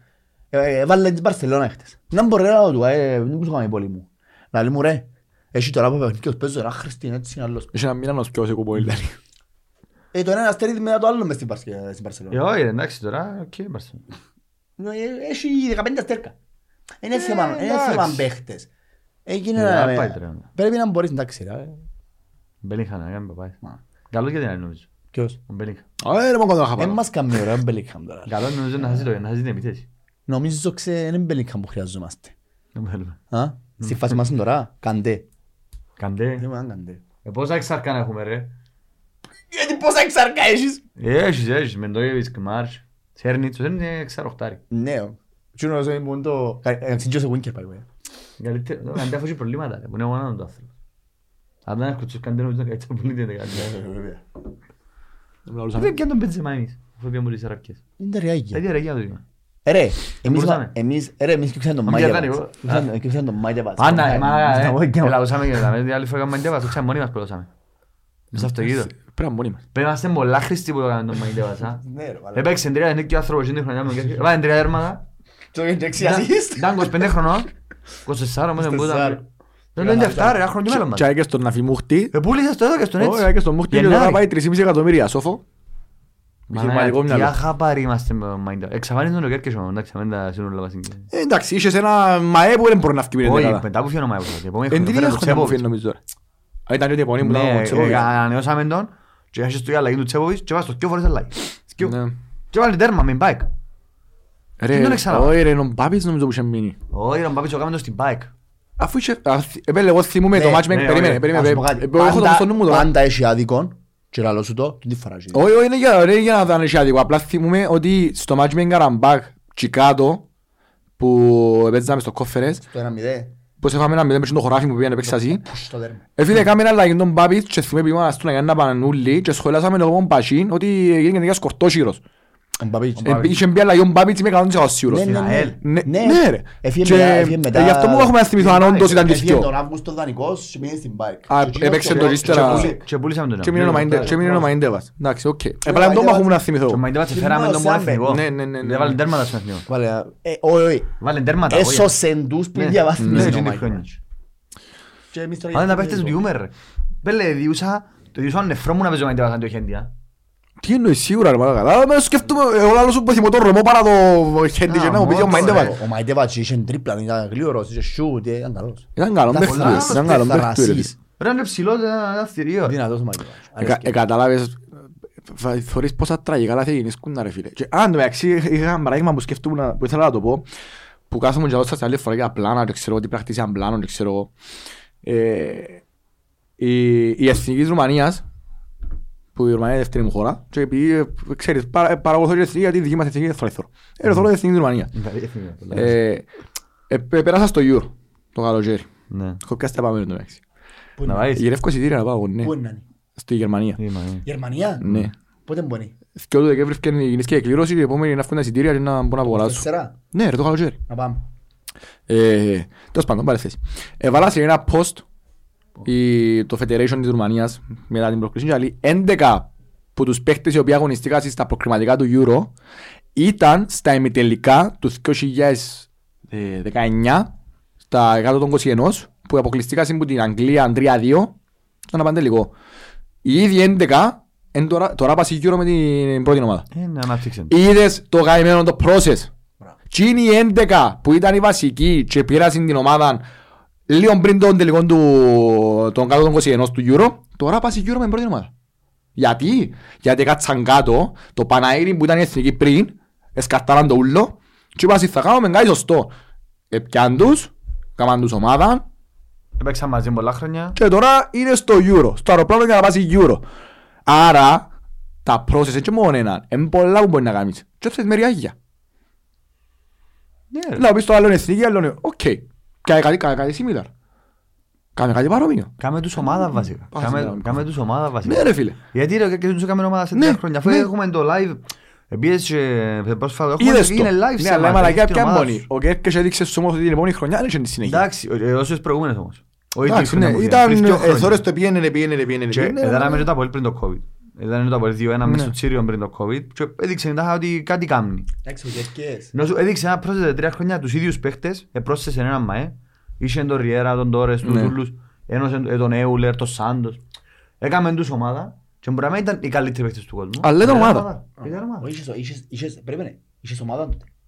Speaker 4: Ε, ε, Βάλε την Μπαρσελώνα χτες. Να μπορεί να του, ε, δεν μου σκάνε πολύ μου. Να λέει μου ρε, εσύ τώρα που παιχνίδι παίζω ένα χρηστή είναι έτσι είναι άλλος.
Speaker 3: Έχει ένα μήνα να σκιώσει εγώ πολύ.
Speaker 4: Ε, το ένα αστέρι μετά το άλλο μες στην Μπαρσε- στην
Speaker 1: Ε,
Speaker 4: Μπαρσελώνα.
Speaker 1: όχι ρε, εντάξει τώρα, οκ, είμαστε.
Speaker 4: Ε, Έχει 15 αστέρκα. Ε, Είναι θέμα, είναι
Speaker 1: Ε, εντάξει.
Speaker 4: θέμα παίχτες. Έγινε
Speaker 1: Ε,
Speaker 4: να-
Speaker 1: να πάει τρέμα.
Speaker 4: Πρέπει να μπορείς εντάξει ρε. ε,
Speaker 1: Μπελίχα να κάνει παπάει.
Speaker 4: Μα.
Speaker 1: Καλός γιατί να είναι, νομίζω.
Speaker 4: Ποιος.
Speaker 1: Ο Μπελίχα.
Speaker 3: Α, ε, ρε, μα κάτω να
Speaker 4: Δεν
Speaker 3: χαπάρω.
Speaker 4: μας κάνει ωραίο Μπελίκαμ τώρα.
Speaker 1: Καλός νομίζω να χάσει το- να χάσει την επιθέση.
Speaker 4: Νομίζω ξέ, είναι Μπελίκαμ που χρειαζόμαστε.
Speaker 1: Δεν μου θέλουμε.
Speaker 4: Α, Στη φάση μας είναι τώρα, καντέ.
Speaker 1: Καντέ.
Speaker 4: Δεν μου αν καντέ.
Speaker 1: Ε, πόσα εξάρκα να έχουμε ρε. Ε,
Speaker 4: Γιατί πόσα εξάρκα έχεις.
Speaker 1: Έχεις, έχεις. Μεντόγεβιτς, Κμάρς. Σέρνιτς, δεν είναι εξαροχτάρι.
Speaker 4: Ναι. Τι είναι όσο ήμουν το... Αξιτζό σε γουίνκερ πάει. βέβαια.
Speaker 1: Καλύτερο, ο Καντέ αφού έχει προβλήματα, ρε, που είναι μόνο του άνθρωπο. Αν δεν έρχονται στους Καντέ, νομίζω ότι έτσι πολύ δεν είναι καλύτερο.
Speaker 3: Δεν μιλάω σαν-
Speaker 1: Δεν πιάνε τον Μπεντζεμά εμείς, αφού πιάνε πολύ σαραπιές.
Speaker 4: Είναι τα
Speaker 1: Τα
Speaker 4: ριάγια.
Speaker 1: ίδια ρε, για να το δούμε.
Speaker 4: Ε, Ρε, εμείς,
Speaker 1: μπορούσαμε.
Speaker 4: εμείς, ρε, εμείς και ξέραν τον
Speaker 1: Αν
Speaker 4: Μάγια
Speaker 1: πιατάνε, εγώ.
Speaker 4: μας. Ξέραν- και ξέραν τον Μάγια μας.
Speaker 1: Πάνα, μάγα,
Speaker 4: Να πω
Speaker 1: ε,
Speaker 4: και εγώ.
Speaker 1: ελαούσαμε και τα άλλη φορά κάνουμε αντέβαση, ξέραμε μόνοι μας που ελαούσαμε. Στο αυτοκίνητο.
Speaker 3: Πρέπει να μόνοι μας.
Speaker 1: Πρέπει να είμαστε πολλά χρήστοι που το κάνουμε τον Μαγντέβας, α.
Speaker 4: Ναι,
Speaker 3: ε,
Speaker 4: ρε, μάλλον.
Speaker 1: Έπαιξε τρία, είναι και ο άνθρωπος, είναι χρονιά μου. Βάλε τρία δέρματα.
Speaker 4: Το είχε δεξιά,
Speaker 1: Ήταν-
Speaker 4: assist.
Speaker 1: Ήταν 25 χρονών, 24 όμως δεν μπορούσα.
Speaker 4: 24.
Speaker 1: Δεν είναι 7 ρε, ένα χρόνο και μέλλον μας.
Speaker 3: Και άγιες τον να φημούχτη.
Speaker 1: Επούλησες Ε, το εδώ και στον
Speaker 3: Ω,
Speaker 1: έτσι.
Speaker 3: άγιες τον μούχτη και
Speaker 1: Γενάρη.
Speaker 3: τώρα πάει 3,5 εκατομμύρια. Σόφο. Επιχειρηματικό
Speaker 1: Μαλάκα, τι
Speaker 3: μυαλό.
Speaker 1: αχάπαροι είμαστε με το Μάιντα. Εξαφάνιζε τον Λοκέρκες όμως, εντάξει, αμήν τα σύνολα μας είναι.
Speaker 3: Ε, Εντάξει, είχες ένα ΜΑΕ που δεν μπορεί να φύγει με την
Speaker 1: Όχι,
Speaker 3: δεκάδα.
Speaker 1: μετά που φύγει ο Μάιντας, την επόμενη
Speaker 3: Εν
Speaker 1: χρονιά
Speaker 3: την
Speaker 1: φέραμε τον
Speaker 3: ίδια χρονιά Ε, που
Speaker 1: Τσέποβιτς.
Speaker 3: φύγει νομίζω τώρα. Α, Ήταν και η επωνύμη που ήταν ο
Speaker 1: Ναι,
Speaker 3: Τσέποβιτς.
Speaker 1: ε, ανανεώσαμε τον και έχασε το αλλαγή του Τσέποβιτς και βάζει το δυο φορές αλλαγή. Σκιο.
Speaker 3: Ναι. Ε,
Speaker 1: Και βάλει τέρμα με μπάικ.
Speaker 3: Ρε,
Speaker 1: Τι τον ξανά.
Speaker 3: όχι, ρε, είναι ο Μπάπης νομίζω που είχε μείνει.
Speaker 1: Όχι, ρε, ο Μπάπης το κάμε το στην μπάικ.
Speaker 3: Αφού είχε... αθ- Επέλε, εγώ θυμούμαι το
Speaker 4: Ναι,
Speaker 3: match
Speaker 1: ναι,
Speaker 3: με...
Speaker 1: ναι,
Speaker 3: Περίμενε,
Speaker 1: ναι.
Speaker 3: περίμενε.
Speaker 4: Ας πω
Speaker 3: περίμενε.
Speaker 4: κάτι.
Speaker 3: Εγώ έχω το
Speaker 4: Πάντα-
Speaker 3: στο νου μου τώρα.
Speaker 4: Πάντα έχει άδικο. Και λαλό σου το, τι τη φορά σου.
Speaker 3: Όχι, όχι, είναι για- είναι για να τα ανεσιάδικο. Απλά θυμούμαι ότι στο match με Καραμπάκ, Τσικάτο, που παίζαμε στο κόφερες,
Speaker 4: Το ένα μηδέ.
Speaker 3: πως είχαμε ένα μηδέν με το χωράφι που πήγαινε παίξεις εσύ.
Speaker 4: Στο τέρμα.
Speaker 3: Έφυγε Ε, κάμερα αλλαγή τον Μπάπιτς και θυμούμαι πήγαμε να κάνουν ένα πανανούλι και σχολιάσαμε εγώ τον Πασίν ότι έγινε ένα σκορτόσυρος.
Speaker 4: Εμπαπή.
Speaker 3: Ε, Είχε μπει αλλαγή ο Μπάπιτς είμαι 100% σίγουρος.
Speaker 4: Ναι, ναι,
Speaker 1: στην ΑΕΛ.
Speaker 4: ναι.
Speaker 3: Ναι,
Speaker 4: Ναι.
Speaker 3: ναι, ρε.
Speaker 4: Έφυγε
Speaker 3: Και-
Speaker 4: μετά- έφυγε μετά-
Speaker 3: Γι' αυτό μου έχουμε να θυμηθώ αν
Speaker 4: E
Speaker 3: όντως ήταν και
Speaker 4: Έφυγε
Speaker 3: δυο.
Speaker 4: τον Αύγουστο δανεικός και μείνει στην Πάικ.
Speaker 3: Α,
Speaker 4: Και εκείνος
Speaker 3: έπαιξε
Speaker 4: το-
Speaker 3: το ύστερα-
Speaker 4: και-
Speaker 3: Τώρα-
Speaker 1: Και πούλησαμε τον.
Speaker 3: Και μείνει ο Μαϊντέβας. Και μείνει ο Μαϊντέβας. Εντάξει, οκ. Απλά
Speaker 4: Μαϊντέβας-
Speaker 3: τον έχουμε να θυμηθώ.
Speaker 1: Και ο Μάιντεβας
Speaker 4: Και
Speaker 1: φέραμε
Speaker 4: μείνει
Speaker 1: τον
Speaker 4: ο
Speaker 1: μόνο
Speaker 4: Σάμπε.
Speaker 1: εθνικό.
Speaker 3: Ναι, ναι, ναι, ναι.
Speaker 1: Δεν βάλει τέρματα στον εθνικό.
Speaker 4: Βάλε, ε, όχι, όχι.
Speaker 1: Βάλει τέρματα. όχι.
Speaker 4: Έσωσε τους που
Speaker 1: Ναι.
Speaker 4: διαβάθμιζε
Speaker 1: Ναι,
Speaker 4: ο
Speaker 1: εκείνη
Speaker 4: Μάικ.
Speaker 1: η χρονιά.
Speaker 4: Και εμείς τώρα
Speaker 1: Αν τα
Speaker 4: γιατί
Speaker 1: παίχτες του
Speaker 4: δεν
Speaker 1: Διούμερ. ρε. Μπέλε, διούσα, το διούσα νεφρό μου να παίζω Μαϊντεβας αν το είχε έντια.
Speaker 3: Τι εννοείς σίγουρα ρε μαλάκα. Αλλά με σκεφτούμε, εγώ λάλλω σου προτιμώ τον Ρωμό παρά το
Speaker 4: Ah,
Speaker 3: Χέντι και να μου πεις ο
Speaker 1: μόνο το,
Speaker 3: Μαϊντεβάς.
Speaker 4: Ο- Ο Μαϊντεβάτς είχε τρίπλα, ήταν γλύωρος, είχε σιούτ, ήταν καλός.
Speaker 3: Ήταν καλό
Speaker 4: Ήταν πολλά
Speaker 3: παίχτης, ήταν
Speaker 4: άλλος
Speaker 3: καλό
Speaker 4: παίχτης,
Speaker 3: παίχτης, ρε,
Speaker 4: ρασίς.
Speaker 3: της.
Speaker 1: Ρε, είναι ψηλός, ένα ένα θηρίο.
Speaker 4: Δυνατός ο Μαϊντεβάτς.
Speaker 3: Ε, κα- ε, Κατάλαβες, ε, θωρείς πόσα τραγικά λάθη γίνησκουν να ρε φίλε. Και αν το μεταξύ είχα ένα παράδειγμα που σκεφτούμουν να- που ήθελα να το πω, που κάθομαι και δώσα σε άλλη φορά για πλάνα, δεν ξέρω τι πρακτήσαν πλάνο, δεν ξέρω εγώ. Ε, η- Η εθνική της Ρουμανίας, που η Ρουμανία είναι η δεύτερη μου χώρα, και επειδή ε, ξέρεις, παρα- παρακολουθώ την εθνική γιατί η δική μας εθνική δεν θέλω να θωρώ. Ε, θωρώ την εθνική της Ρουμανίας. Ε, ε, πε- Πέρασα στο Euro το καλοκαίρι.
Speaker 1: Ναι.
Speaker 3: Έχω πιάσει τα πάμε το μεταξύ.
Speaker 4: Πού
Speaker 1: Να
Speaker 4: είναι,
Speaker 1: βάλεις.
Speaker 3: Γυρεύω εισιτήρια να πάω, ναι.
Speaker 4: πού είναι, Ναι.
Speaker 3: Στη Γερμανία.
Speaker 1: Είμαι, είμαι.
Speaker 4: Γερμανία,
Speaker 3: Ναι.
Speaker 4: πότε μπορεί,
Speaker 3: Θκυο του Δεκέμβρη φτιάχνει η γενική εκκλήρωση, η επόμενη να βγουν τα εισιτήρια και να μπορούν να αγοράσουν.
Speaker 4: τεσσερά,
Speaker 3: Ναι, ρε το καλοκαίρι.
Speaker 4: να πάμε.
Speaker 3: Ε, Τέλος πάντων, πάρε θέση. Έβαλα σε ένα post η- το Federation της Ρουμανίας μετά την προκλήση και λέει 11 που τους παίχτες οι οποίοι αγωνιστήκαν στα προκριματικά του Euro ήταν στα ημιτελικά του 2019 στα 100 των 21 που αποκλειστήκαν από την Αγγλία 3-2 στον απαντελικό. Οι ίδιοι 11 εν τώρα, τώρα πάση Euro με την πρώτη ομάδα.
Speaker 1: Ε, να αναπτύξεν.
Speaker 3: Είδες το καημένο το process. Τι είναι οι 11 που ήταν οι βασικοί και πήρασαν την ομάδα λίγο πριν τον τελικό του τον κάτω των 21 του Euro. Τώρα πας η Euro με την πρώτη ομάδα. Γιατί, γιατί κάτσαν κάτω το Παναήρι που ήταν η εθνική πριν, εσκαρτάραν το ούλο και είπαν θα κάνουμε κάτι σωστό. Επιάν τους, κάμαν τους ομάδα,
Speaker 1: Έπαιξα μαζί πολλά χρόνια.
Speaker 3: Και τώρα είναι στο Euro, στο αεροπλάνο για να πας Euro. Άρα, τα process είναι και μόνο έναν. Είναι πολλά που μπορεί να κάνεις. Και έφτιαξες μεριά γεια.
Speaker 1: Ναι, ρε.
Speaker 3: Να πεις το άλλο είναι εθνική, άλλο είναι οκ. Κάνε κάτι, κάνε κάτι similar. Κάνε κάτι παρόμοιο.
Speaker 1: Κάμε τους ομάδα βασικά.
Speaker 3: Πάω
Speaker 1: Κάμε-
Speaker 3: στην
Speaker 1: Κάμε τους ομάδα βασικά.
Speaker 3: Ε, Ναι ρε φίλε.
Speaker 1: Γιατί ρε, και τους έκαμε ομάδα σε
Speaker 3: Ναι,
Speaker 1: τρία χρόνια. Αφού
Speaker 3: ναι.
Speaker 1: έχουμε το live, ε, επίσης πρόσφατα έχουμε
Speaker 3: Είδες
Speaker 1: βγει, είναι
Speaker 3: το.
Speaker 1: live
Speaker 3: Ναι,
Speaker 1: σε
Speaker 3: αλλά
Speaker 1: μας,
Speaker 3: η μαλακιά
Speaker 1: έχει την
Speaker 3: πια
Speaker 1: ομάδα
Speaker 3: μόνη.
Speaker 1: σου.
Speaker 3: Ο Κέρκες έδειξε στους ομόφωτες την επόμενη χρονιά, αλλά είχε τη συνέχεια.
Speaker 1: Εντάξει, ο- ε, όσες προηγούμενες όμως. Όχι τρεις
Speaker 3: Εντάξει, ναι,
Speaker 1: χρόνια που
Speaker 3: ήταν
Speaker 1: πήγαινε, τρεις-δυο χρόνια.
Speaker 3: εθώρες το πιένενε, πιένενε, πιένενε,
Speaker 1: Και ε,
Speaker 3: πιένενε.
Speaker 1: έδαναμε και το Απόελ πριν το COVID. Ε, Έδανε το Απόελ 2-1 μες
Speaker 3: Ναι.
Speaker 1: στο Τσίριο πριν το COVID και έδειξε εντάχα ότι κάτι κάνει.
Speaker 4: Εντάξει, ο Κέρκες.
Speaker 1: Ενώ σου έδειξε ένα πρόσθετε τρία χρόνια τους ίδιους παίχτες, επρόσθεσε έναν ΜΑΕ, είχε τον Ριέρα, τον Τόρες, τους
Speaker 3: Ναι.
Speaker 1: Δούλους, ένωσε ε, τον Έουλερ, τον Σάντος. Έκαμε τους ομάδα και μπορεί να μην ήταν οι καλύτεροι παίχτες του κόσμου.
Speaker 3: Αλλά ήταν ομάδα.
Speaker 1: Ήταν ομάδα.
Speaker 4: Όχι, είχες- είχες- είχες- πρέπει να- είχες ομάδα τότε.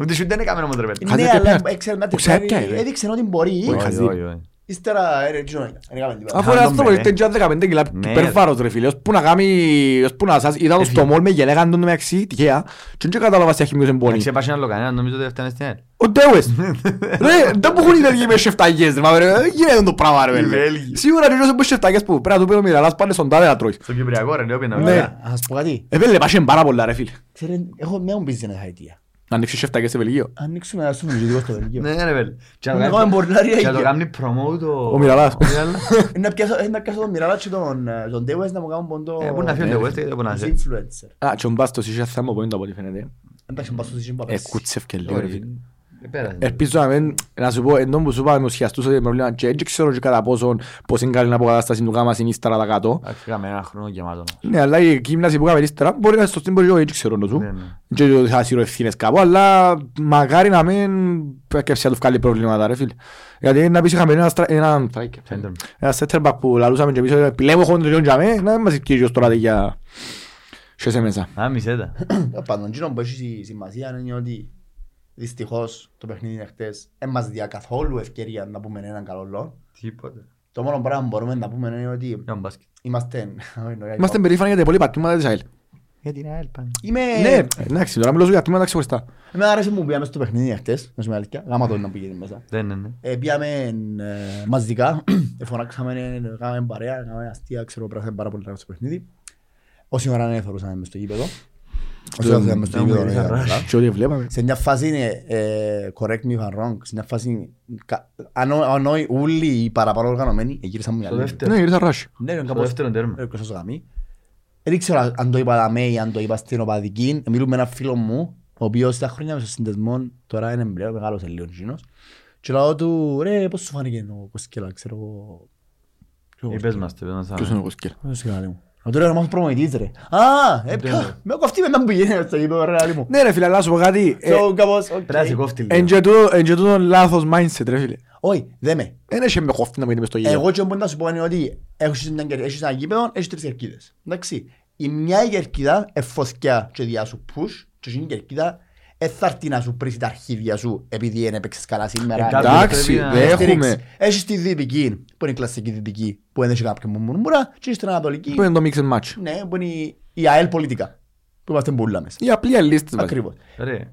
Speaker 1: Ούτε σου δεν έκαμε όμως ρε παιδί.
Speaker 4: Ναι,
Speaker 3: Χάζεται
Speaker 4: αλλά
Speaker 3: πέρα.
Speaker 4: έξερε να
Speaker 3: Που
Speaker 4: την
Speaker 3: ξέρει
Speaker 4: κάνει,
Speaker 3: ποια είναι.
Speaker 4: έδειξε ότι μπορεί.
Speaker 3: Όχι.
Speaker 1: Όχι,
Speaker 3: χαζί.
Speaker 1: όχι, όχι.
Speaker 4: Ύστερα, ε, ρε, τι ζωνά, δεν έκαμε τίποτα.
Speaker 3: Αφού
Speaker 1: Χάζον
Speaker 3: ρε αυτό
Speaker 1: Πελέ.
Speaker 3: είναι 15 κιλά
Speaker 1: ε. Ναι. Ε,
Speaker 3: υπερβάρος ρε φίλε, ώσπου να κάνει, ώσπου να σας, είδα το στο μόλ με γελέγαν τον μεταξύ, τυχαία, και δεν κατάλαβα σε έχει μειώσει εμπόνι.
Speaker 1: Εντάξει, έπασε ένα άλλο κανένα, νομίζω ότι έφτανε στην ΑΕΛ.
Speaker 3: Ο Ντέουες.
Speaker 1: Ναι,
Speaker 3: Ρε, δεν μου έχουν οι τέτοιοι με σεφταγιές, ρε, μα ρε, δεν γίνεται το πράγμα ρε.
Speaker 1: Βέλγοι.
Speaker 3: φίλε. Σίγουρα και όσοι με σεφταγιές που πρέπει να του πει ο Μιραλάς πάνε στον τάδε να τρώει.
Speaker 1: Στο Κυπριακό ρε, νεόπινα.
Speaker 3: Ναι.
Speaker 1: βέβαια.
Speaker 4: Ωραία, να σας πω κάτι.
Speaker 3: Ε, βέλε, πάσχε πάρα πολλά ρε φίλε.
Speaker 4: Ξέρε, έχω μια business idea.
Speaker 3: Να ανοίξεις σεφταγιές σε Βελγίο.
Speaker 4: Ανοίξουμε ένα σουβλουτικό στο Βελγίο.
Speaker 1: Ναι, ρε παιδί. Και να το
Speaker 4: Να
Speaker 1: κάνει-
Speaker 4: κάνουμε μπορνάρια
Speaker 1: και να το
Speaker 4: εκεί.
Speaker 1: κάνει promote ο-
Speaker 3: Ο Μιραλάς.
Speaker 1: ο Μιραλάς.
Speaker 4: Ε, να πιάσω- ε, Να πιάσω τον Μιράλα και τον, ε, τον Ντέουες να μου κάνουν ποντό-
Speaker 1: Ε, Πού να φύγει
Speaker 3: Ναι,
Speaker 1: ο
Speaker 3: ρε.
Speaker 1: West, ε, πού να
Speaker 4: Ως
Speaker 1: σε.
Speaker 4: influencer.
Speaker 3: Α, και ο Μπάστος είχε θέμα πόντο από ό,τι φαίνεται.
Speaker 4: Εντάξει, μπας στο σύστημα
Speaker 3: Ε,
Speaker 4: παπές.
Speaker 3: κούτσευκε λίγο ρε
Speaker 1: Όχι,
Speaker 3: φίλε.
Speaker 1: ε, πέρασε.
Speaker 3: Ελπίζω να μην, να σου πω, ενώ που σου είπαμε ουσιαστούς ότι προβλήμα και έτσι ξέρω και κατά πόσον πως είναι καλή να αποκατάσταση του γάμας είναι ύστερα τα κάτω.
Speaker 1: Εντάξει, Είχαμε ένα χρόνο γεμάτο.
Speaker 3: Ναι, αλλά η γύμναση που κάνουμε ύστερα μπορεί να είναι σωστή, μπορεί και εγώ έτσι ξέρω να του. Ε.
Speaker 1: Ναι, ναι.
Speaker 3: Και ότι θα σύρω ευθύνες κάπου, αλλά μακάρι να μην πέκευσε να του βγάλει προβλήματα ρε φίλε. Γιατί να πεις είχαμε ένα, στρα- ένα,
Speaker 1: Center.
Speaker 3: ένα center back που λαλούσαμε και εμείς ότι επιλέγω χόντρο και για μέ, να μην μας ευκαιρίζει τώρα για... Σε σε μέσα.
Speaker 1: Α, μισέ τα.
Speaker 4: Ε, Πάντων, εκείνο που έχει σημασία είναι ότι δυστυχώς το παιχνίδι είναι χτες. Δεν μας διά καθόλου ευκαιρία να πούμε έναν καλό λόγο.
Speaker 1: Τίποτε.
Speaker 4: Το μόνο πράγμα που μπορούμε να πούμε είναι ότι
Speaker 1: Για τον μπάσκετ.
Speaker 4: είμαστε... όχι, νωριά,
Speaker 3: Είμαστε περήφανοι για τα υπόλοιπα τμήματα της ΑΕΛ.
Speaker 4: Είμαι...
Speaker 3: Ναι, εντάξει, τώρα μιλώ σου για τμήματα ξεχωριστά.
Speaker 4: Εμένα Ε, άρεσε που πήγαμε στο παιχνίδι χτες, να σου είμαι αλήθεια. Γάμα το να πήγαινε μέσα.
Speaker 1: Ναι, ναι, ναι.
Speaker 4: Ε, Πήγαμε ε, μαζικά, ε, φωνάξαμε, ε, κάναμε παρέα, κάναμε αστεία, ξέρω, πέρασαμε πάρα πολύ ωραία στο παιχνίδι. Όση ώρα να εθωρούσαμε μες στο γήπεδο. Όση ώρα εθωρούσαμε μες στο
Speaker 1: Να μου
Speaker 4: γήπεδο.
Speaker 1: γυρίσει
Speaker 4: ναι,
Speaker 1: αρράς.
Speaker 4: καλά.
Speaker 3: Και ό,τι βλέπαμε.
Speaker 4: Σε μια φάση είναι, ε, correct me if I'm wrong, σε μια φάση, κα- αν ό- αν όχι όλοι οι παραπάνω οργανωμένοι, ε, γύρισαν μου
Speaker 1: Στο
Speaker 4: μυαλό.
Speaker 1: δεύτερο.
Speaker 3: Ναι, ήρθα ράσι.
Speaker 4: Ναι, ήταν
Speaker 1: Στο
Speaker 4: κάπως
Speaker 1: δεύτερο τέρμα.
Speaker 4: ε, κοσός γαμί. Δεν ξέρω αν το είπα δαμέ ή αν το είπα στην οπαδική. Μιλούμε με έναν φίλο μου, ο οποίος τα χρόνια μες στο συνδεσμό, τώρα είναι πλέον μεγάλος λίγο γίνος. Και λέω του, ρε, πώς σου φάνηκε ο Κοσκέλα, ξέρω εγώ.
Speaker 1: Ή πες μας, το, πες μας,
Speaker 3: Ποιος είναι ο Κοσκέλ.
Speaker 4: Δεν σου κάνω μου. Να του λέω να μάθω προμονητής ρε. Α, ε,
Speaker 1: Ναι.
Speaker 4: ποιο, με κοφτεί με να μου πηγαίνει στο γήπεδο ρε, άλλη μου.
Speaker 3: Ναι ρε φίλε, αλλά να σου πω κάτι. ε,
Speaker 4: So, κάπως, οκ.
Speaker 1: Ναι. Πρέπει να σε κόφτει λίγο.
Speaker 3: Εν και τούτο- εν και τούτο λάθος mindset ρε φίλε.
Speaker 4: Όχι, δε με.
Speaker 3: Εν έχει με κόφτη να μείνει μες στο γήπεδο.
Speaker 4: Εγώ και μπορεί να σου πω είναι ότι έχεις μια κερ- έχεις ένα γήπεδο, έχεις τρεις κερκίδες. Εντάξει. Η μια η κερκίδα εφοσκιά και διά σου push και εκείνη η κερκίδα δεν θα έρθει να σου πρίσει τα αρχίδια σου επειδή δεν έπαιξες καλά σήμερα.
Speaker 1: Ε,
Speaker 4: Να
Speaker 3: Εντάξει,
Speaker 1: Πρέπει να
Speaker 3: δεν
Speaker 4: στηρίξεις.
Speaker 3: έχουμε.
Speaker 4: Έχεις τη δυτική που είναι η κλασική δυτική που δεν έχει κάποιο μουρμουρά και έχεις την ανατολική
Speaker 3: Πού είναι το mix and match.
Speaker 4: ναι, που είναι η- η ΑΕΛ πολιτικά που είμαστε μπουλά μέσα.
Speaker 3: Η απλή αλίστη μας.
Speaker 4: Ακριβώς.
Speaker 1: Ρε,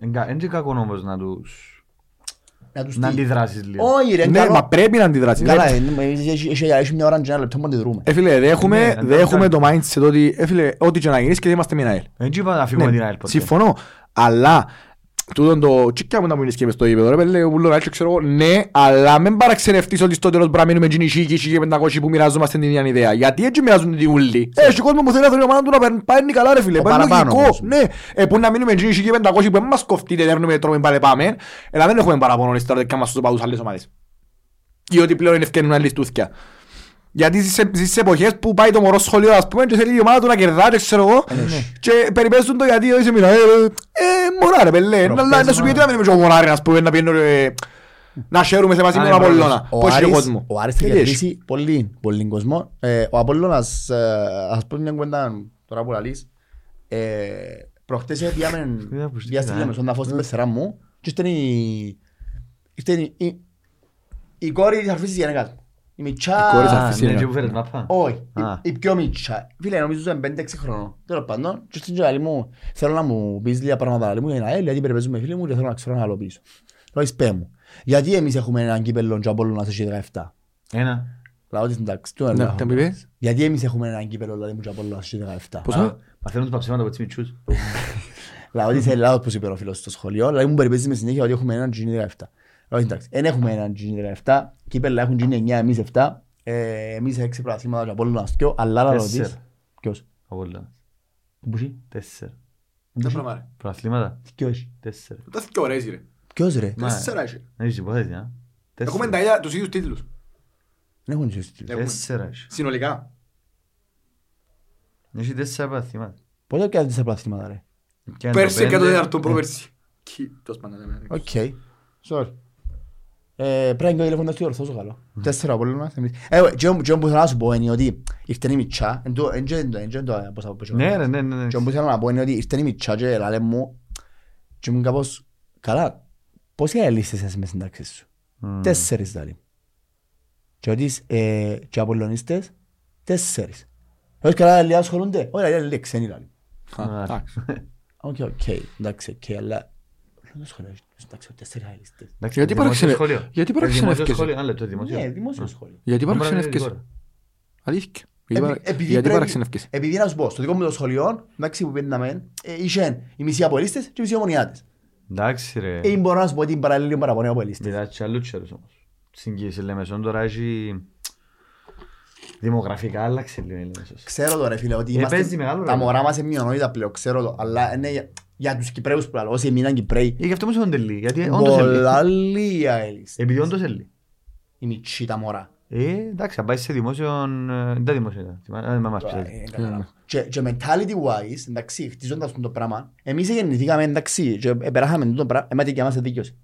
Speaker 1: εν κα- εν και κακό όμως να τους-
Speaker 4: Να τους
Speaker 1: να
Speaker 4: στείλει.
Speaker 1: αντιδράσεις λίγο.
Speaker 4: Όχι ρε, είναι
Speaker 3: Ναι,
Speaker 4: καλό.
Speaker 3: μα πρέπει να αντιδράσεις.
Speaker 4: Καλά,
Speaker 3: Ε,
Speaker 4: είναι- έχει- έχει- έχει μια ώρα και ένα λεπτό που αντιδρούμε.
Speaker 3: ε, φίλε, δεν έχουμε-
Speaker 1: Ναι,
Speaker 3: δεν
Speaker 1: δεν
Speaker 3: έχουμε
Speaker 1: κάνει.
Speaker 3: το mindset ότι ε, φίλε, ό,τι και να γίνεις και δεν είμαστε με ΑΕΛ.
Speaker 1: Εν και είπα να φύγουμε την ΑΕΛ ποτέ.
Speaker 3: Ναι, Συμφωνώ. Αλλά τούτον το τσίκια μου να μου είναι σκέπες στο γήπεδο. Ρε πέλε, μου λέω, «Άκου, ξέρω εγώ, ναι, αλλά μην παραξενευτείς ότι στο τέλος μπορεί να μείνουμε εκείνοι οι χίλιοι, χίλιοι πεντακόσιοι που μοιράζομαστε την ίδια ιδέα. Γιατί έτσι μοιράζουν την ούλη. Έχει κόσμο που θέλει να θέλει η ομάδα του να παίρν- παίρνει καλά ρε φίλε.
Speaker 4: Ναι. Το
Speaker 3: Πάει
Speaker 4: παραπάνω
Speaker 3: λογικό.
Speaker 4: όμως.
Speaker 3: Ναι, ε, που να μείνουμε εκείνοι οι χίλιοι πεντακόσιοι που δεν μας κοφτείτε, δέρνουμε, τρώμε, πάλι πάμε. Ε, να μην έχουμε παραπονό εις τώρα, δικά μας στους παδούς άλλες ομάδες. Ή ότι πλέον είναι ευκαιρία να ληστούθκια. Γιατί ζεις σε- ζεις σε εποχές που πάει το μωρό σχολείο ας πούμε και θέλει η ομάδα του να κερδάει ξέρω εγώ
Speaker 4: Ε, ναι.
Speaker 3: και περιπέζουν το γιατί όχι σε μήνα. Ε, ε, ε, μωρά ρε πελέ, να να σου πει τι να μείνουμε και ο μωρά ρε ας πούμε να πιένω ρε. Να χαίρουμε σε μαζί με τον
Speaker 1: Ανεπρόβλεπτος.
Speaker 3: Απολλώνα.
Speaker 4: ναι, Ο
Speaker 3: Πώς είχε
Speaker 4: Άρης-
Speaker 3: κόσμος.
Speaker 4: Ο Άρης θα
Speaker 3: Τι έχει.
Speaker 4: κερδίσει πολύ, πολύ κόσμο. Ε, ο Απόλλωνας, ε, ας πούμε μια κουβέντα τώρα που λαλείς, ε, προχτές έπιαμε
Speaker 1: Δεν ακουστήκα,
Speaker 4: διάστηκε
Speaker 1: ε.
Speaker 4: με στον ταφό στην πεθερά μου και ήταν η... ήταν η- η... η κόρη της αρφής της γενέκας μου. Η
Speaker 3: Η κόρη της
Speaker 4: Μιτσά...
Speaker 3: αρφής.
Speaker 1: Α, ναι, και που φέρες μάπα.
Speaker 4: Όχι, η-
Speaker 1: Α.
Speaker 4: η πιο Μιτσά. Φίλε, νομίζω ήταν 5-6 χρονών. Τέλος πάντων, και στην τζαλή μου, θέλω να μου πεις λίγα πράγματα, λέει μου, για να έλει, γιατί περιπέζουμε φίλοι μου και θέλω να ξέρω να άλλο πίσω. Λέω, «Εις πέ μου, γιατί εμείς έχουμε έναν κύπελλο και ο Απόλλωνας έχει 17.
Speaker 1: Ένα.
Speaker 4: Λαό της εντάξει, του
Speaker 3: Ναι,
Speaker 4: έλεγα.
Speaker 3: τι μου είπες?
Speaker 4: Γιατί εμείς έχουμε έναν κύπελο δηλαδή μου και από όλα στις 17.
Speaker 3: Πόσο?
Speaker 1: Α, Μαθαίνουν τους παψίματα από τις μητσούς.
Speaker 4: Λαό της Ελλάδος που είπε ο φίλος στο σχολείο, δηλαδή μου περιπέζεις με συνέχεια ότι έχουμε έναν τζινί 17. Λαό εντάξει, δεν έχουμε έναν τζινί 17, κύπελα έχουν τζινί 9, εμείς 7, ε, εμείς 6 πρωταθλήματα και από όλα στις δυο, αλλά λαό της.
Speaker 1: Τέσσερα.
Speaker 4: Ποιος,
Speaker 1: Από όλα.
Speaker 4: που έχει,
Speaker 1: Τέσσερα.
Speaker 4: ναι.
Speaker 3: Τα πράγματα.
Speaker 1: Προαθλήματα.
Speaker 4: ποιος,
Speaker 1: Τέσσερα.
Speaker 3: Τα θκιο ωραίες, ρε.
Speaker 4: ποιος ρε,
Speaker 1: Μα,
Speaker 3: Τέσσερα έχει.
Speaker 1: Δεν έχεις υπόθεση, α. Τέσσερα.
Speaker 3: Έχουμε τα ίδια- τους ίδιους τίτλους.
Speaker 4: δεν έχουν ζήσει τους.
Speaker 3: Έχουμε.
Speaker 1: Τέσσερα έχει.
Speaker 3: Συνολικά.
Speaker 1: Έχει τέσσερα προαθλήματα.
Speaker 4: Πότε πιάνε τέσσερα πρωταθλήματα ρε.
Speaker 1: Και αν το
Speaker 3: Πέρσι
Speaker 1: πέντε- Ε,
Speaker 3: και το τέταρτο,
Speaker 4: Ναι.
Speaker 3: προπέρσι. Κι, τέλος πάντων, ναι, ναι.
Speaker 4: Οκ, sorry. Ε, πρέπει να είναι και ο τηλεφωνικός του ορθός ο καλό. Τέσσερα από όλα. Ε, Και όπου θέλω να σου πω είναι ότι ήρθε η Μιτσά, εν το- εν το- εν το- εν το- πώς θα πω, πώς θα πω.
Speaker 1: Ναι, ρε, ναι, ναι, ναι.
Speaker 4: Και όμως θέλω να πω είναι ότι ήρθε η Μιτσά και λάλε μου και ήμουν κάπως καλά. Πώς διαλύσεις εσύ με συντάξεις σου.
Speaker 1: Μμμ.
Speaker 4: Τέσσερις δηλαδή. Και ότι ε, και απολωνίστες τέσσερις. Ε, Όχι καλά λίγα ασχολούνται. Όχι λίγα λίγα ξένοι δηλαδή.
Speaker 3: Α,
Speaker 1: Α,
Speaker 3: εντάξει.
Speaker 4: Οκ, οκ. Εντάξει, οκ. Αλλά δεν ασχολούνται. Εντάξει, τέσσερις αελίστες.
Speaker 1: Εντάξει,
Speaker 3: Γιατί
Speaker 1: δημόσιο
Speaker 3: παραξενε-
Speaker 1: σχολείο.
Speaker 3: γιατί
Speaker 1: Ε,
Speaker 3: παραξενεύκεσαι?
Speaker 1: δημόσιο σχολείο. Ένα λεπτό, δημόσιο.
Speaker 4: Ναι, δημόσιο σχολείο.
Speaker 3: Γιατί
Speaker 1: Μπορεί να
Speaker 3: παραξενεύκεσαι?
Speaker 1: είναι
Speaker 3: Αλήθεια. Γιατί παρα-
Speaker 4: Επει- επειδή
Speaker 3: γιατί
Speaker 4: πρέπει-
Speaker 3: παραξενεύκεσαι?
Speaker 4: Επειδή να σου πω, στο δικό μου το σχολείο, εντάξει που πένταμε, ε, είχε οι μισοί απολύστες και οι μισοί ομονιάτες.
Speaker 1: Εντάξει, ρε.
Speaker 4: Ε, μπορώ να σου πω ότι είναι παραλληλή παραπονέ απολύστες.
Speaker 1: Μιλάς και αλλού τσέρους όμως. Στην κυρία σε Λεμεσόν τώρα έχει... Δημογραφικά άλλαξε λίγο η Λεμεσός.
Speaker 4: Ξέρω τώρα φίλε ότι
Speaker 1: Ε, παίζει μεγάλο
Speaker 4: είμαστε, τα
Speaker 1: ρόλο.
Speaker 4: μωρά μας είναι μειονότητα πλέον, ξέρω το, αλλά είναι για, για τους Κυπρέους που λέω, όσοι έμειναν Κυπρέοι,
Speaker 1: Ε, Γι' αυτό μου σε τελεί, γιατί όντως ε,
Speaker 4: πολλά
Speaker 1: ελεί.
Speaker 4: λίγα αελίστες.
Speaker 1: Επειδή όντως ελεί.
Speaker 4: Οι μητσοί τα μωρά.
Speaker 1: Ε, εντάξει, αν πάεις σε δημόσιο, ε, δεν τα δημόσιο ήταν. Θυμά- Δεν με μας
Speaker 4: Ε,
Speaker 1: πιέζει.
Speaker 4: καλά. Και, και mentality wise, εντάξει, χτίζοντας το πράγμα, εμείς γεννηθήκαμε, εντάξει, και περάσαμε το πράγμα, εμάτε και εμάς εδίκιος.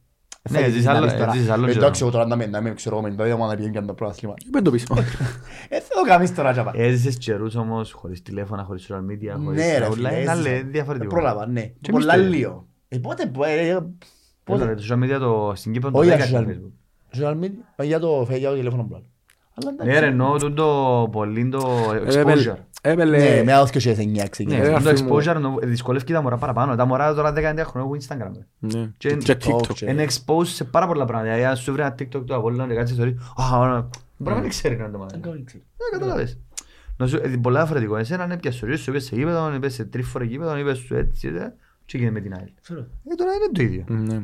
Speaker 1: Ναι, ζεις άλλο- ζεις άλλον καιρό.
Speaker 4: Ε, Εντάξει, εγώ τώρα να με- να με ξέρω, εγώ με το ίδιο, μα να πηγαίνω και να το πρωτάθλημα.
Speaker 3: Πες το πίσω.
Speaker 4: Ε, θα το κάνεις τώρα, τζάπα.
Speaker 1: Έζησες καιρούς όμως, χωρίς τηλέφωνα, χωρίς social media, χωρίς
Speaker 4: Ναι, ρε
Speaker 1: τα ούλα,
Speaker 4: φίλε,
Speaker 1: είναι
Speaker 4: έζησα.
Speaker 1: άλλε- διαφορετικό. Ε,
Speaker 4: Πρόλαβα, ναι.
Speaker 1: Και εμείς
Speaker 4: Πολλά
Speaker 1: το
Speaker 4: λίγο. Ε, πότε, πο- ε, ε,
Speaker 1: Έλα, ρε,
Speaker 4: πότε.
Speaker 1: το social media το- στην Κύπρο το
Speaker 4: Όχι,
Speaker 1: 10
Speaker 4: social
Speaker 1: στο
Speaker 4: media.
Speaker 1: Facebook.
Speaker 4: Social media, ε, για το φε- για το τηλέφωνο μου. λέω. Αλλά εντάξει. Ε,
Speaker 1: Ναι, ρε, εννοώ τούτο πολύ το exposure.
Speaker 4: Ναι, με
Speaker 3: Έπελε.
Speaker 4: άλλος και σε εννιά Ε, ξεκινάει.
Speaker 1: Ε, Ναι, το
Speaker 3: ρε, φίλε μου.
Speaker 1: exposure εννοώ, δυσκολεύει τα μωρά παραπάνω. Τα μωρά τώρα 19 χρόνια έχουν Instagram. ρε.
Speaker 3: Ναι.
Speaker 1: Και-
Speaker 3: Και TikTok.
Speaker 4: Oh, και-
Speaker 1: Είναι exposed σε πάρα πολλά πράγματα. Δηλαδή, αν σου βρει ένα TikTok του Απόλλωνα και κάτσεις και θεωρείς, «Α, ωραία». Μπορεί να μην ξέρει να το μάθει.
Speaker 4: Δεν κάνω, δεν ξέρω.
Speaker 1: Ε, καταλάβες. Να σου- ε, πολλά διαφορετικό. Εσένα είναι πια σωρίες, σου είπες σε γήπεδο, είπες σε τρίφορο γήπεδο, είπες σου έτσι, δε, και γίνεται με την άλλη.
Speaker 4: Ξέρω.
Speaker 1: Ε, τώρα είναι το ίδιο.
Speaker 3: Ναι.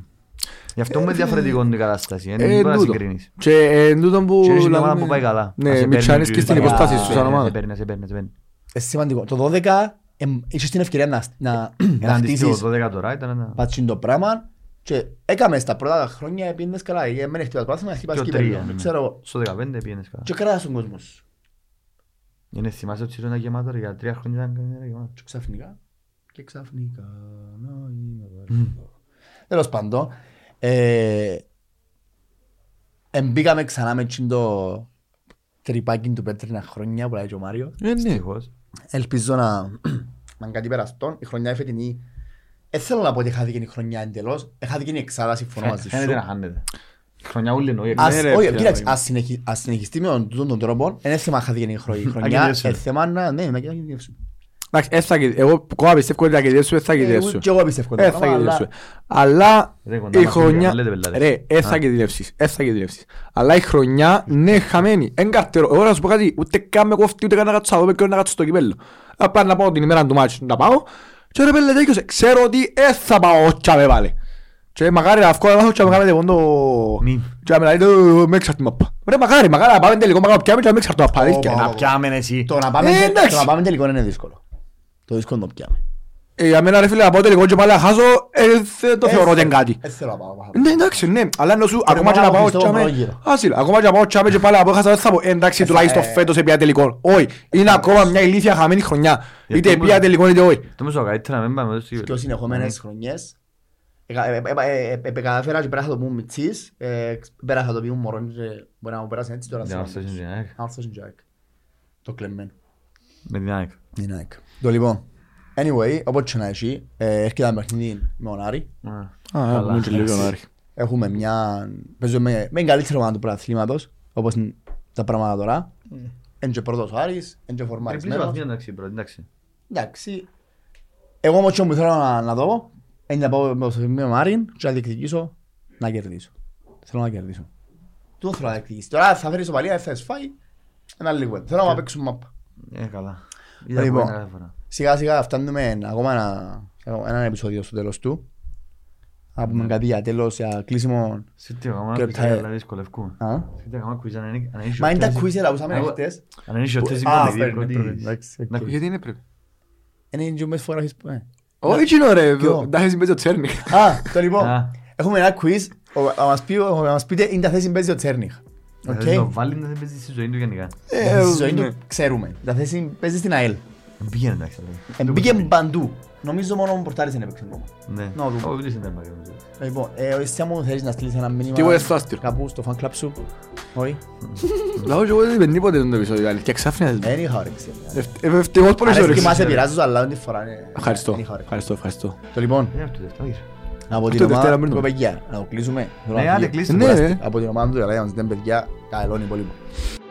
Speaker 1: Γι' αυτό είναι διαφορετικό είναι η κατάσταση. ε,
Speaker 3: Ε,
Speaker 1: Δεν μπορεί να
Speaker 3: τούτο.
Speaker 1: συγκρίνεις.
Speaker 3: Και εν τούτον που...
Speaker 1: Και έχεις την ομάδα
Speaker 3: λαλούμε-
Speaker 1: που πάει καλά. Να σε
Speaker 3: Ναι,
Speaker 1: παίρνει
Speaker 3: μην τσάνεις
Speaker 1: τους-
Speaker 3: και στην
Speaker 4: Παρά-
Speaker 3: υποστάση
Speaker 1: σε
Speaker 3: σου σαν
Speaker 1: παίρνει, σε
Speaker 3: ομάδα.
Speaker 1: παίρνει, σε παίρνει, σε παίρνει.
Speaker 4: Ες, σημαντικό. Το 12 εμ, είχες την ευκαιρία να, να, να
Speaker 1: Ένα αντίστοιχο
Speaker 4: χτίσεις
Speaker 1: 12 τώρα ήταν ένα-
Speaker 4: πατσίν το πράγμα και έκαμε στα πρώτα χρόνια πήγαινες καλά. Ε, Έμενε χτύπας πάθημα, χτύπας
Speaker 1: πιο τρία,
Speaker 4: κύπελλο.
Speaker 1: ναι.
Speaker 4: Ξέρω εγώ.
Speaker 1: Στο 15 πήγαινες καλά.
Speaker 4: Και κράτας τον κόσμος σου.
Speaker 1: Είναι θυμάσαι ότι ήταν γεμάτος ρε, για τρία χρόνια ήταν κανένα γεμάτος.
Speaker 4: Και ξαφνικά. Και ξαφνικά. να είμαι βαρύτατο. Τέλος πάντων. ε, Εμπήκαμε ξανά με τσιν το τρυπάκι του Πέτρινα χρόνια που λέει και ο Μάριο.
Speaker 3: Ε, ναι.
Speaker 1: Δυστυχώς.
Speaker 4: Ελπίζω να να είναι κάτι περαστόν. Η χρονιά εφετινή. Δεν θέλω να πω ότι χάθηκε η χρονιά εντελώς. Ε, Χάθηκε η εξάδα, συμφωνώ μαζί σου.
Speaker 1: Φαίνεται να χάνεται. Χρονιά ούλη εννοεί.
Speaker 4: Ας-
Speaker 3: Ναι, ρε,
Speaker 4: όχι,
Speaker 3: πια,
Speaker 4: κοίταξε,
Speaker 3: ναι.
Speaker 4: ας συνεχι- ας συνεχιστεί με τον- τον τον τρόπο, είναι θέμα χάθηκε η χρο- η χρονιά,
Speaker 1: κινδυνεύσουμε.
Speaker 4: είναι θέμα να... Ναι, να κινδυνεύσουμε.
Speaker 3: Εντάξει, ε, θα κερδί- εγώ κόμμα πιστεύω ότι θα κερδίσουμε, θα κερδίσουμε.
Speaker 4: Και εγώ πιστεύω το
Speaker 3: Ε, θα
Speaker 4: πράγμα, αλλά-
Speaker 3: κερδίσουμε. Αλλά
Speaker 1: Δεν κοντά
Speaker 3: η
Speaker 1: μας είναι,
Speaker 3: χρονιά...
Speaker 1: λέτε, πελάτες.
Speaker 3: Ρε, ε, θα κερδίσεις, ε, θα κερδίσεις. Αλλά η χρονιά, ναι, χαμένη. Εν καρτερό. Εγώ να σου πω κάτι, ούτε καν με κόφτει, ούτε καν να κάτσω να δω με ποιον να κάτσω στο κυπέλλο. Απλά να πάω την ημέρα του μάτσου, να πάω. Και ρε πέλε τέτοιος, ξέρω ότι ε, θα πάω, τσα με βάλε. Και μακάρι να βγω να μάθω και να με κάνετε πόντο...
Speaker 1: Μη.
Speaker 3: Και να με λέτε, «Ε, με εξαρτή μαπά. Ρε μακάρι, μακάρι, να πάμε τελικό, μακάρι να πιάμε και να με εξαρτώ μαπά. αλήθεια.
Speaker 4: Ω,
Speaker 3: Να-
Speaker 1: Να πιάμε εσύ.
Speaker 4: Το να πάμε,
Speaker 3: Ε, εντάξει.
Speaker 4: το να πάμε τελικό είναι δύσκολο. Το δύσκολο είναι το πιάμε.
Speaker 3: Ε, Για μένα ρε φίλε, να πάω τελικό και πάλι να χάσω, ε, θε- το θεωρώ ότι είναι κάτι.
Speaker 4: Δεν Ε, θέλω να πάω. πάνω.
Speaker 3: Ναι, εντάξει, ναι, αλλά ενώ σου ακόμα και
Speaker 4: μάνα
Speaker 3: να
Speaker 4: μου
Speaker 3: πάω
Speaker 4: Χριστό
Speaker 3: τσάμε,
Speaker 4: Παπαγύρω.
Speaker 3: άσυλα, ακόμα και να πάω τσάμε και πάλι από έχασα, δεν θα πω, «Ε, εντάξει, τουλάχιστον φέτος επία τελικό. Όχι, είναι ακόμα μια ηλίθια χαμένη χρονιά, είτε
Speaker 1: Γιατί
Speaker 3: επία
Speaker 1: μπορεί-
Speaker 3: τελικό είτε όχι.
Speaker 1: Το μισό καλύτερα να μην πάμε εδώ στο
Speaker 4: Πιο
Speaker 3: Ναι.
Speaker 1: γήπεδο.
Speaker 4: συνεχόμενες χρονιές. Ε, Καταφέρα και πέρασα το πούμε μητσής, πέρασα το πούμε μωρόν και μπορεί να μου πέρασει έτσι τώρα.
Speaker 1: Για να έρθω στην ΑΕΚ.
Speaker 4: Άρθος και ΑΕΚ. Το κλεμμένο.
Speaker 1: Με την ΑΕΚ.
Speaker 4: Είναι ΑΕΚ. Το λοιπόν. Anyway, όπως και να έχει, ε, έρχεται ένα παιχνίδι με τον Άρη.
Speaker 3: Α, έχουμε και λίγο να έρχει.
Speaker 4: Έχουμε μια... Παίζουμε με την καλύτερη ομάδα του πρωταθλήματος, όπως είναι τα πράγματα τώρα. Είναι και πρώτος ο Άρης, είναι και
Speaker 1: Ε, πλήρη
Speaker 4: φορμαρισμένος.
Speaker 1: βαθμία, εντάξει, πρώτη, εντάξει.
Speaker 4: Εντάξει. Εγώ όμως και μου θέλω να, να δω, είναι να πάω με το σημείο Μάριν και να διεκδικήσω να κερδίσω. Θέλω να κερδίσω. Του θέλω να διεκδικήσω. Τώρα θα φέρεις οπαλία, θα φάει. Ένα λίγο. Θέλω να παίξουμε μάπα.
Speaker 1: Ε, καλά. Είδα
Speaker 4: Λοιπόν.
Speaker 1: που είναι κάθε φορά.
Speaker 4: Σιγά σιγά φτάνουμε ακόμα ένα, έναν επεισόδιο στο τέλος του. Να
Speaker 1: Ναι.
Speaker 4: πούμε κάτι για τέλος, για κλείσιμο.
Speaker 1: Σύρτη, ακόμα
Speaker 4: Και
Speaker 1: quiz,
Speaker 4: τα-
Speaker 1: αλλά δυσκολευκούν.
Speaker 4: Α?
Speaker 1: Σύρτη, ακόμα quiz, αν είναι- αν είναι
Speaker 4: Μα είναι τα
Speaker 1: σιωτές-
Speaker 4: quiz που ακούσαμε
Speaker 1: Εγώ-
Speaker 4: χτες.
Speaker 1: αν είναι σιωτές, η
Speaker 4: Α,
Speaker 1: πρώτη, η
Speaker 4: παίρνει,
Speaker 1: πρώτη-
Speaker 4: παίρνει, εντάξει,
Speaker 1: Να
Speaker 4: οκ.
Speaker 1: ακούγεται.
Speaker 3: Γιατί είναι πρέπει.
Speaker 4: Είναι οι τζιούμες φωγραφίες που
Speaker 1: ε.
Speaker 4: είναι.
Speaker 3: Όχι κοινό ρε,
Speaker 4: Ποιο?
Speaker 3: τα έχεις μπέζει ο Τσέρνικ.
Speaker 4: Α, το λοιπόν.
Speaker 1: Α.
Speaker 4: Έχουμε ένα quiz. ο- Θα μας πει- θα μας πείτε είναι τα θέση που παίζει ο Τσέρνιχ.
Speaker 1: Να
Speaker 4: Οκ.
Speaker 1: θες να Ε, βάλει να παίζει στη ζωή του γενικά.
Speaker 3: Ε,
Speaker 4: Στη ζωή
Speaker 3: ναι.
Speaker 4: του ξέρουμε. Τα θέση παίζεις στην ΑΕΛ. Ε,
Speaker 1: Πήγαινε εντάξει. αλλά.
Speaker 4: Μπήκε παντού. Νομίζω μόνο ο Πορτάρης δεν έπαιξε ακόμα.
Speaker 1: Ναι.
Speaker 4: Να δούμε.
Speaker 1: Ο Βίλης είναι μαγειρός.
Speaker 4: Λοιπόν, ε, ο Ιστιά μου θέλεις να στείλεις ένα μήνυμα
Speaker 3: Και εγώ έτσι το άστιο.
Speaker 4: κάπου στο fan club σου. Όχι.
Speaker 3: Λάω και εγώ δεν είπεν τίποτε το επεισόδιο άλλη. Και ξάφνια.
Speaker 4: Δεν είχα όρεξη. εμένα.
Speaker 3: Ευτυχώς πολύ
Speaker 4: Αρέσκει
Speaker 3: όρεξη.
Speaker 4: μας επηρεάζεις, αλλά την φορά είναι-
Speaker 3: ε. Ευχαριστώ.
Speaker 4: δεν είχα όρεξη.
Speaker 3: Ευχαριστώ, ευχαριστώ.
Speaker 4: Το λοιπόν,
Speaker 1: Είναι αυτό το δεύτερο, άκυρο.
Speaker 4: από την
Speaker 3: Αυτό η Δευτέρα
Speaker 4: ομάδα
Speaker 3: μην
Speaker 4: του
Speaker 3: το-
Speaker 4: παιδιά, να το κλείσουμε. Θέλω να
Speaker 1: Ναι,
Speaker 4: βγει.
Speaker 1: άντε κλείστε.
Speaker 3: Ναι,
Speaker 1: Κουράστηκα.
Speaker 3: ε.
Speaker 4: Από την ομάδα του Lions, δεν παιδιά, καλό είναι πολύ.